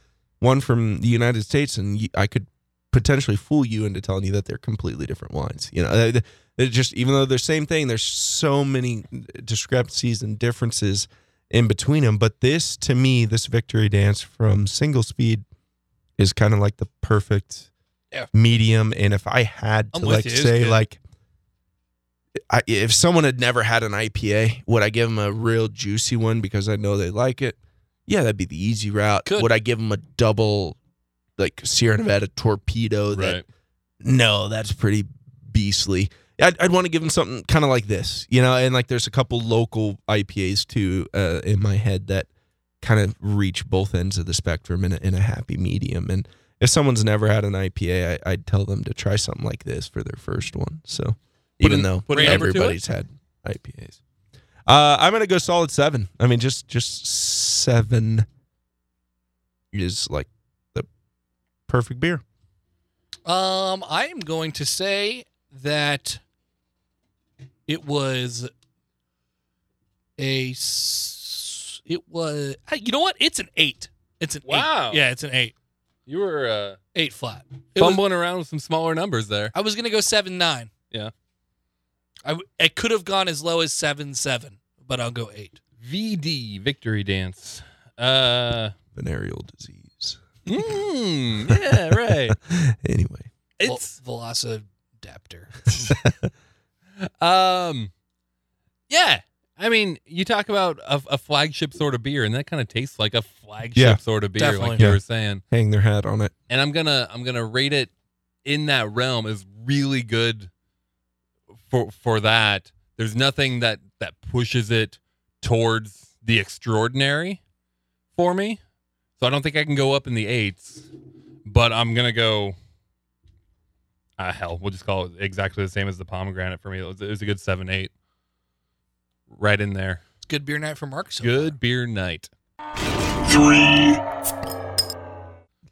S2: one from the United States, and you, I could potentially fool you into telling you that they're completely different wines. You know, they- they- they're just even though they're same thing, there's so many uh, discrepancies and differences in between them. But this, to me, this victory dance from Single Speed is kind of like the perfect
S4: Yeah.
S2: medium. And if I had to
S4: I'm with
S2: like
S4: you. It's
S2: say
S4: good.
S2: like. I, if someone had never had an IPA, would I give them a real juicy one because I know they like it? Yeah, that'd be the easy route.
S4: Good.
S2: Would I give them a double, like Sierra Nevada torpedo? That
S3: Right.
S2: no, that's pretty beastly. I'd, I'd want to give them something kind of like this, you know. And like, there's a couple local IPAs too uh, in my head that kind of reach both ends of the spectrum in a, in a happy medium. And if someone's never had an IPA, I, I'd tell them to try something like this for their first one. So even
S3: an-
S2: though
S3: put a number to it?
S2: everybody's had IPAs, uh, I'm gonna go solid seven. I mean, just just seven is like the perfect beer.
S4: Um, I am going to say that it was a. s- It was. hey, You know what? It's an eight. It's an
S3: Wow.
S4: Eight. Yeah, it's an eight.
S3: You were uh,
S4: Eight flat. It was-
S3: fumbling around with some smaller numbers there.
S4: I was gonna go seven nine.
S3: Yeah.
S4: I w- I could have gone as low as seven seven, but I'll go eight.
S3: VD Victory Dance. Uh,
S2: Venereal disease.
S3: mm, yeah, right.
S2: anyway,
S4: Vel-
S3: It's
S4: Velociraptor.
S3: Um, yeah. I mean, you talk about a, a flagship sort of beer, and that kind of tastes like a flagship
S2: Yeah.
S3: sort of beer,
S4: Definitely.
S3: like you
S2: Yeah.
S3: were saying.
S2: hang their hat on it.
S3: And I'm gonna I'm gonna rate it in that realm is really good for for that. There's nothing that that pushes it towards the extraordinary for me. So I don't think I can go up in the eights, but I'm gonna go. Ah, hell, we'll just call it exactly the same as the pomegranate for me. It was, it was a good seven eight, right in there.
S4: It's good beer night for Mark. So
S3: Good beer night.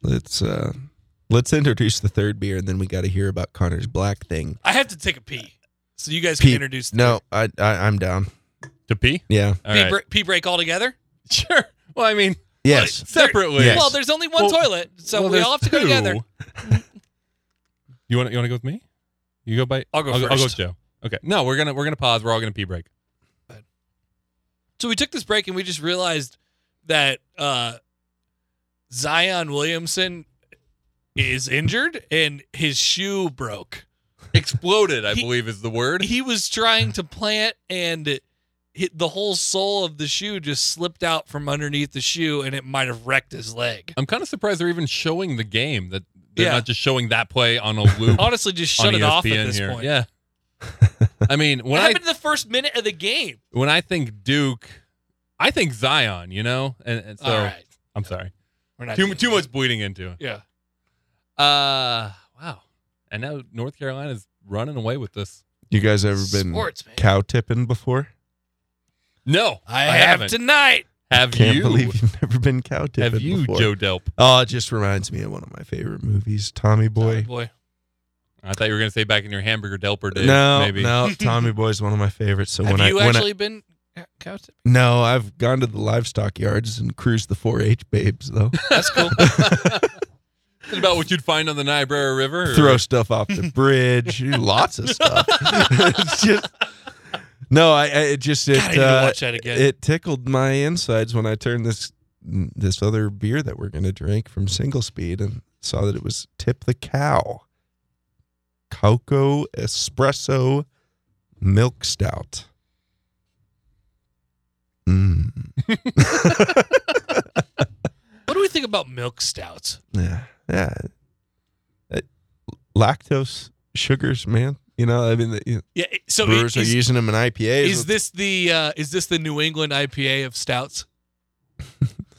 S2: Let's uh let's introduce the third beer, and then we got to hear about Connor's black thing.
S4: I have to take a pee, so you guys
S2: Pee.
S4: can introduce.
S2: No, I, I I'm down.
S3: To pee?
S2: Yeah.
S3: All
S4: pee,
S3: right.
S4: break, pee break all together.
S3: Sure. Well, I mean,
S2: Yes.
S3: separately.
S2: Yes.
S4: Well, there's only one
S3: Well,
S4: toilet, so
S3: Well,
S4: we
S3: there's
S4: all have to go
S3: two.
S4: together.
S3: you want you want to go with me? You go by.
S4: I'll go
S3: I'll, go with
S4: first.
S3: Joe. Okay. No, we're gonna we're gonna pause. We're all gonna pee break.
S4: So we took this break and we just realized that uh, Zion Williamson is injured and his shoe broke.
S3: Exploded, I
S4: He-
S3: believe, is the word.
S4: He was trying to plant and hit the whole sole of the shoe just slipped out from underneath the shoe and it might have wrecked his leg.
S3: I'm kind of surprised they're even showing the game that they're
S4: Yeah.
S3: not just showing that play on a loop.
S4: Honestly, just
S3: on E
S4: shut it off
S3: ESPN
S4: at this
S3: here.
S4: point.
S3: Yeah. I mean,
S4: What
S3: when I
S4: happened in the first minute of the game?
S3: when I think Duke, I think Zion. You know, and, and so
S4: All right.
S3: I'm sorry.
S4: We're not
S3: Too
S4: doing
S3: too
S4: that.
S3: much bleeding into it.
S4: Yeah.
S3: Uh, wow. And now North Carolina's running away with this.
S2: You guys ever been
S4: Sports, man.
S2: cow tipping before?
S3: No,
S4: I, have
S3: haven't.
S4: tonight.
S3: Have
S2: Can't
S3: you?
S2: believe you've never been cow tipping.
S3: Have you,
S2: before.
S3: Joe Delp?
S2: Oh, it just reminds me of one of my favorite movies, Tommy
S4: Oh,
S2: Boy.
S4: boy.
S3: I thought you were gonna say back in your hamburger Delper days.
S2: no,
S3: maybe.
S2: no, Tommy Boy is one of my favorites. So when
S4: Have
S2: I
S4: you
S2: when I,
S4: actually been cow tipping?
S2: no, I've gone to the livestock yards and cruised the 4-H babes though.
S4: That's cool.
S3: Is it about what you'd find on the Niobrara River. or-
S2: throw stuff off the bridge, lots of stuff. it's just no, I, I it just it
S4: God, I need to
S2: uh,
S4: watch that again.
S2: it tickled my insides when I turned this this other beer that we're gonna drink from Single Speed and saw that it was Tip the Cow, Cocoa Espresso Milk Stout. Mm.
S4: what do we think about milk stouts?
S2: Yeah, yeah. Uh, lactose sugars, man. You know, I mean, the,
S4: Yeah. it- So i-
S2: brewers are
S4: is,
S2: using them in IPAs.
S4: is this the uh, is this the New England IPA of stouts?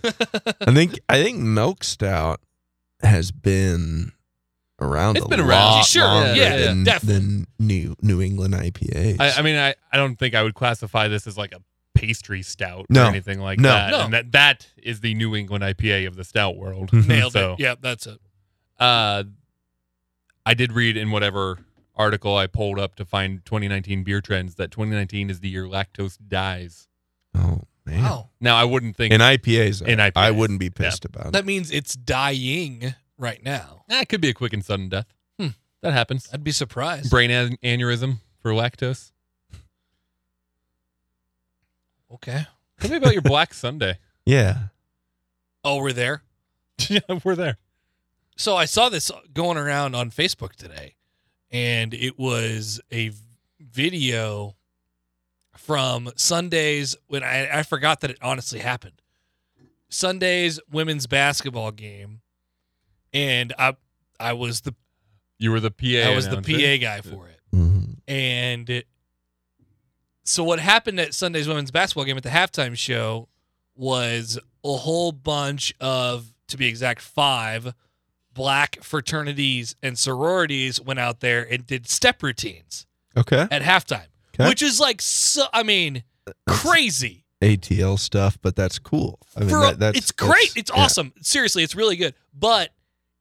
S2: I think I think milk stout has been around.
S3: It's
S2: a
S3: been around,
S2: lot
S4: sure,
S2: longer
S4: yeah, yeah,
S2: than,
S4: definitely.
S2: than New New England IPAs.
S3: I, I mean, I, I don't think I would classify this as like a pastry stout
S2: No.
S3: or anything like
S2: No.
S3: that.
S4: No.
S3: And that that is the New England IPA of the stout world.
S2: Mhm.
S4: Nailed
S3: so,
S4: it. Yeah, that's it.
S3: Uh, I did read in whatever article I pulled up to find 2019 beer trends that 2019 is the year lactose dies.
S2: oh man,
S4: Wow.
S3: Now I wouldn't think
S2: in IPAs,
S3: In
S2: I, I
S3: IPAs,
S2: wouldn't be pissed about it.
S4: That means it's dying right now.
S3: that Eh, could be a quick and sudden death.
S4: Hmm.
S3: That happens.
S4: I'd be surprised.
S3: Brain an- aneurysm for lactose.
S4: Okay.
S3: Tell me about your Black Sunday.
S2: Yeah,
S4: Oh, we're there.
S3: yeah, we're there.
S4: So I saw this going around on Facebook today, and it was a video from Sundays when I, I forgot that it honestly happened. Sunday's women's basketball game, and I I was the
S3: You were the PA.
S4: I was the
S3: announcer.
S4: PA guy for it.
S2: Mhm.
S4: And it- so what happened at Sunday's women's basketball game at the halftime show was a whole bunch of, to be exact, five black fraternities and sororities went out there and did step routines
S2: okay.
S4: at halftime,
S2: Okay.
S4: which is like, so, I mean,
S2: That's
S4: crazy.
S2: ATL stuff, but that's cool. I mean,
S4: For-
S2: that, that's
S4: it's great.
S2: that's-
S4: It's
S2: yeah.
S4: awesome. Seriously, it's really good. But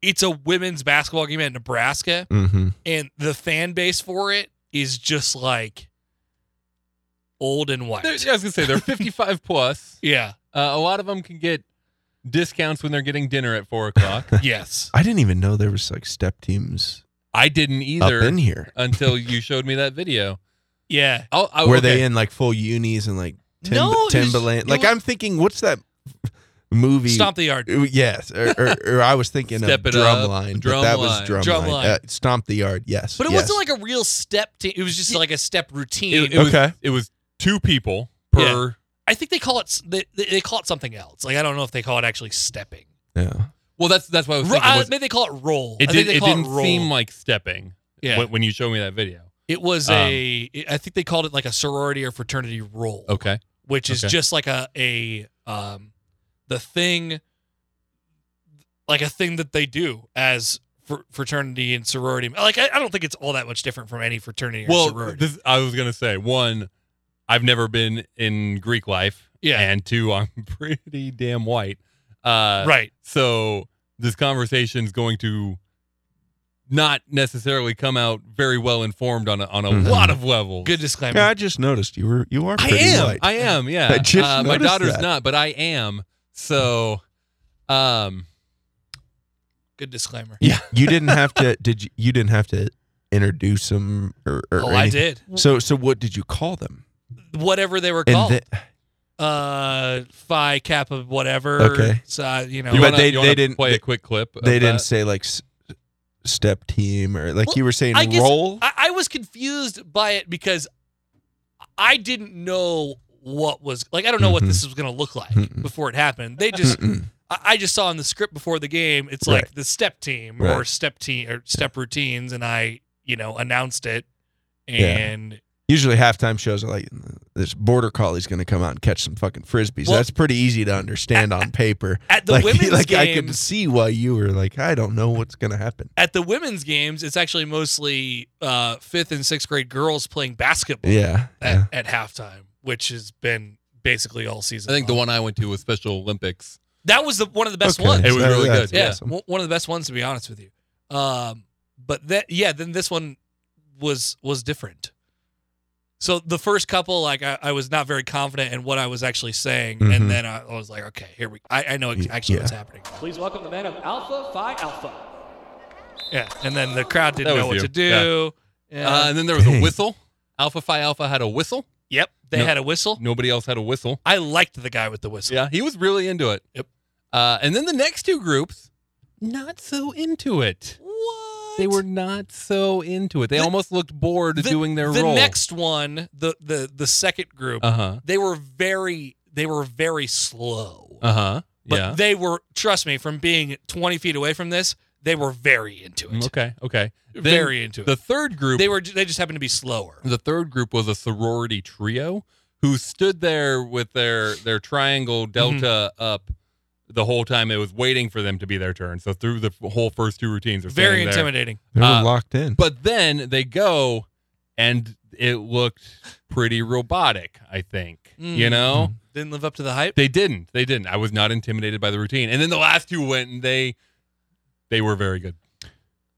S4: it's a women's basketball game at Nebraska.
S2: Mhm.
S4: and the fan base for it is just like old and white.
S3: They're- I was gonna say they're 55 plus.
S4: yeah.
S3: Uh, a lot of them can get discounts when they're getting dinner at four o'clock.
S4: Yes.
S2: I didn't even know there was like step teams
S3: I didn't either
S2: up in here.
S3: until you showed me that video.
S4: Yeah.
S3: Oh, I,
S2: Were
S3: okay.
S2: they in like full unis and like Tim-
S4: No, it was-
S2: Timberland?
S4: it
S2: like
S4: was-
S2: I'm thinking, what's that movie?
S4: Stomp the yard.
S2: Uh, Yes, or, or, or I was thinking
S3: Step
S2: of
S3: it up,
S2: drumline, but that was
S3: Drumline.
S2: drumline.
S4: Drumline.
S2: Uh, stomp the yard. Yes,
S4: But it
S2: yes.
S4: wasn't like a real step team. It was just like a step routine.
S3: It, it was,
S2: Okay.
S3: It was two people per.
S4: I think they call it s- they, they they call it something else. Like I don't know if they call it actually stepping.
S2: yeah.
S3: Well, that's that's what I was
S4: Ro-
S3: thinking.
S4: I,
S3: Was,
S4: maybe they call it roll.
S3: it
S4: I think
S3: did,
S4: they
S3: it
S4: call
S3: didn't
S4: roll.
S3: seem like stepping
S4: Yeah.
S3: when, when you showed me that video.
S4: it was
S3: um,
S4: a. I think they called it like a sorority or fraternity roll.
S3: Okay.
S4: which is
S3: Okay.
S4: just like a a um the thing like a thing that they do as fr- fraternity and sorority like I, I don't think it's all that much different from any fraternity or
S3: Well,
S4: sorority
S3: this, I was gonna say one. I've never been in Greek life.
S4: Yeah.
S3: And two, I'm pretty damn white. Uh,
S4: right
S3: So this conversation's going to not necessarily come out very well informed on a, on a
S2: Mhm.
S3: lot of levels.
S4: good disclaimer
S2: Yeah, I just noticed you were you are
S3: I
S2: pretty
S3: am.
S2: white.
S3: I am. Yeah.
S2: I just
S3: uh, my
S2: noticed
S3: daughter's
S2: that.
S3: not, but I am. So, um,
S4: good disclaimer
S2: yeah, you didn't have to. Did you? You didn't have to introduce them or, or
S4: oh i
S2: anything.
S4: did
S2: So so what did you call them?
S4: whatever they were
S2: And
S4: called
S2: the-
S4: uh phi kappa whatever
S2: Okay.
S4: so uh, you know
S3: you
S2: But
S3: wanna,
S2: they-
S3: you wanna
S2: they didn't-
S3: play
S2: they-
S3: a quick clip. of
S2: they didn't
S3: that?
S2: say like s- step team or like
S4: Well,
S2: you were saying
S4: I guess-
S2: roll.
S4: I, I was confused by it because I didn't know what was like. I don't know what
S2: Mhm.
S4: this was going to look like
S2: Mhm.
S4: before it happened. They just,
S2: Mm-mm.
S4: I, I just saw in the script before the game, it's like the step team or
S2: Right.
S4: step team or step routines, and I, you know, announced it,
S2: Yeah.
S4: and
S2: Usually halftime shows are like this border collie's going to come out and catch some fucking frisbees.
S4: Well-
S2: That's pretty easy to understand on paper.
S4: at the
S2: like,
S4: women's
S2: like I could
S4: games,
S2: see why you were like, I don't know what's going to happen.
S4: at the women's games, it's actually mostly uh, fifth and sixth grade girls playing basketball
S2: Yeah, yeah.
S4: at, at halftime, which has been basically all season.
S3: I think the
S4: long.
S3: one I went to was Special Olympics.
S4: that was the one of the best
S2: Okay.
S4: ones.
S3: It was
S2: So
S3: really
S2: that's
S3: good,
S4: yeah,
S2: awesome.
S4: one- one of the best ones to be honest with you. Um, but that yeah, then this one was was different. So the first couple, like I, I was not very confident in what I was actually saying,
S2: Mhm.
S3: Mm-hmm.
S4: and then I, I was like, okay, here we, I, I know ex-
S2: Yeah.
S4: actually what's happening.
S5: Please welcome the man of Alpha Phi Alpha.
S4: Yeah, and then the crowd
S3: That
S4: didn't
S3: was
S4: know what
S3: you.
S4: to do. Yeah.
S3: Uh, and then there was a
S2: Dang.
S3: whistle. Alpha Phi Alpha had a whistle.
S4: yep, they
S3: no.
S4: had a whistle.
S3: Nobody else had a whistle.
S4: I liked the guy with the whistle.
S3: Yeah, he was really into it.
S4: Yep.
S3: Uh, and then the next two groups, not so into it.
S4: What?
S3: They were not so into it. They
S4: The-
S3: almost looked bored doing their
S4: the
S3: role.
S4: next one, the the the second group,
S3: uh huh,
S4: they were very they were very slow.
S3: uh huh,
S4: But
S3: yeah.
S4: they were, trust me, from being 20 feet away from this, they were very into
S3: Mm,
S4: it.
S3: Okay, okay. Then
S4: Very into
S3: The
S4: it.
S3: third group,
S4: They were, they just happened to be slower.
S3: the third group was a sorority
S4: Mm-hmm.
S3: trio who stood there with their their triangle delta up the whole time it was waiting for them to be their turn. So through the f- whole first two routines, they're
S4: Very
S3: standing there.
S4: intimidating.
S2: They were
S3: Uh,
S2: locked in.
S3: But then they go, and it looked pretty robotic. I think you
S4: Mm.
S3: know
S4: Didn't live up to the hype.
S3: they didn't. They didn't. I was not intimidated by the routine. And then the last two went, and they they were very good.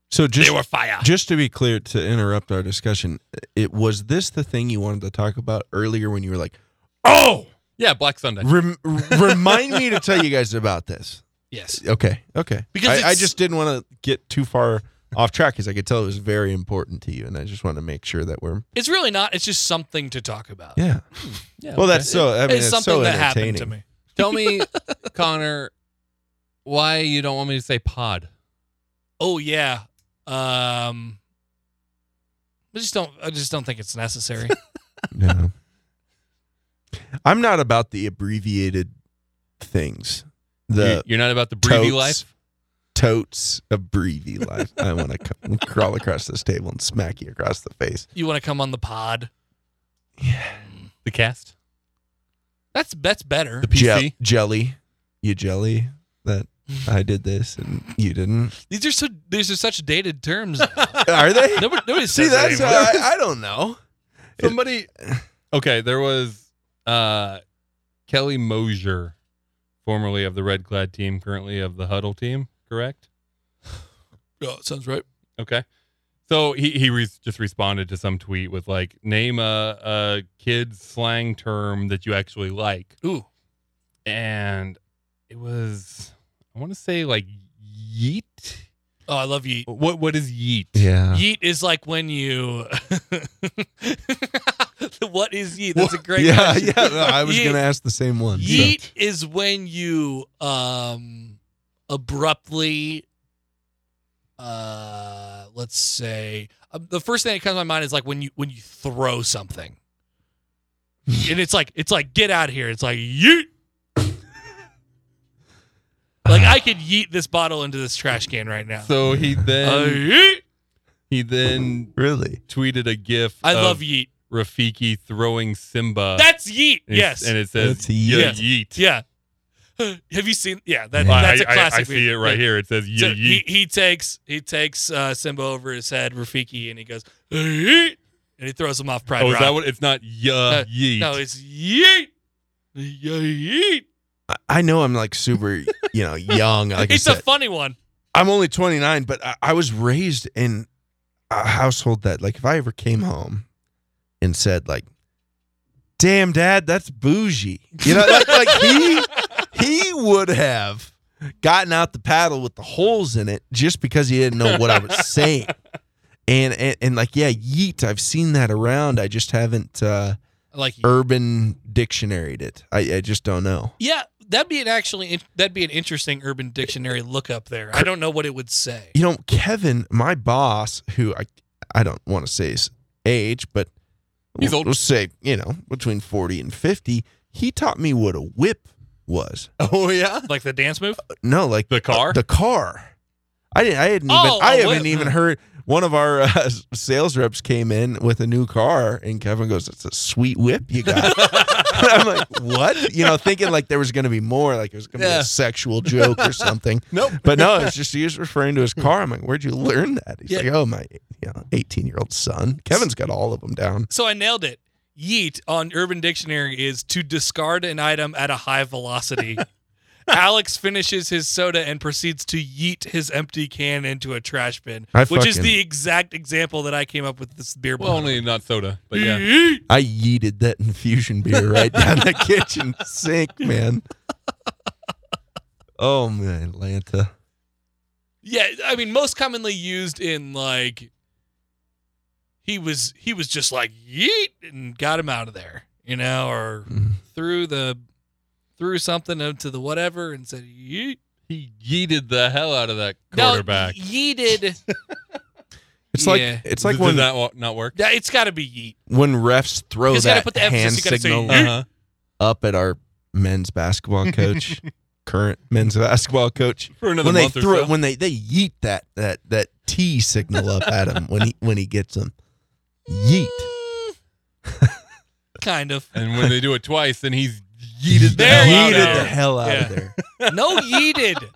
S2: so just
S3: they were fire.
S2: just to be clear, to interrupt our discussion, it was this the thing you wanted to talk about earlier when you were like, "Oh,
S3: Yeah, Black Sunday.
S2: rem- remind me to tell you guys about this."
S4: Yes.
S2: Okay, okay.
S4: Because
S2: I, I
S4: it's-
S2: just didn't want to get too far off track because I could tell it was very important to you, and I just want to make sure that we're
S4: It's really not. It's just something to talk about.
S2: yeah.
S3: Yeah,
S2: Well, that's so. I mean,
S4: it's
S2: it's
S4: something
S2: so
S4: that happened to
S2: entertaining.
S4: me.
S3: Tell me, Connor, why you don't want me to say pod?
S4: Oh yeah. Um I just don't I just don't think it's necessary.
S2: No. I'm not about the abbreviated things. The
S3: you, are not about the breathy
S2: totes,
S3: life.
S2: Totes abbrevi life. I want to c- crawl across this table and smack you across the face.
S4: you want to come on the pod.
S3: The cast.
S4: That's that's better.
S3: PC?
S2: Je- jelly, you jelly. That
S4: Hmm.
S2: I did this and you didn't.
S4: These are so these are such dated terms. now.
S2: Are they?
S4: nobody, nobody
S2: See,
S4: says that
S2: that's
S4: anymore.
S2: I, I don't know.
S3: Somebody. Okay, there was uh, Kelly Mosier, formerly of the Red Clad team, currently of the Huddle team. Correct.
S4: Yeah, Oh, it sounds right.
S3: Okay. So he he re- just responded to some tweet with like name a a kid slang term that you actually like,
S4: Ooh.
S3: and it was I want to say like yeet.
S4: Oh, I love yeet.
S3: What what is yeet?
S2: Yeah.
S4: Yeet is like when you What is yeet? That's a great
S2: yeah,
S4: question.
S2: yeah. no, I was
S4: Yeet.
S2: gonna ask the same one. so.
S4: Yeet is when you um abruptly uh let's say uh, the first thing that comes to my mind is like when you when you throw something. and it's like it's like get out of here. It's like yeet. like I could yeet this bottle into this trash can right now.
S3: So he
S4: Uh,
S3: then
S4: yeet.
S3: he then
S2: Really?
S3: tweeted a gif.
S4: I
S3: of
S4: love yeet.
S3: Rafiki throwing Simba.
S4: That's yeet.
S3: and Uh, it's-
S4: yes.
S3: and it says
S2: That's
S3: "Yeah,
S4: yeet.
S3: yeet.
S4: yeah. Have you seen yeah, that,
S2: Yeah.
S4: that's a
S3: I- I-
S4: classic.
S3: I, see it right
S4: here.
S3: here. It says
S4: So
S3: "Yeah,
S4: he,
S3: yeet.
S4: he takes he takes uh, Simba over his head, Rafiki, and he goes, yeet, and he throws him off Pride
S3: Oh, is
S4: Rock.
S3: that what? It's not yeah, yeet.
S4: Uh, no, it's yeet, yeet.
S2: I, I know I'm like super, you know, young. Like I
S4: it's
S2: said,
S4: a funny one.
S2: I'm only 29, but I, I was raised in a household that, like, if I ever came home and said, like, "Damn, Dad, that's bougie," you know, like, like he he would have gotten out the paddle with the holes in it just because he didn't know what I was saying. And, and and like yeah, yeet. I've seen that around. I just haven't uh,
S4: I Like
S3: er
S4: yeet.
S2: urban dictionaried it. I, I just don't know.
S4: yeah, that'd be an actually that'd be an interesting Urban Dictionary lookup there. I don't know what it would say.
S2: you know, Kevin, my boss, who I I don't want to say his age, but
S3: He's
S2: we'll-
S3: old.
S2: We'll say you know between forty and fifty. He taught me what a whip was.
S3: oh yeah.
S4: Like the dance move?
S2: No, like
S3: The car?
S2: the car. I didn't. I hadn't
S4: Oh,
S2: even. I
S4: a
S2: haven't
S4: whip.
S2: even heard. One of our uh, sales reps came in with a new car, and Kevin goes, "It's a sweet whip you got." And I'm like, "What?" You know, thinking like there was going to be more, like it was going to be
S3: Yeah.
S2: a sexual joke or something.
S3: Nope.
S2: But no, it's just he was referring to his car. I'm like, where'd you learn that? He's
S4: Yeah.
S2: like, oh my, you know, 18 year old son. Kevin's got all of them down.
S4: So I nailed it. Yeet on Urban Dictionary is to discard an item at a high velocity. Alex finishes his soda and proceeds to yeet his empty can into a trash bin,
S2: I
S4: which is
S2: fucking-
S4: the exact example that I came up with this beer
S3: Well,
S4: bottle.
S3: only not soda, but yeah.
S4: Yeet.
S2: I yeeted that infusion beer right down the kitchen sink, man. Oh man, Atlanta.
S4: Yeah, I mean, most commonly used in like he was he was just like yeet and got him out of there, you know, or
S2: Mm.
S4: threw the threw something into the whatever and said yeet.
S3: He yeeted the hell out of that
S4: No,
S3: quarterback.
S4: yeeted.
S2: It's
S4: Yeah.
S2: like it's like
S3: Did
S2: when
S3: that wa- not work?
S4: Yeah, it's got to be yeet.
S2: when refs throw
S4: Because you gotta
S2: that
S4: put the emphasis,
S2: hand
S4: you gotta say
S2: signal
S4: yeet.
S3: Uh-huh.
S2: up at our men's basketball coach, current men's basketball coach.
S3: For another
S2: when they
S3: month or
S2: throw
S3: so.
S2: it, when they they yeet that that that T signal up at him when he when he gets him. Yeet.
S4: Kind of.
S3: and when they do it twice, then he's yeeted the
S4: There
S3: hell out
S4: you
S3: of
S2: yeeted
S4: go.
S2: the
S3: there.
S2: hell out
S4: Yeah.
S2: of there.
S4: No yeeted.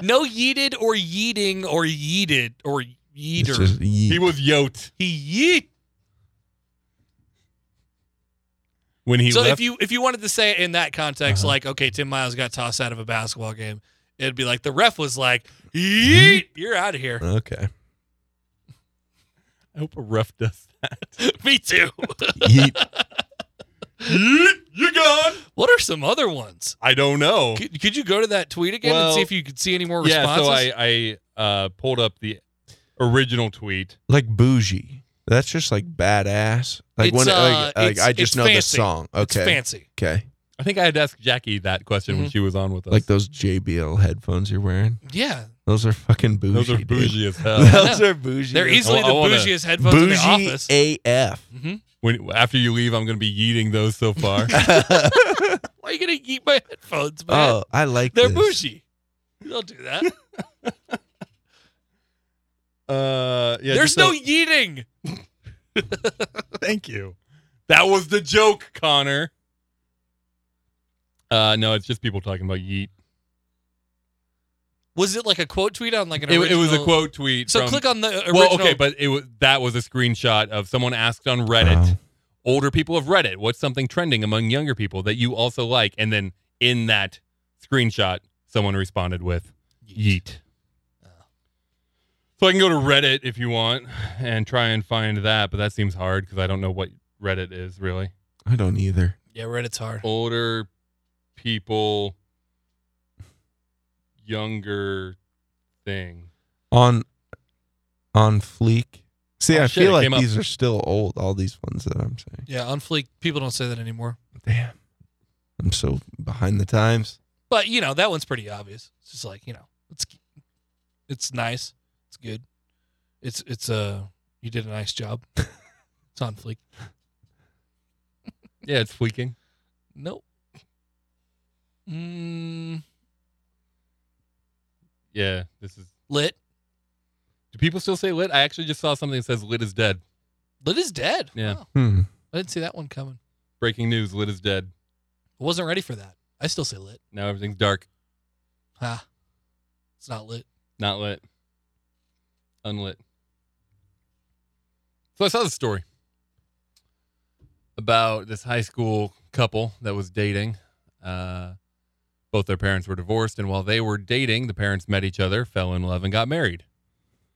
S4: No yeeted or yeeting or yeeted or
S2: It's
S4: yeeter.
S2: just yeet.
S3: He was yoked
S4: he yeet.
S3: when he
S4: so
S3: left. Uh-huh.
S4: if you if you wanted to say it in that context, like okay, Tim Miles got tossed out of a basketball game, it'd be like the ref was like, "Yeet, you're out of here."
S2: okay.
S3: I hope a ref does that.
S4: Me too.
S2: Yeet.
S3: You're gone.
S4: what are some other ones?
S3: I don't know.
S4: Could, could you go to that tweet again and
S3: Well,
S4: see if you could see any more
S3: Yeah,
S4: responses?
S3: so I, I uh, pulled up the original tweet.
S2: Like bougie. That's just like badass. Like
S4: It's,
S2: when
S4: uh,
S2: like, like,
S4: it's-
S2: I
S4: it's
S2: just know the
S4: fancy.
S2: song.
S4: It's
S2: Okay.
S4: fancy.
S2: Okay.
S3: I think I had to ask Jackie that question when
S4: Mhm.
S3: she was on with us.
S2: Like those JBL headphones you're wearing.
S4: Yeah,
S2: Those are fucking bougie.
S3: Those are
S2: dude.
S3: bougie as hell.
S2: Those are bougie.
S4: they're
S2: as-
S4: easily
S3: I
S4: the
S3: wanna-
S4: bougiest headphones in the
S2: bougie
S4: office.
S2: AF.
S4: hmm
S3: when after you leave, I'm gonna be yeeting those so far.
S4: Why are you gonna eat my headphones, man?
S2: oh, I like
S4: They're
S2: this.
S4: bougie. They'll do that.
S3: uh, yeah,
S4: There's
S3: just
S4: no
S3: a-
S4: yeeting.
S3: thank you. That was the joke, Connor. Uh, no, it's just people talking about yeet.
S4: Was it like a quote tweet on like an
S3: It, it
S4: original?
S3: was a quote tweet.
S4: So
S3: from-
S4: click on the original.
S3: Well, okay, but it was that was a screenshot of someone asked on Reddit.
S2: Wow.
S3: older people of Reddit, what's something trending among younger people that you also like? And then in that screenshot, someone responded with yeet. So I can go to Reddit if you want and try and find that, but that seems hard because I don't know what Reddit is really.
S2: I don't either.
S4: yeah, Reddit's hard.
S3: Older people, younger thing.
S2: On on fleek. See,
S3: Oh,
S2: I
S3: shit,
S2: feel
S3: it
S2: like
S3: came up.
S2: these are still old, all these ones that I'm saying.
S4: Yeah, on Fleek, people don't say that anymore.
S2: Damn. I'm so behind the times.
S4: But you know that one's pretty obvious. It's just like you know, it's it's nice, it's good, it's it's uh you did a nice job. it's on Fleek.
S3: Yeah, it's fleeking.
S4: Nope. Mm,
S3: Yeah, this is.
S4: lit.
S3: Do people still say lit? I actually just saw something that says lit is dead.
S4: Lit is dead.
S3: Yeah.
S4: Wow.
S2: Hmm.
S4: I didn't see that one coming.
S3: Breaking news: lit is dead.
S4: I wasn't ready for that. I still say lit.
S3: Now everything's dark.
S4: Ha. It's not lit.
S3: Not lit. Unlit. So I saw this story about this high school couple that was dating. Uh, both their parents were divorced, and while they were dating, the parents met each other, fell in love, and got married.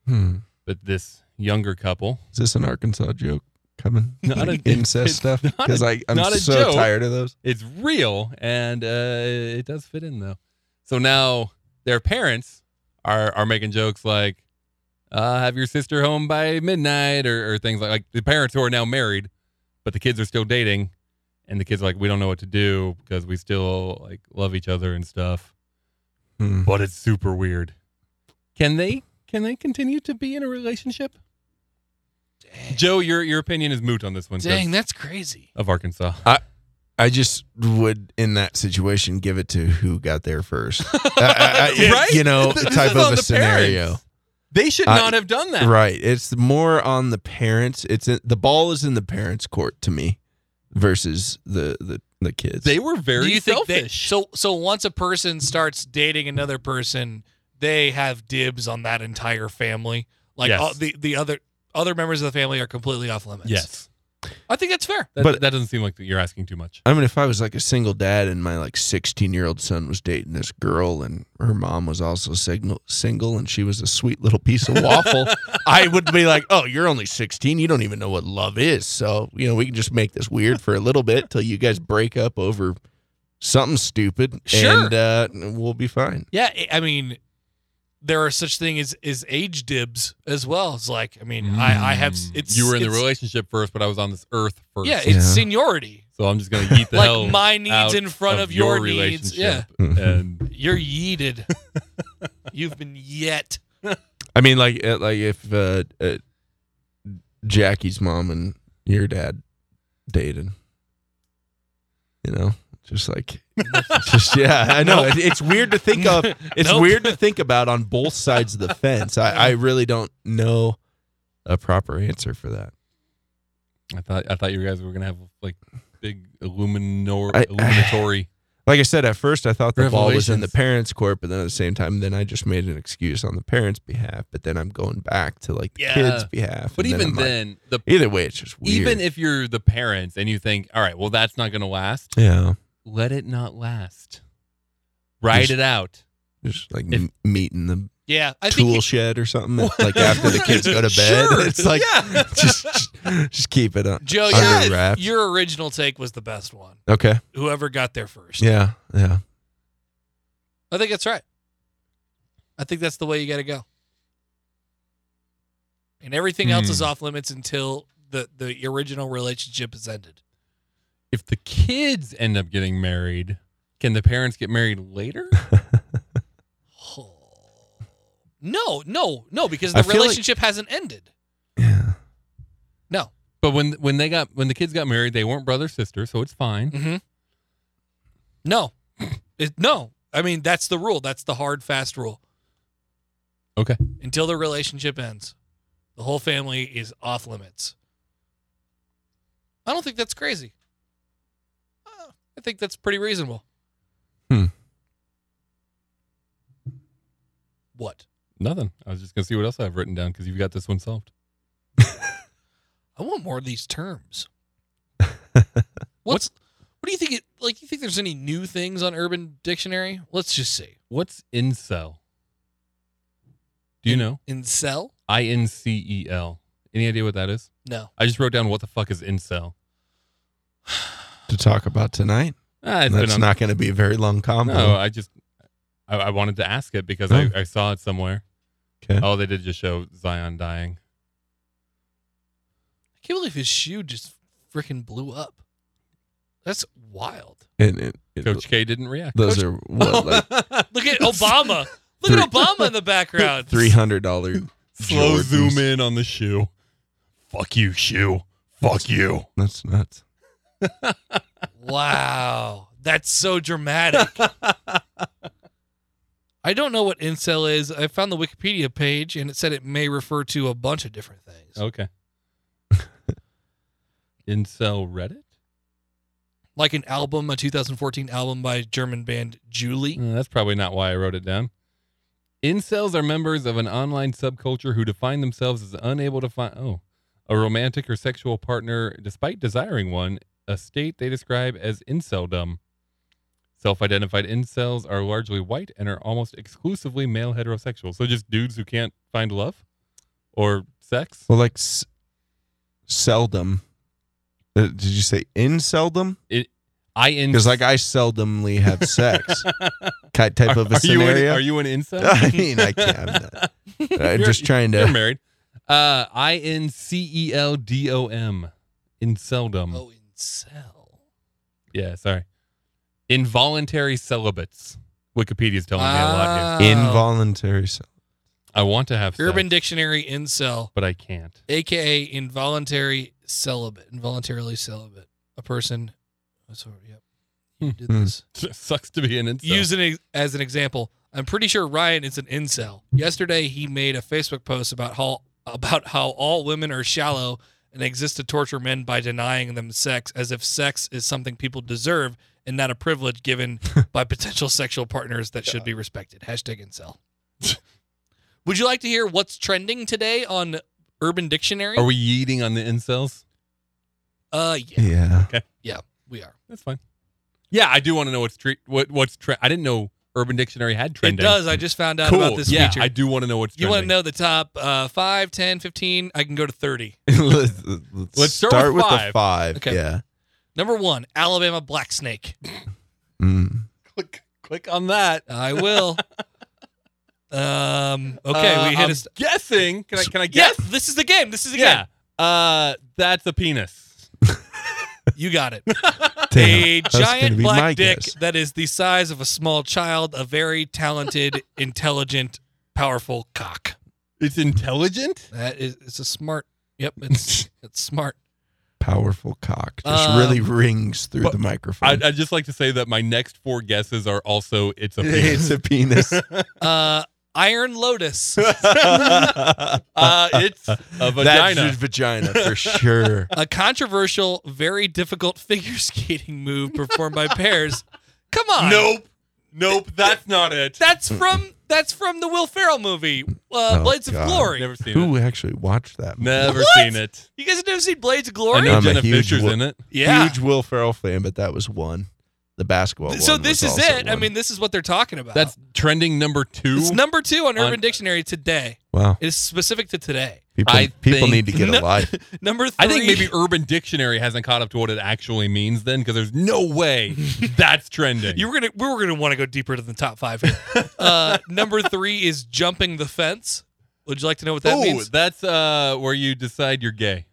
S2: Hmm.
S3: But this younger couple,
S2: Is this an Arkansas joke coming?
S3: Not
S2: Like
S3: a-
S2: incest
S3: it's
S2: stuff?
S3: not a-
S2: Because I'm
S3: not a
S2: so
S3: joke.
S2: tired of those.
S3: it's real, and uh, it does fit in though. So now their parents are are making jokes like, uh, "Have your sister home by midnight," or, or things like like the parents who are now married, but the kids are still dating, and the kids are like, "We don't know what to do because we still like love each other and stuff."
S2: Hmm.
S3: But it's super weird. Can they can they continue to be in a relationship? Joe, your your opinion is moot on this one. 'cause
S4: Dang, that's crazy.
S3: of Arkansas.
S2: I just would, in that situation, give it to who got there first. I- I- I-
S3: Right?
S2: Uh, You know,
S3: This is
S2: type
S3: on
S2: of a
S3: the
S2: scenario.
S3: parents. They should
S2: I-
S3: not have done that.
S2: Right. It's more on the parents. It's in, the ball is in the parents' court to me versus the the, the kids.
S3: They were very
S4: Do you think they,
S3: selfish.
S4: so? So once a person starts dating another person, they have dibs on that entire family. Like
S3: Yes.
S4: all, the the other other members of the family are completely off limits.
S3: yes,
S4: I think that's fair.
S3: that,
S2: But-
S3: that doesn't seem like you're asking too much.
S2: I mean, if I was like a single dad and my like 16 year old son was dating this girl and her mom was also single, single and she was a sweet little piece of waffle, I would be like, oh, you're only 16. You don't even know what love is. So, you know, we can just make this weird for a little bit till you guys break up over something stupid
S4: Sure.
S2: and uh, we'll be fine.
S4: Yeah, I- I mean, there are such thing as is age dibs as well. It's like I mean, I I have s- it's
S3: Mm. you were in the
S4: it's-
S3: relationship first, but I was on this earth first.
S4: Yeah, it's
S2: Yeah.
S4: seniority.
S3: so I'm just gonna eat the
S4: Like
S3: hell
S4: my needs
S3: out
S4: in front of your needs,
S3: relationship.
S2: yeah.
S3: and
S4: You're yeeted. You've been yet.
S2: I mean, like, uh, like if uh, uh, Jackie's mom and your dad dated, you know, just like, just yeah, I know it, it's weird to think of. It's
S4: Nope.
S2: weird to think about on both sides of the fence. I, I really don't know a proper answer for that.
S3: I thought I thought you guys were gonna have like big illuminor
S2: I-
S3: illuminatory
S2: Like I said, at first I thought the ball was in the
S3: Revelations.
S2: parents' court, but then at the same time, then I just made an excuse on the parents' behalf. But then I'm going back to like the
S3: Yeah.
S2: kids' behalf.
S3: But
S2: and
S3: even
S2: I'm like-
S3: then, the
S2: either way, it's just weird.
S3: even if you're the parents and you think, all right, well, that's not going to last,
S2: yeah,
S3: let it not last. Ride
S2: Just-
S3: it out.
S2: just like
S3: If-
S2: m- meat in the
S4: Yeah, I
S2: tool
S4: think
S2: shed or something. like after the kids go to bed,
S3: Sure.
S2: it's like
S3: Yeah.
S2: just, just just keep it up.
S4: Joe,
S2: Under
S4: yeah,
S2: wraps.
S4: your original take was the best one.
S2: Okay.
S4: Whoever got there first.
S2: Yeah. Yeah.
S4: I think that's right. I think that's the way you got to go. And everything else is
S3: Hmm.
S4: off limits until the the original relationship is ended.
S3: If the kids end up getting married, can the parents get married later?
S4: No, no, no, because
S2: I
S4: the
S2: feel like-
S4: relationship hasn't ended.
S2: Yeah.
S4: No.
S3: But when when they got when the kids got married, they weren't brother sister, so it's fine.
S4: Mm-hmm. No. It, no. I mean, that's the rule. That's the hard, fast rule.
S3: Okay.
S4: Until the relationship ends, the whole family is off limits. I don't think that's crazy. Uh, I think that's pretty reasonable.
S2: Hmm.
S4: What?
S3: Nothing. I was just gonna see what else I've written down because you've got this one solved.
S4: I want more of these terms. What's what do you think? It, like, you think there's any new things on Urban Dictionary? Let's just see.
S3: What's incel? Do you know?
S4: Incel?
S3: I N C E L. Any idea what that is?
S4: No.
S3: I just wrote down what the fuck is incel.
S2: To talk about tonight.
S3: Ah, it's been
S2: That's
S3: on
S2: not going to be a very long combo.
S3: No, uh, I just I, I wanted to ask it
S2: Oh.
S3: because I, I saw it somewhere.
S2: 'Kay.
S3: Oh, they did just show Zion dying.
S4: I can't believe his shoe just freaking blew up. That's wild.
S2: and it, it-
S3: Coach K didn't react.
S2: those are what like
S4: Look at Obama. Look at
S2: Three-
S4: Obama in the background.
S2: three hundred dollar.
S3: Slow zoom
S2: Jordans.
S3: in on the shoe. Fuck you, shoe. Fuck you.
S2: That's nuts.
S4: Wow. That's so dramatic. I don't know what incel is. I found the Wikipedia page and it said it may refer to a bunch of different things.
S2: Oh.
S3: Okay. Incel Reddit?
S4: Like an album, a 2014 album by German band Julie.
S3: Mm, that's probably not why I wrote it down. Incels are members of an online subculture who define themselves as unable to find oh, a romantic or sexual partner despite desiring one, a state they describe as inceldom. Self-identified incels are largely white and are almost exclusively male heterosexual. So just dudes who can't find love or sex.
S2: Well, like s- seldom. Uh, did you say in seldom?
S3: I in
S2: Because like I seldomly have sex. Ki- type
S3: are,
S2: of a
S3: are you an-
S2: scenario.
S3: are you an incel?
S2: I mean, I can't. I'm, not- I'm
S3: You're-
S2: just trying
S3: You're
S2: to.
S3: married. Uh, I N C E L D O M. Inceldom.
S2: Mm.
S4: Oh, incel.
S3: Yeah, sorry. Involuntary celibates. Wikipedia's telling me a lot here.
S4: Wow.
S2: Involuntary. Sel-
S3: I want to have sex,
S4: Uh, Urban Dictionary incel.
S3: but I can't.
S4: aka involuntary celibate, involuntarily celibate, a person. That's what, yep, you did
S2: Hmm.
S4: this.
S3: Sucks to be an incel.
S4: Use it ex- as an example. I'm pretty sure Ryan is an incel. Yesterday, he made a Facebook post about how about how all women are shallow and exist to torture men by denying them sex, as if sex is something people deserve and not a privilege given by potential sexual partners that should be respected. Hashtag incel. Would you like to hear what's trending today on Urban Dictionary?
S3: Are we yeeting on the incels?
S4: uh, yeah.
S2: yeah.
S4: We are.
S3: That's fine. Yeah, I do want to know what's tre- what what's trend. I didn't know Urban Dictionary had trending.
S4: It does. I just found out
S3: cool.
S4: about this
S3: yeah,
S4: feature.
S3: I do want to know what's
S4: you
S3: trending.
S4: want to know the top uh, 5, 10, 15? I can go to 30.
S2: let's, let's
S3: Let's start with
S2: the
S3: five.
S2: five.
S4: Okay.
S2: Yeah.
S4: Number one, Alabama black snake.
S2: Mm.
S3: Click, click on that.
S4: I will. um. Okay,
S3: Uh,
S4: we hit
S3: I'm
S4: a. St-
S3: guessing. Can I can I
S4: yes,
S3: guess?
S4: this is the game. This is the
S3: Yeah. Uh, that's a penis.
S4: game. You got it.
S2: Damn.
S4: a
S2: was gonna
S4: giant
S2: be my
S4: black dick
S2: guess.
S4: that is the size of a small child, a very talented, intelligent, powerful cock.
S3: It's intelligent.
S4: That is, it's a smart. Yep, it's it's smart.
S2: Powerful cock just
S4: Um,
S2: really rings through
S3: but
S2: the microphone.
S3: I'd, I'd just like to say that my next four guesses are also it's a penis.
S2: it's a penis.
S4: Uh, Iron Lotus.
S3: uh, it's a
S2: That's
S3: vagina.
S2: your vagina for sure.
S4: a controversial, very difficult figure skating move performed by pairs Come on.
S3: Nope. Nope. That's not it.
S4: That's from that's from the Will Ferrell movie, uh,
S2: Oh,
S4: Blades of
S2: God.
S4: Glory.
S3: Never seen it.
S2: Who actually watched that?
S3: Never
S4: What?
S3: seen it.
S4: You guys have never seen Blades of
S3: I
S4: Glory?
S3: know
S2: I'm a
S3: Jenna
S2: huge
S3: Fisher's
S2: wo-
S3: in it.
S4: Yeah.
S2: Huge Will Ferrell fan, but that was one. The basketball.
S4: so
S2: one
S4: this
S2: was
S4: is
S2: also
S4: it. I
S2: one.
S4: mean, this is what they're talking about.
S3: That's trending number two.
S4: it's number two on
S3: on-
S4: Urban Dictionary today.
S2: wow.
S4: It is specific to today.
S2: People,
S3: I
S2: people
S3: think-
S2: need to get
S4: No-
S2: a life.
S4: Number three.
S3: I think maybe Urban Dictionary hasn't caught up to what it actually means then, because there's no way that's trending.
S4: you were gonna we were gonna want to go deeper to the top five here. uh, number three is jumping the fence. Would you like to know what that
S3: oh,
S4: means?
S3: that's uh, where you decide you're gay.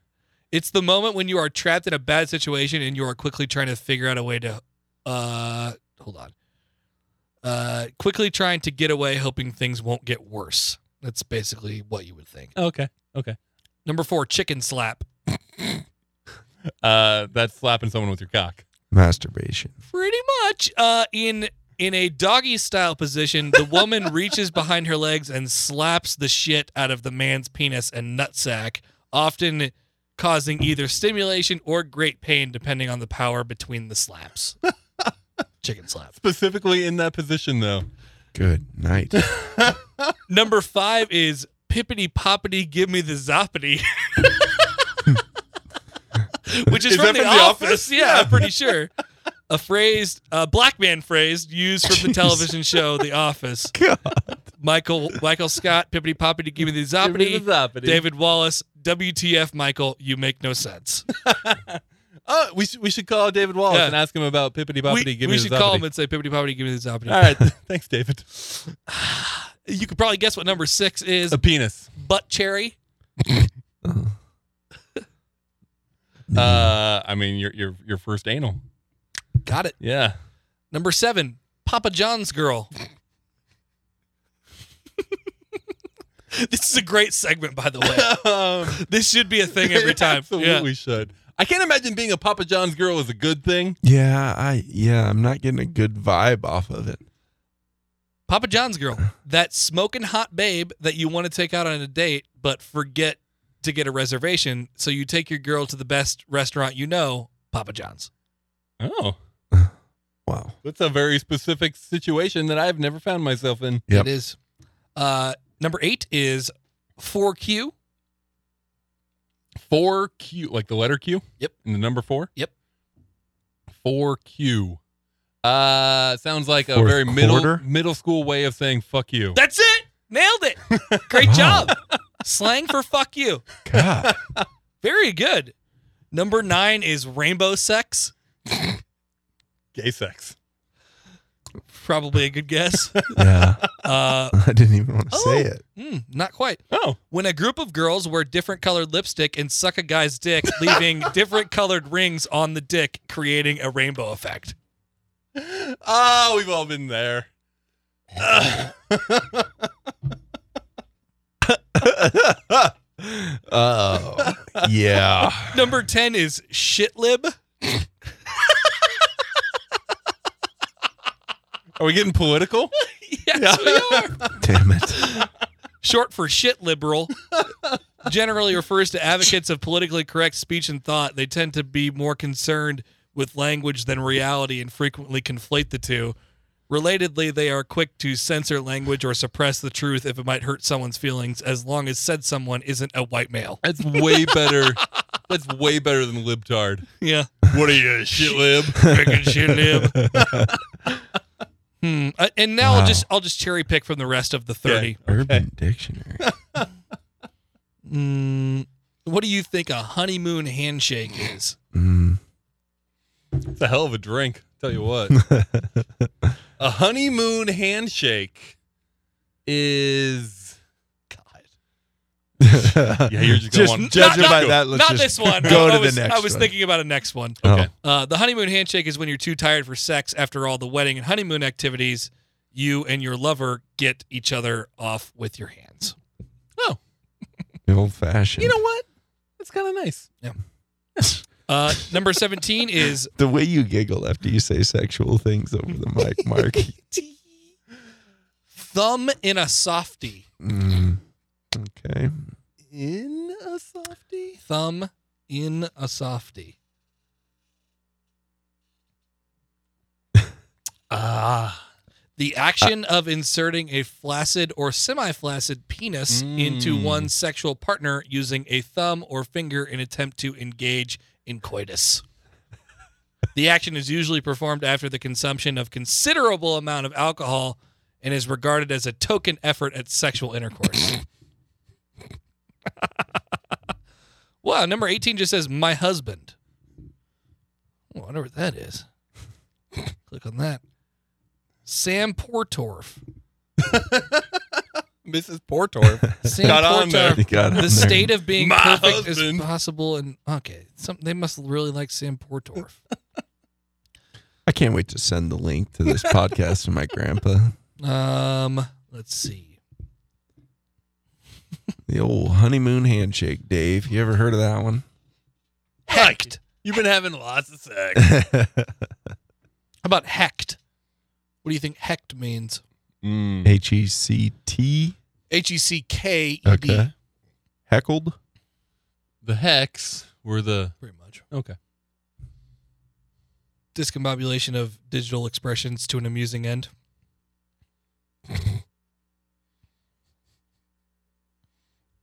S4: It's the moment when you are trapped in a bad situation and you are quickly trying to figure out a way to uh hold on. Uh quickly trying to get away hoping things won't get worse. That's basically what you would think.
S3: Okay. Okay.
S4: Number 4, chicken slap.
S3: Uh, that's slapping someone with your cock.
S2: Masturbation.
S4: Pretty much uh in in a doggy style position, the woman reaches behind her legs and slaps the shit out of the man's penis and nutsack, often causing either stimulation or great pain depending on the power between the slaps. chicken slap.
S3: Specifically in that position, though.
S2: Good night.
S4: Number five is Pippity Poppity Give Me the Zoppity. Which is,
S3: Is that
S4: from, the,
S3: from The
S4: office.
S3: Office?
S4: Yeah, I'm pretty sure. A phrase, a black man phrase used from the television show The Office.
S2: God.
S4: Michael Michael Scott, Pippity Poppity Give Me the Zoppity. David Wallace, WTF Michael, you make no sense.
S3: Oh, we, sh- we should call David Wallace
S4: Yeah.
S3: and ask him about Pippity
S4: we
S3: Boppity. Give
S4: we
S3: me the
S4: should call
S3: zoppity.
S4: him and say Pippity Poppity Give Me the Zoppity.
S3: All right. Thanks, David.
S4: You could probably guess what number six is.
S3: A penis.
S4: butt cherry.
S3: Uh, I mean, your your your first anal.
S4: Got it.
S3: Yeah.
S4: Number seven, Papa John's girl. this is a great segment, by the way. This should be a thing every time.
S3: Absolutely should. I can't imagine being a Papa John's girl is a good thing.
S2: Yeah, I yeah, I'm not getting a good vibe off of it.
S4: Papa John's girl, that smoking hot babe that you want to take out on a date, but forget to get a reservation. So you take your girl to the best restaurant you know, Papa John's.
S3: Oh,
S2: Wow.
S3: that's a very specific situation that I've never found myself in.
S2: Yep.
S4: It is. Uh, number eight is 4Q.
S3: Four Q, like the letter Q.
S4: Yep.
S3: And the number four.
S4: Yep.
S3: Four Q. Uh, sounds like a
S2: Fourth
S3: very middle
S2: quarter?
S3: middle school way of saying "fuck you."
S4: That's it. Nailed it. Great
S2: Wow.
S4: job. Slang for fuck you.
S2: God.
S4: Very good. Number nine is rainbow sex.
S3: Gay sex.
S4: Probably a good guess.
S2: yeah.
S4: Uh,
S2: I didn't even want to
S4: Oh.
S2: say it.
S4: hmm, not quite.
S3: Oh,
S4: When a group of girls wear different colored lipstick and suck a guy's dick, leaving different colored rings on the dick, creating a rainbow effect.
S3: ah, we've all been there.
S2: Oh. yeah.
S4: Number 10 is shit lib.
S3: Are we getting political?
S4: Yes, we are.
S2: Damn it.
S4: short for shit liberal, generally refers to advocates of politically correct speech and thought. They tend to be more concerned with language than reality and frequently conflate the two. Relatedly, they are quick to censor language or suppress the truth if it might hurt someone's feelings, as long as said someone isn't a white male.
S3: That's way better. That's way better than libtard.
S4: Yeah.
S3: What are you, shit lib?
S4: Freaking shit lib. Hmm. Uh, And now I'll
S2: Wow.
S4: just I'll just cherry pick from the rest of the thirty.
S2: Urban Dictionary.
S4: Mm, what do you think a honeymoon handshake is?
S2: Mm.
S3: It's a hell of a drink. Tell you what. a honeymoon handshake is. God. Yeah, you're just gonna want-
S2: judging
S4: Not-
S2: by
S4: not-
S2: that. Let's
S4: not
S2: just
S4: this one.
S2: Go
S4: I,
S2: to
S4: I was,
S2: the next.
S4: I was
S2: one. Oh.
S4: thinking about a next one.
S3: Okay.
S4: Uh, the honeymoon handshake is when you're too tired for sex after all the wedding and honeymoon activities. You and your lover get each other off with your hands.
S2: Old fashioned.
S3: You know what? That's kind of nice.
S4: Uh, number 17 is
S2: the way you giggle after you say sexual things over the mic, Mark.
S4: thumb in a softie.
S2: Mm. Okay.
S3: In a softie.
S4: Thumb in a softie.
S3: Ah.
S4: The action of inserting a flaccid or semi flaccid penis into
S3: Mm.
S4: one's sexual partner using a thumb or finger in attempt to engage in coitus. the action is usually performed after the consumption of considerable amount of alcohol and is regarded as a token effort at sexual intercourse. wow, number 18 just says my husband. I wonder what that is. Click on that. Sam Portorf.
S3: Mrs. Portor.
S4: Sam
S3: Got on there.
S2: You got on
S4: The
S2: there.
S4: state of being
S3: My
S4: perfect
S3: husband.
S4: is possible, and okay, some, they must really like Sam Portorf.
S2: I can't wait to send the link to this podcast to my grandpa.
S4: Um, let's see.
S2: The old honeymoon handshake, Dave. You ever heard of that one?
S4: Hecked.
S3: You've been having lots of sex.
S4: How about hecked? What do you think hecked means?
S3: Mm.
S2: H E C T.
S4: H e c k e d.
S2: Okay. Heckled.
S3: The hex were the
S4: Pretty much.
S3: okay.
S4: Discombobulation of digital expressions to an amusing end.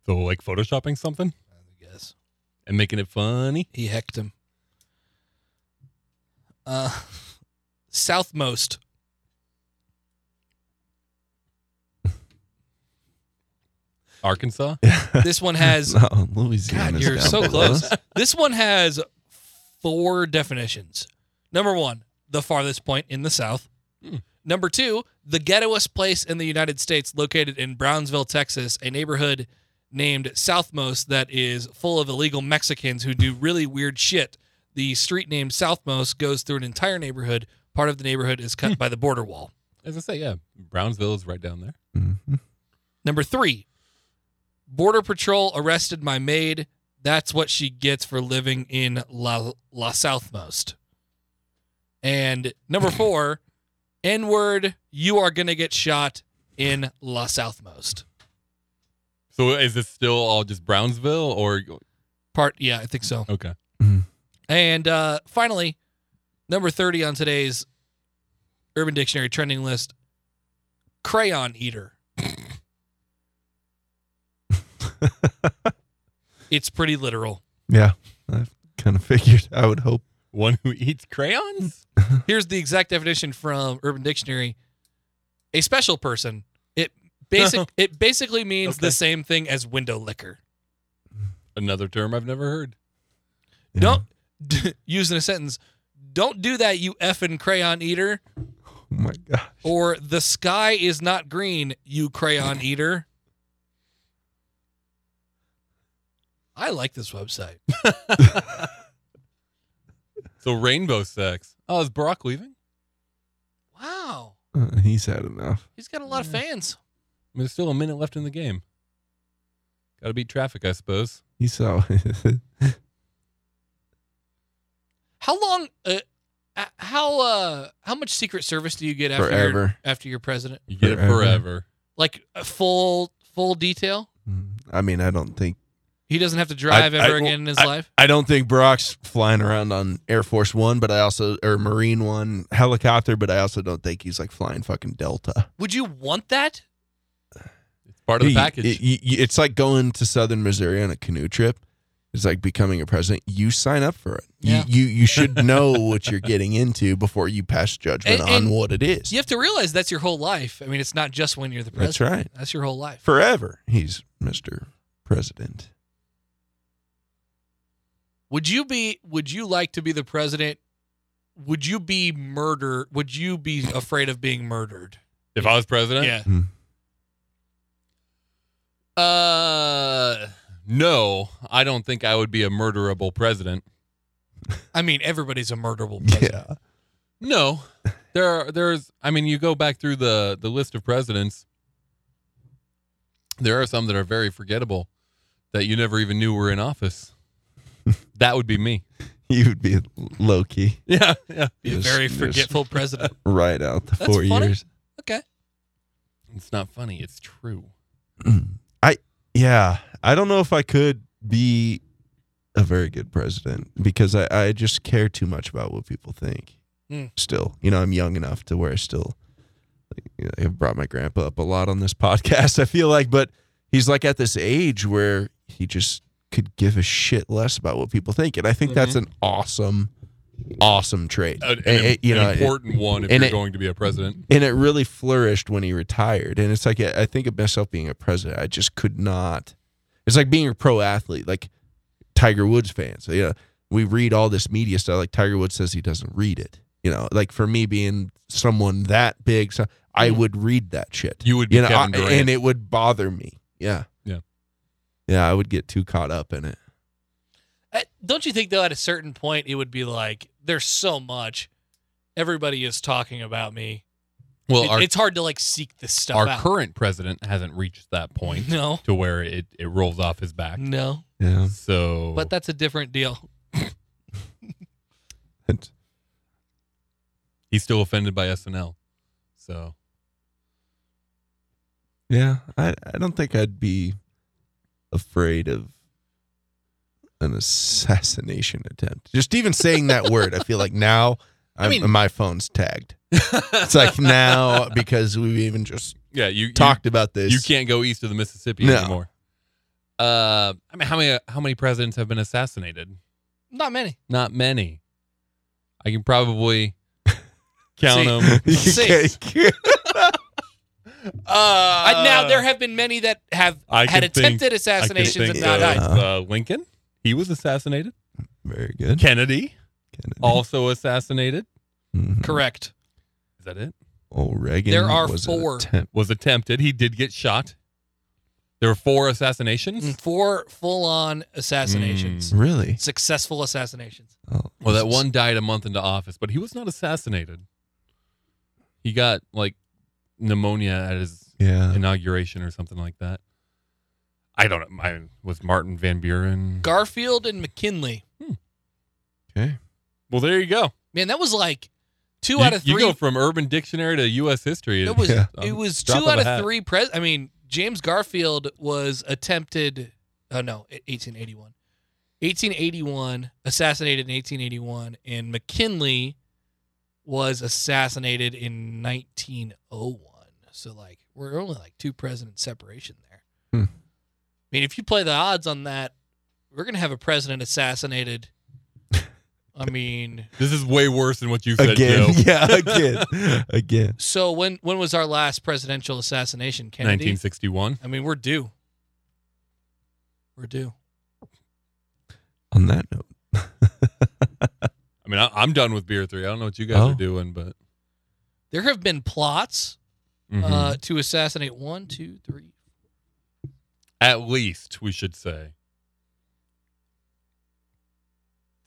S3: So like photoshopping something
S4: I guess
S3: and making it funny.
S4: he hecked him. Uh, southmost.
S3: Arkansas.
S4: This one has
S2: No, Louisiana.
S4: God, you're so close. this one has four definitions. Number one, the farthest point in the South.
S3: Hmm.
S4: Number two, the ghettoest place in the United States, located in Brownsville, Texas, a neighborhood named Southmost that is full of illegal Mexicans who do really weird shit. The street named Southmost goes through an entire neighborhood. Part of the neighborhood is cut by the border wall.
S3: As I say, yeah, Brownsville is right down there.
S2: Mhm.
S4: Number three, Border Patrol arrested my maid. That's what she gets for living in La, La Southmost. And number four, N word, you are going to get shot in La Southmost.
S3: So is it still all just Brownsville or
S4: Part, yeah, I think so.
S3: okay?
S4: And uh, finally, number 30 on today's Urban Dictionary trending list crayon eater. it's pretty literal.
S2: Yeah, I kind of figured. I would hope.
S3: One who eats crayons?
S4: Here's the exact definition from Urban Dictionary: a special person. It basic it basically means the
S3: Okay.
S4: same thing as window licker.
S3: Another term I've never heard.
S2: Yeah.
S4: Don't d- use in a sentence. Don't do that, you effing crayon eater.
S2: Oh my God.
S4: Or the sky is not green, you crayon eater. I like this website.
S3: So rainbow sex. Oh, is Barack leaving?
S4: Wow,
S2: Uh, he's had enough.
S4: he's got a lot of fans.
S3: I mean, there's still a minute left in the game. Got to beat traffic, I suppose.
S2: He saw.
S4: How long? Uh, uh, how uh, how much Secret Service do you get after your-
S2: Forever.
S4: after your president?
S3: You get
S2: Forever.
S3: it forever.
S4: like a full full detail.
S2: Mm. I mean, I don't think.
S4: He doesn't have to drive
S2: I-
S4: ever
S2: I-
S4: again in his life.
S2: I don't think Brock's flying around on Air Force One, but I also or Marine One helicopter, but I also don't think he's like flying fucking Delta.
S4: Would you want that?
S3: It's part of the
S2: You-
S3: package.
S2: it- you- you- it's like going to Southern Missouri on a canoe trip. It's like becoming a president. You sign up for it.
S4: Yeah.
S2: You, you you should know what you're getting into before you pass judgment
S4: And-
S2: on
S4: and
S2: what it is.
S4: You have to realize that's your whole life. I mean, it's not just when you're the president.
S2: That's right.
S4: That's your whole life.
S2: Forever, he's Mr. President.
S4: Would you be? Would you like to be the president? Would you be murder? Would you be afraid of being murdered?
S3: if I was president,
S4: Yeah.
S2: Hmm.
S3: Uh, no, I don't think I would be a murderable president.
S4: I mean, everybody's a murderable president.
S2: Yeah.
S3: No, there are, there's. I mean, you go back through the the list of presidents. There are some that are very forgettable, that you never even knew were in office. that would be me.
S2: You would be low key
S3: Yeah, yeah.
S4: Be a
S2: Yes,
S4: very
S2: yes.
S4: forgetful president.
S2: right out the
S4: That's
S2: four
S4: funny.
S2: years.
S4: Okay.
S3: It's not funny. It's true.
S2: I yeah, I don't know if I could be a very good president because I, I just care too much about what people think.
S3: Hmm.
S4: Mm.
S2: still. You know, I'm young enough to where I still you know, I've brought my grandpa up a lot on this podcast, I feel like, but he's like at this age where he just could give a shit less about what people think. And I think that's an awesome, awesome trait.
S3: Mm-hmm. An,
S2: And it- you
S3: an
S2: know, it-
S3: important one if
S2: and
S3: you're
S2: it-
S3: going to be a president.
S2: and it really flourished when he retired. And it's like I think of myself being a president. I just could not. It's like being a pro athlete, like Tiger Woods fans. So, you know, we read all this media stuff. Like Tiger Woods says he doesn't read it. You know, like for me being someone that big, so I would read that shit.
S3: You would be
S2: You know,
S3: Kevin
S2: I-
S3: Durant.
S2: and it would bother me. Yeah,
S3: Yeah.
S2: yeah. I would get too caught up in it.
S4: Uh, Don't you think though, at a certain point, it would be like there's so much, everybody is talking about me.
S3: well,
S4: It-
S3: our,
S4: it's hard to like seek this stuff
S3: our
S4: out.
S3: current president hasn't reached that point
S4: No,
S3: to where it, it rolls off his back.
S4: no,
S2: Yeah,
S3: So,
S4: but that's a different deal.
S2: It's-
S3: he's still offended by SNL. So
S2: yeah. I I don't think I'd be afraid of an assassination attempt. Just even saying that word, I feel like now I'm,
S3: mean-
S2: my phone's tagged. It's like now because we've even just
S3: yeah, you talk.
S2: talked about this.
S3: You can't go east of the Mississippi
S2: No.
S3: anymore. Uh, I mean, how many how many presidents have been assassinated?
S4: Not many.
S3: Not many. I can probably count
S4: See,
S3: them.
S2: You
S4: Six.
S2: can't-
S3: Uh, I,
S4: I, now there have been many that have
S3: I
S4: had
S3: can think-
S4: attempted assassinations and not
S2: of-
S4: died.
S2: Uh,
S3: uh, Lincoln. He was assassinated.
S2: Very good.
S3: Kennedy
S2: Kennedy.
S3: also assassinated.
S2: Mhm.
S4: Correct.
S3: Is that it?
S2: Oh, Reagan.
S4: There are
S2: was an
S4: four.
S2: attempt.
S3: Was attempted. He did get shot. There were four assassinations.
S4: Four full-on assassinations,
S3: Hmm.
S2: Really?
S4: successful assassinations.
S2: Oh,
S3: Well, that
S2: Jesus.
S3: one died a month into office, but he was not assassinated. He got like pneumonia at his
S2: Yeah.
S3: inauguration or something like that. I don't know. I, was Martin Van Buren.
S4: Garfield and McKinley.
S2: Okay.
S3: well, there you go.
S4: Man, that was like two
S3: you,
S4: out of
S3: you
S4: three.
S3: go from Urban Dictionary to U.S. history.
S4: It was
S2: Yeah.
S4: it was
S3: Um, drop
S4: two
S3: of
S4: out
S3: a
S4: of
S3: hat.
S4: three pres. I mean, James Garfield was attempted. Oh no, 1881. 1881 assassinated in 1881, and McKinley was assassinated in 1901. So like we're only like two president separation there.
S2: Hmm.
S4: I mean, if you play the odds on that, we're gonna have a president assassinated. I mean.
S3: This is way worse than what you said,
S2: Again.
S3: Joe.
S2: Yeah. Again. again.
S4: So when when was our last presidential assassination, Kennedy?
S3: 1961.
S4: I mean, we're due. We're due.
S2: On that note.
S3: I mean, I, I'm done with beer three. I don't know what you guys
S2: Oh.
S3: are doing, but
S4: There have been plots
S3: mhm.
S4: uh, to assassinate one, two, three.
S3: at least we should say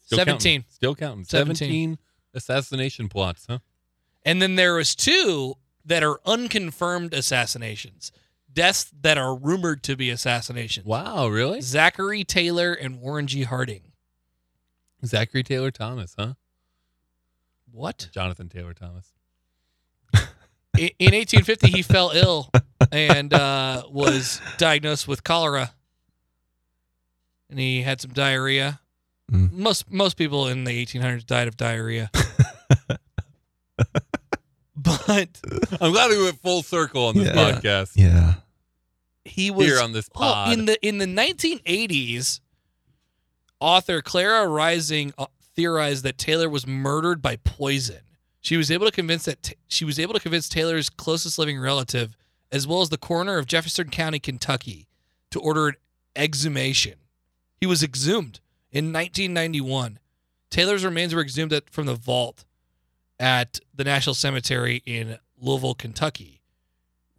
S3: Still counting.
S4: 17.
S3: Still counting. 17.
S4: 17.
S3: assassination plots, huh?
S4: And then there is two that are unconfirmed assassinations, deaths that are rumored to be assassinations.
S3: Wow, really?
S4: Zachary Taylor and Warren G. Harding.
S3: Zachary Taylor Thomas, huh?
S4: What?
S3: Jonathan Taylor Thomas.
S4: In, in 1850, he fell ill and uh, was diagnosed with cholera, and he had some diarrhea.
S2: Mm.
S4: Most most people in the 1800s died of diarrhea, but
S3: I'm glad we went full circle on this
S2: Yeah.
S3: podcast.
S2: Yeah.
S4: he was
S3: Here on this
S4: Oh,
S3: pod.
S4: in the in the 1980s. Author Clara Rising uh, theorized that Taylor was murdered by poison. She was able to convince that t- she was able to convince Taylor's closest living relative, as well as the coroner of Jefferson County, Kentucky, to order an exhumation. He was exhumed in 1991. Taylor's remains were exhumed at, from the vault at the National Cemetery in Louisville, Kentucky.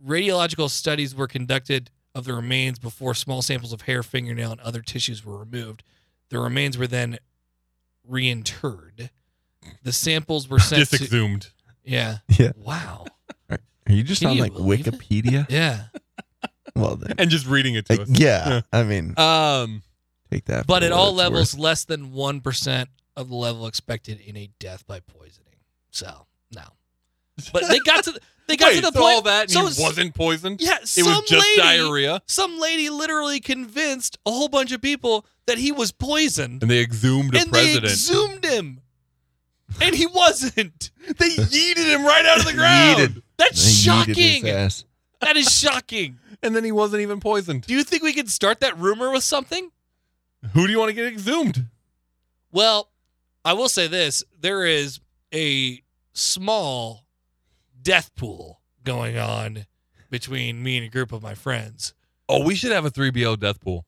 S4: Radiological studies were conducted of the remains before small samples of hair, fingernail, and other tissues were removed. The remains were then reinterred. The samples were sent
S3: Just
S4: to
S3: exhumed.
S4: yeah.
S2: Yeah.
S4: Wow.
S2: Are you just
S4: Can
S2: on
S4: you
S2: like
S4: believe it?
S2: Wikipedia?
S4: Yeah.
S2: Well then.
S3: And just reading it to
S2: Uh,
S3: us.
S2: yeah, I mean,
S3: Um
S2: take that.
S4: But
S2: for
S4: at
S2: what
S4: all
S2: it's
S4: levels,
S2: worth.
S4: less than 1% of the level expected in a death by poisoning. So, no. But they got to the, they got
S3: wait,
S4: to the
S3: so
S4: point
S3: all that and
S4: so
S3: he wasn't poisoned?
S4: Yeah,
S3: It
S4: some
S3: was just
S4: lady,
S3: diarrhea.
S4: Some lady literally convinced a whole bunch of people that he was poisoned
S3: And they exhumed a
S4: and they
S3: president.
S4: exhumed him. and he wasn't.
S3: They yeeted him right out of the ground.
S2: Yeeted.
S4: That's
S2: They yeeted his
S4: shocking.
S2: ass.
S4: That is shocking.
S3: And then he wasn't even poisoned.
S4: Do you think we could start that rumor with something?
S3: Who do you want to get exhumed?
S4: Well, I will say this: there is a small death pool going on between me and a group of my friends.
S3: Oh, we should have a 3BO death pool.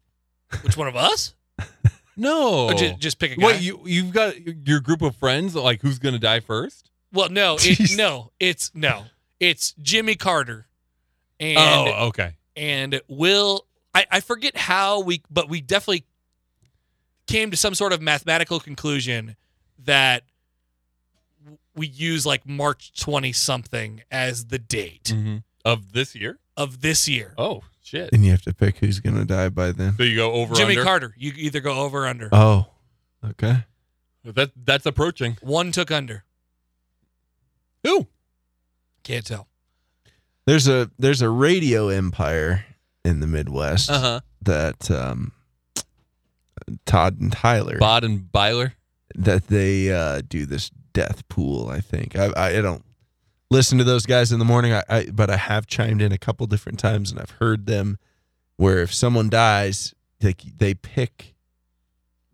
S4: Which one of us?
S3: No.
S4: Or ju- just pick a Oh, guy.
S3: Wait, Oh. you, you've got your group of friends, like who's going to die first?
S4: well, no,
S2: Jeez.
S4: it, no, it's no, it's Jimmy Carter and
S3: oh, okay.
S4: and Will. I, I forget how we, but we definitely came to some sort of mathematical conclusion that w- we use like March twenty something as the date.
S3: Mm-hmm. Of this year?
S4: of this year.
S3: Oh, shit.
S2: And you have to pick who's gonna die by then.
S3: So you go over
S4: Jimmy
S3: under.
S4: Carter, you either go over or under.
S2: Oh, okay.
S3: That, that's approaching.
S4: One took under.
S3: Who?
S4: Can't tell.
S2: There's a there's a radio empire in the Midwest
S4: Uh-huh.
S3: huh.
S2: that um, Todd and Tyler
S3: Bod and Byler.
S2: that they uh, do this death pool. I think I, I I don't listen to those guys in the morning. I, I but I have chimed in a couple different times and I've heard them where if someone dies, they they pick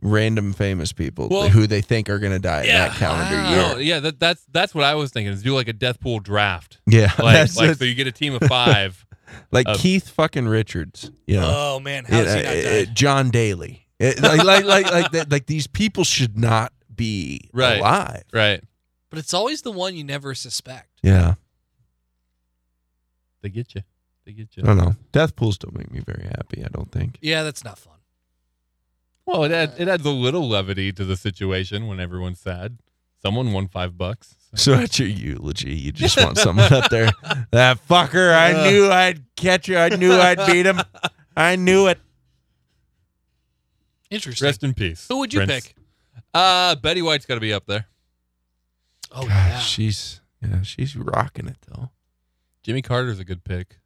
S2: random famous people
S3: Well-
S2: who they think are going to die in that
S3: Yeah.
S2: calendar
S3: No,
S2: year.
S3: Oh, yeah, that, that's that's what I was thinking is do like a death pool draft.
S2: Yeah,
S3: Like,
S2: that's-
S3: like
S2: that's-
S3: so you get a team of five.
S2: like
S3: uh,
S2: Keith fucking Richards. You know,
S4: Oh man, how's
S2: Yeah,
S4: he not
S2: uh,
S4: dead?
S2: uh, John Daly. It- like, like, like, like, that- like these people should not be
S3: Right.
S2: alive.
S3: right.
S4: but it's always the one you never suspect.
S2: Yeah,
S3: They get you. They get you.
S2: I don't know. Death pools don't make me very happy. I don't think.
S4: Yeah, that's not fun.
S3: Well, it adds, it adds a little levity to the situation when everyone's sad. Someone won five bucks.
S2: So at your eulogy, you just want someone up there. That fucker.
S3: Uh.
S2: I knew I'd catch her. I knew I'd beat him. I knew it.
S4: Interesting.
S3: Rest in peace.
S4: Who would you
S3: Prince.
S4: pick?
S3: Uh, Betty White's got to be up there.
S4: Oh
S2: God,
S4: yeah.
S2: she's yeah, she's rocking it though.
S3: Jimmy Carter's a good pick.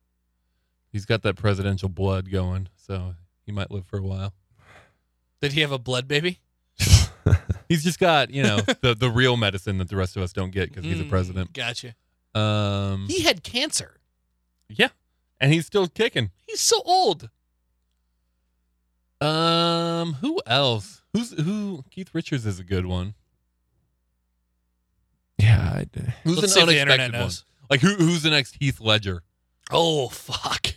S3: He's got that presidential blood going, so he might live for a while.
S4: Did he have a blood baby?
S3: He's just got, you know, the, the real medicine that the rest of us don't get because he's a
S4: Mm,
S3: president.
S4: Gotcha.
S3: Um,
S4: He had cancer.
S3: yeah, and he's still kicking.
S4: He's so old.
S3: Um, who else? Who's who? Keith Richards is a good one.
S2: Yeah, I d-
S3: Who's
S4: Let's see
S3: an
S4: if the internet
S3: unexpected one?
S4: knows.
S3: Like who? Who's the next Heath Ledger?
S4: Oh fuck.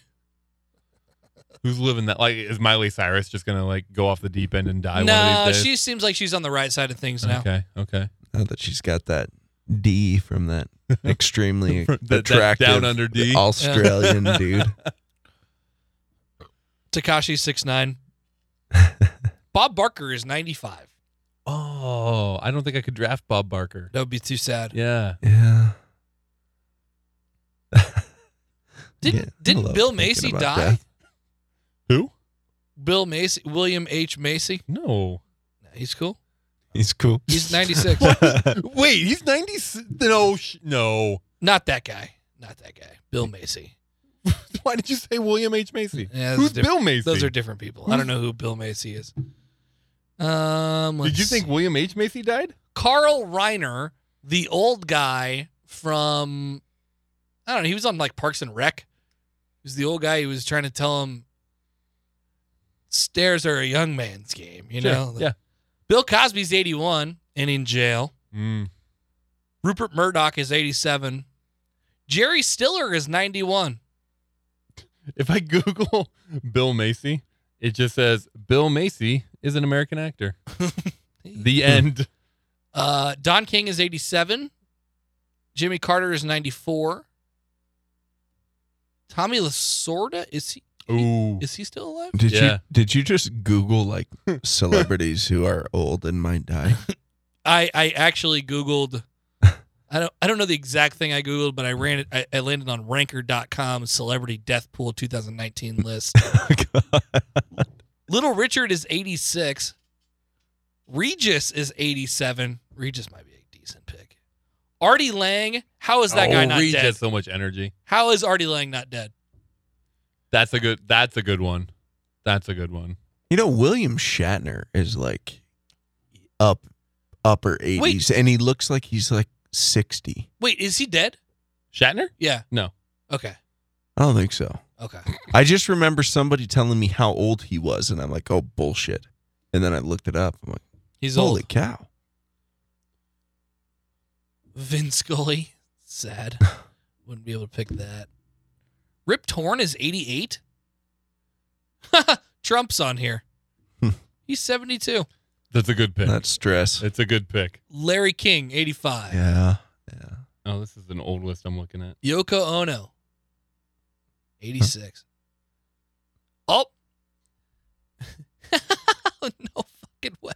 S3: Who's living that? Like, is Miley Cyrus just gonna like go off the deep end and die one of
S4: no,
S3: these days?
S4: she seems like she's on the right side of things now.
S3: okay, okay.
S2: now that she's got that D from that extremely
S3: From that- that
S2: attractive
S3: down under D.
S2: Australian dude.
S4: Takashi six nine. Bob Barker is ninety five.
S3: Oh, I don't think I could draft Bob Barker.
S4: That would be too sad.
S3: Yeah,
S2: Yeah.
S4: Didn't
S2: Yeah, I
S4: didn't
S2: love
S4: Bill
S2: thinking
S4: Macy
S2: about
S4: die?
S2: death.
S3: who?
S4: Bill Macy, William H. Macy.
S3: No.
S4: He's cool.
S2: He's cool.
S4: He's 96.
S3: Wait, he's ninety. No, sh- no.
S4: Not that guy. Not that guy. Bill Macy.
S3: Why did you say William H Macy?
S4: Yeah, those
S3: Who's
S4: are different-
S3: Bill Macy?
S4: Those are different people. I don't know who Bill Macy is. Um,
S3: Did
S4: let's
S3: you think
S4: see.
S3: William H Macy died?
S4: Carl Reiner, the old guy from, I don't know, he was on like Parks and Rec. He was the old guy who was trying to tell him stairs are a young man's game, you
S3: Sure,
S4: know?
S3: yeah.
S4: Bill Cosby's 81 and in jail.
S3: Mm.
S4: Rupert Murdoch is 87. Jerry Stiller is 91.
S3: If I Google Bill Macy, it just says Bill Macy is an American actor. the
S4: Hmm.
S3: end.
S4: Uh, Don King is 87. Jimmy Carter is 94. Tommy Lasorda is he
S3: Ooh.
S4: is he still alive?
S2: Did
S3: Yeah.
S2: you did you just Google like celebrities who are old and might die?
S4: I I actually googled I don't I don't know the exact thing I googled, but I ran it I, I landed on ranker.com celebrity death pool 2019 list. Little Richard is 86. Regis is 87. Regis might be a decent pick. Artie Lang, how is that guy
S3: Oh,
S4: not
S3: Reed
S4: dead?
S3: has so much energy.
S4: How is Artie Lang not dead?
S3: That's a good. That's a good one. That's a good one.
S2: You know, William Shatner is like up upper 80s,
S4: Wait.
S2: and he looks like he's like 60.
S4: Wait, is he dead?
S3: Shatner?
S4: Yeah.
S3: No.
S4: Okay.
S2: I don't think so.
S4: Okay.
S2: I just remember somebody telling me how old he was, and I'm like, oh, bullshit. And then I looked it up. I'm like,
S4: He's
S2: holy
S4: old.
S2: cow.
S4: Vin Scully. Sad. Wouldn't be able to pick that. Rip Torn is 88. Trump's on here.
S2: Hmm.
S4: He's 72.
S3: That's a good pick.
S2: That's stress.
S3: it's a good pick.
S4: Larry King, 85.
S2: Yeah. Yeah.
S3: Oh, this is an old list I'm looking at.
S4: Yoko Ono, 86. Oh. no fucking way.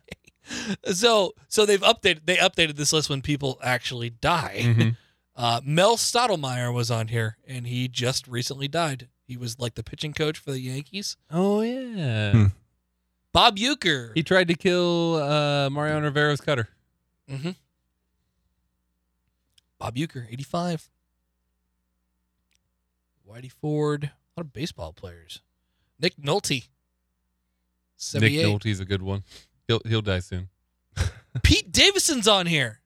S4: So so they've updated they updated this list when people actually die.
S3: Mm-hmm.
S4: Uh, Mel Stottlemyre was on here, and he just recently died. He was like the pitching coach for the Yankees.
S3: Oh yeah.
S2: Hmm.
S4: Bob Euchre.
S3: He tried to kill uh, Mariano Rivera's cutter.
S4: hmm Bob Euchre, 85. Whitey Ford. A lot of baseball players. Nick Nolte,
S3: Nick
S4: 78.
S3: Nolte's a good one. He'll he'll die soon.
S4: Pete Davidson's on here.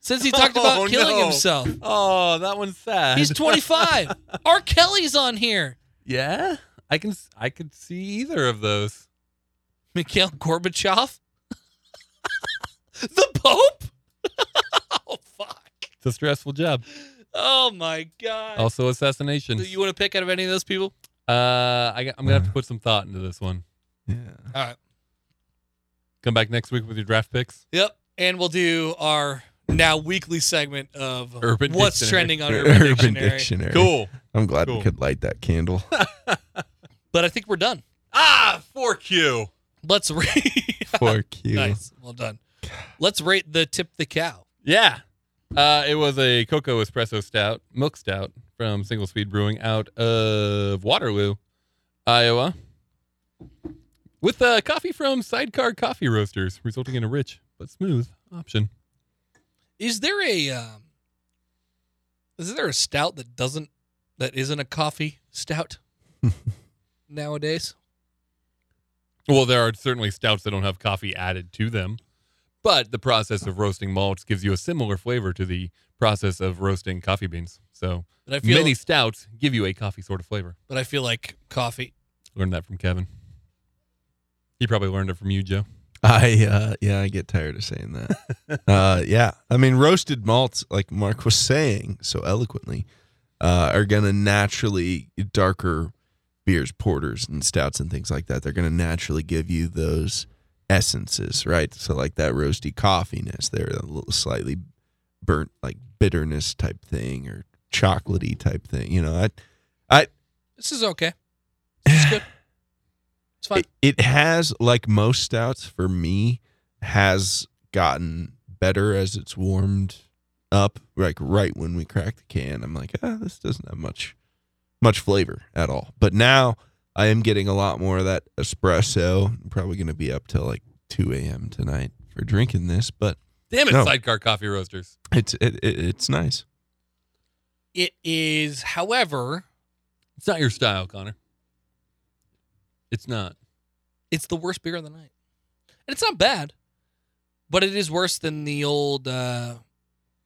S4: Since he talked about
S3: Oh,
S4: killing
S3: no.
S4: himself.
S3: Oh, that one's sad.
S4: He's 25. R. Kelly's on here.
S3: yeah, I can s- I could see either of those.
S4: Mikhail Gorbachev? the Pope? oh, fuck.
S3: It's a stressful job.
S4: Oh, my God.
S3: Also assassination.
S4: Do you want to pick out of any of those people?
S3: Uh, I, got- I'm gonna have to put some thought into this one.
S2: Yeah.
S4: All right.
S3: Come back next week with your draft picks.
S4: Yep. And we'll do our now weekly segment of
S3: Urban
S4: what's
S3: Dictionary.
S4: trending on Urban, Dictionary.
S3: Cool.
S2: I'm glad
S3: Cool.
S2: we could light that candle.
S4: But I think we're done.
S3: Ah, 4Q.
S4: Let's rate.
S2: For you.
S4: nice. Well done. Let's rate the tip the cow.
S3: Yeah. Uh, it was a cocoa espresso stout, milk stout from Single Speed Brewing out of Waterloo, Iowa, with uh, coffee from Sidecar Coffee Roasters, resulting in a rich but smooth option.
S4: Is there a um, is there a stout that doesn't that isn't a coffee stout nowadays?
S3: Well, there are certainly stouts that don't have coffee added to them, but the process of roasting malts gives you a similar flavor to the process of roasting coffee beans. So
S4: But I feel
S3: many stouts give you a coffee sort of flavor.
S4: but I feel like coffee.
S3: Learned that from Kevin. He probably learned it from you, Joe.
S2: I uh yeah, I get tired of saying that. uh yeah. I mean roasted malts, like Mark was saying so eloquently, uh, are gonna naturally darker beers, porters and stouts and things like that, they're gonna naturally give you those essences, right? So like that roasty coffiness there, a little slightly burnt like bitterness type thing or chocolatey type thing. You know, I
S4: This is okay. This is good. It's fine.
S2: It, it has, like most stouts for me, has gotten better as it's warmed up. Like right when we crack the can, I'm like, ah, this doesn't have much, much flavor at all. But now I am getting a lot more of that espresso. I'm probably going to be up till like 2 a.m. tonight for drinking this, but
S3: Damn it,
S2: No.
S3: Sidecar Coffee Roasters.
S2: it's it, it, it's nice.
S4: it is, however,
S3: It's not your style, Connor. It's not.
S4: It's the worst beer of the night. And it's not bad, but it is worse than the old uh,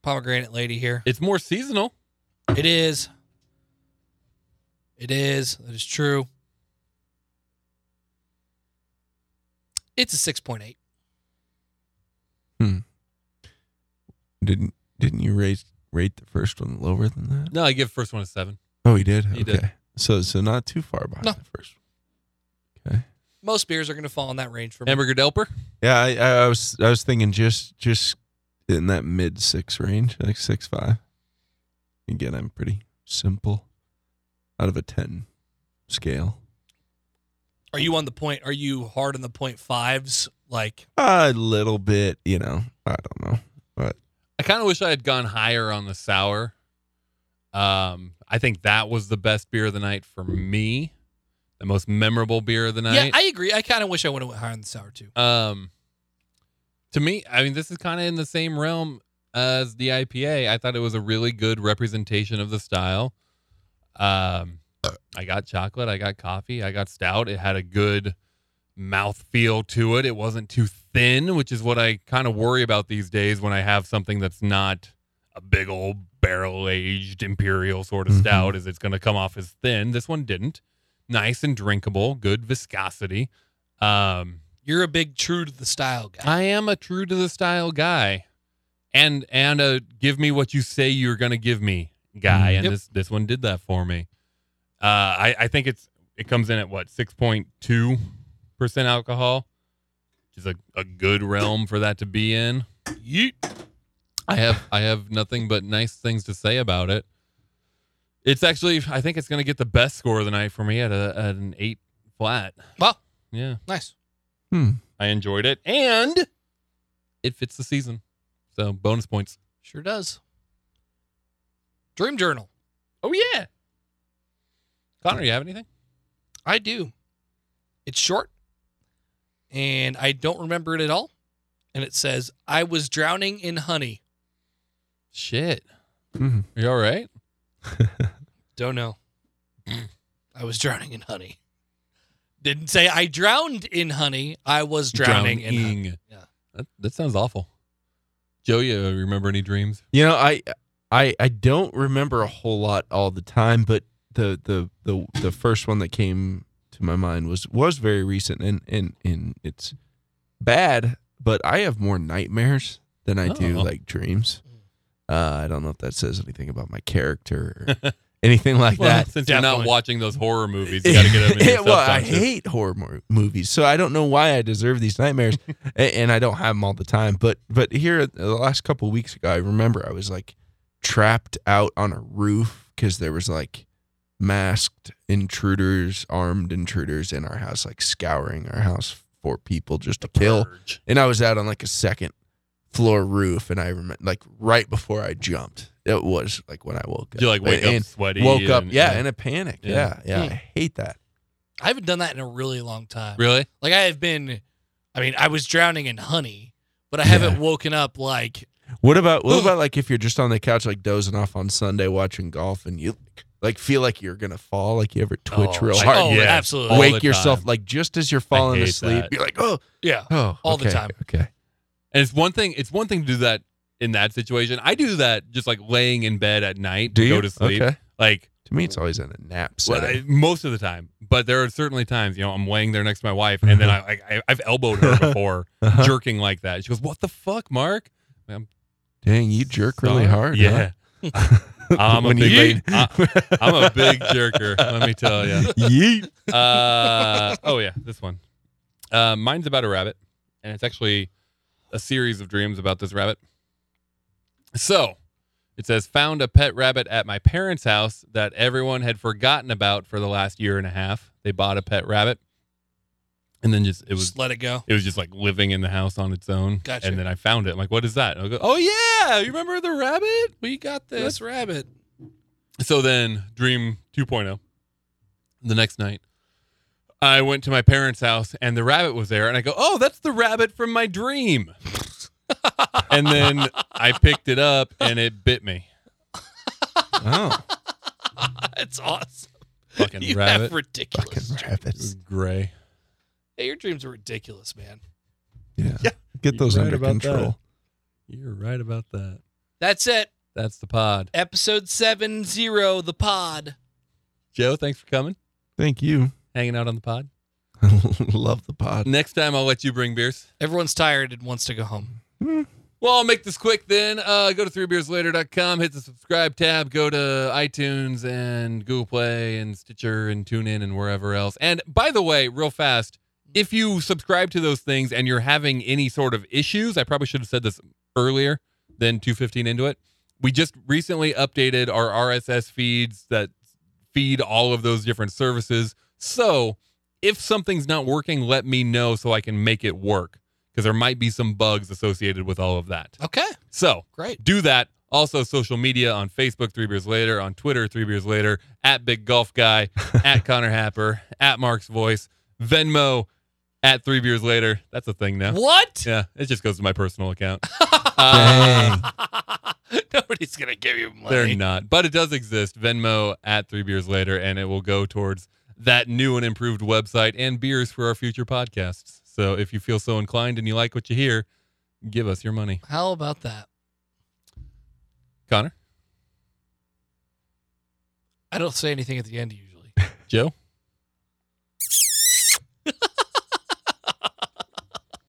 S4: pomegranate lady here.
S3: It's more seasonal.
S4: It is. It is. That is true. It's a 6.8.
S2: Didn't didn't you rate rate the first one lower than that?
S3: No, I give first one a seven.
S2: Oh, he did.
S3: He
S2: okay,
S3: did.
S2: so so not too far behind
S4: No.
S2: the first.
S4: Most beers are going to fall in that range for me.
S3: Hamburger Delper.
S2: Yeah, I, I I was I was thinking just just in that mid six range, like six five. Again, I'm pretty simple. Out of a ten scale,
S4: Are you on the point? Are you hard on the point fives? Like,
S2: a little bit, you know. I don't know.
S3: I kind of wish I had gone higher on the sour. Um, I think that was the best beer of the night for me, the most memorable beer of the
S4: yeah,
S3: night.
S4: I agree. I kind of wish I would have went higher on the sour too.
S3: um, to me, I mean, this is kind of in the same realm as the IPA. I thought it was a really good representation of the style. Um, I got chocolate, I got coffee, I got stout. It had a good mouthfeel to it. It wasn't too thin, which is what I kind of worry about these days when I have something that's not a big old barrel aged imperial sort of
S2: Mhm.
S3: stout is it's going to come off as thin. This one didn't. Nice and drinkable, good viscosity. Um
S4: You're a big true to the style guy.
S3: I am a true to the style guy, and and a give me what you say you're gonna give me guy. And
S4: Mm-hmm. Yep.
S3: this this one did that for me. Uh, I I think it's it comes in at what six point two percent alcohol, which is a, a good realm for that to be in.
S4: Yeet.
S3: I have I have nothing but nice things to say about it. It's actually I think it's gonna get the best score of the night for me at a at an eight flat.
S4: Well,
S3: Yeah.
S4: nice.
S2: Hmm.
S3: I enjoyed it, and it fits the season. So bonus points.
S4: Sure does. Dream Journal.
S3: Oh yeah, Connor, you have anything?
S4: I do. It's short, and I don't remember it at all. And it says, I was drowning in honey.
S3: Shit,
S2: Mhm.
S3: you all right?
S4: Don't know. I was drowning in honey. Didn't say I drowned in honey. I was drowning, in honey.
S3: Drowning.
S4: Yeah.
S3: That, that sounds awful. Joe, you remember any dreams?
S2: You know, I I I don't remember a whole lot all the time, but the the the the first one that came to my mind was was very recent and and and it's bad, but I have more nightmares than I do
S3: Oh.
S2: like dreams. Uh, I don't know if that says anything about my character or anything like
S3: Well,
S2: that.
S3: since you're not
S4: definitely.
S3: watching those horror movies, you got to get them in your
S2: well, I
S3: subconscious.
S2: hate horror mo- movies, so I don't know why I deserve these nightmares, a- and I don't have them all the time. But but here, the last couple of weeks ago, I remember I was like trapped out on a roof because there was like masked intruders, armed intruders in our house, like scouring our house for people just to kill.
S3: Purge.
S2: And I was out on like a second floor roof, and I remember like right before I jumped, it was like when I woke up.
S3: Did you like wake
S2: And-
S3: up sweaty?
S2: woke up,
S3: and-
S2: yeah, in a panic. Yeah,
S3: Yeah.
S2: yeah.
S4: Hmm.
S2: I hate that.
S4: I haven't done that in a really long time.
S3: really?
S4: Like I have been, I mean, I was drowning in honey, but I
S2: Yeah.
S4: haven't woken up like
S2: What about what
S4: Ugh.
S2: about like if you're just on the couch like dozing off on Sunday watching golf and you like feel like you're gonna fall, like you ever twitch
S3: Oh,
S2: real
S3: like-
S2: hard,
S4: oh,
S3: yeah.
S4: absolutely,
S3: all
S2: wake
S3: the
S2: yourself
S3: time.
S2: like just as you're falling
S3: hate
S2: asleep,
S3: that.
S2: you're like oh
S4: yeah.
S2: oh
S4: All the
S2: okay,
S4: time.
S2: okay
S3: And it's one thing. It's one thing to do that in that situation. I do that just like laying in bed at night
S2: do
S3: to
S2: you
S3: go to sleep.
S2: okay
S3: Like
S2: to me it's always in a nap
S3: Well,
S2: setting.
S3: I- most of the time, but there are certainly times you know I'm laying there next to my wife, and
S2: Mm-hmm.
S3: then I, I I- I've elbowed her before
S2: Uh-huh.
S3: jerking like that. She goes, "What the fuck, Mark?"
S2: Dang, you jerk really
S3: Sorry.
S2: hard.
S3: Yeah,
S2: huh?
S3: I'm a
S2: When you
S3: big-
S2: lay-
S3: I'm a big jerker. Let me tell you.
S2: Yeet.
S3: Uh, oh yeah, this one. Uh, mine's about a rabbit, and it's actually a series of dreams about this rabbit. So, it says found a pet rabbit at my parents' house that everyone had forgotten about for the last year and a half. They bought a pet rabbit, and then just it was
S4: Just let it go.
S3: it was just like living in the house on its own.
S4: Gotcha.
S3: And then I found it. I'm like, what is that? And I go, oh yeah, you remember the rabbit?
S4: We got this rabbit.
S3: So then, Dream 2.0, the next night, I went to my parents' house and the rabbit was there. And I go, oh, that's the rabbit from my dream. and then I picked it up and it bit me.
S2: Oh,
S4: That's awesome.
S3: Fucking
S4: you
S3: rabbit.
S4: have ridiculous. dreams.
S2: fucking
S3: It was
S2: rabbits.
S3: gray.
S4: Hey, your dreams are ridiculous, man.
S2: Yeah.
S3: Yeah.
S2: Get those
S3: You're right
S2: under
S3: about that.
S2: control.
S3: You're right about that.
S4: That's it.
S3: That's the pod.
S4: Episode seven zero. The pod.
S3: Joe, thanks for coming,
S2: Thank you.
S3: hanging out on the pod.
S2: Love the pod.
S3: Next time, I'll let you bring beers.
S4: Everyone's tired and wants to go home.
S3: Well, I'll make this quick then. Uh, go to threebeerslater.com, hit the subscribe tab, go to iTunes and Google Play and Stitcher and TuneIn and wherever else. And by the way, real fast, if you subscribe to those things and you're having any sort of issues, I probably should have said this earlier than 215 into it. We just recently updated our RSS feeds that feed all of those different services. So if something's not working, let me know so I can make it work because there might be some bugs associated with all of that.
S4: Okay,
S3: So
S4: great.
S3: do that. Also, social media on Facebook, Three Beers Later, on Twitter, Three Beers Later, at Big Golf Guy, at Connor Happer, at Mark's Voice, Venmo, at Three Beers Later. That's a thing now.
S4: What?
S3: Yeah, it just goes to my personal account. Uh,
S2: Dang.
S4: Nobody's gonna give you money.
S3: They're not, but it does exist. Venmo at Three Beers Later, and it will go towards that new and improved website and beers for our future podcasts. So if you feel so inclined and you like what you hear, give us your money.
S4: How about that?
S3: Connor,
S4: I don't say anything at the end usually.
S3: Joe,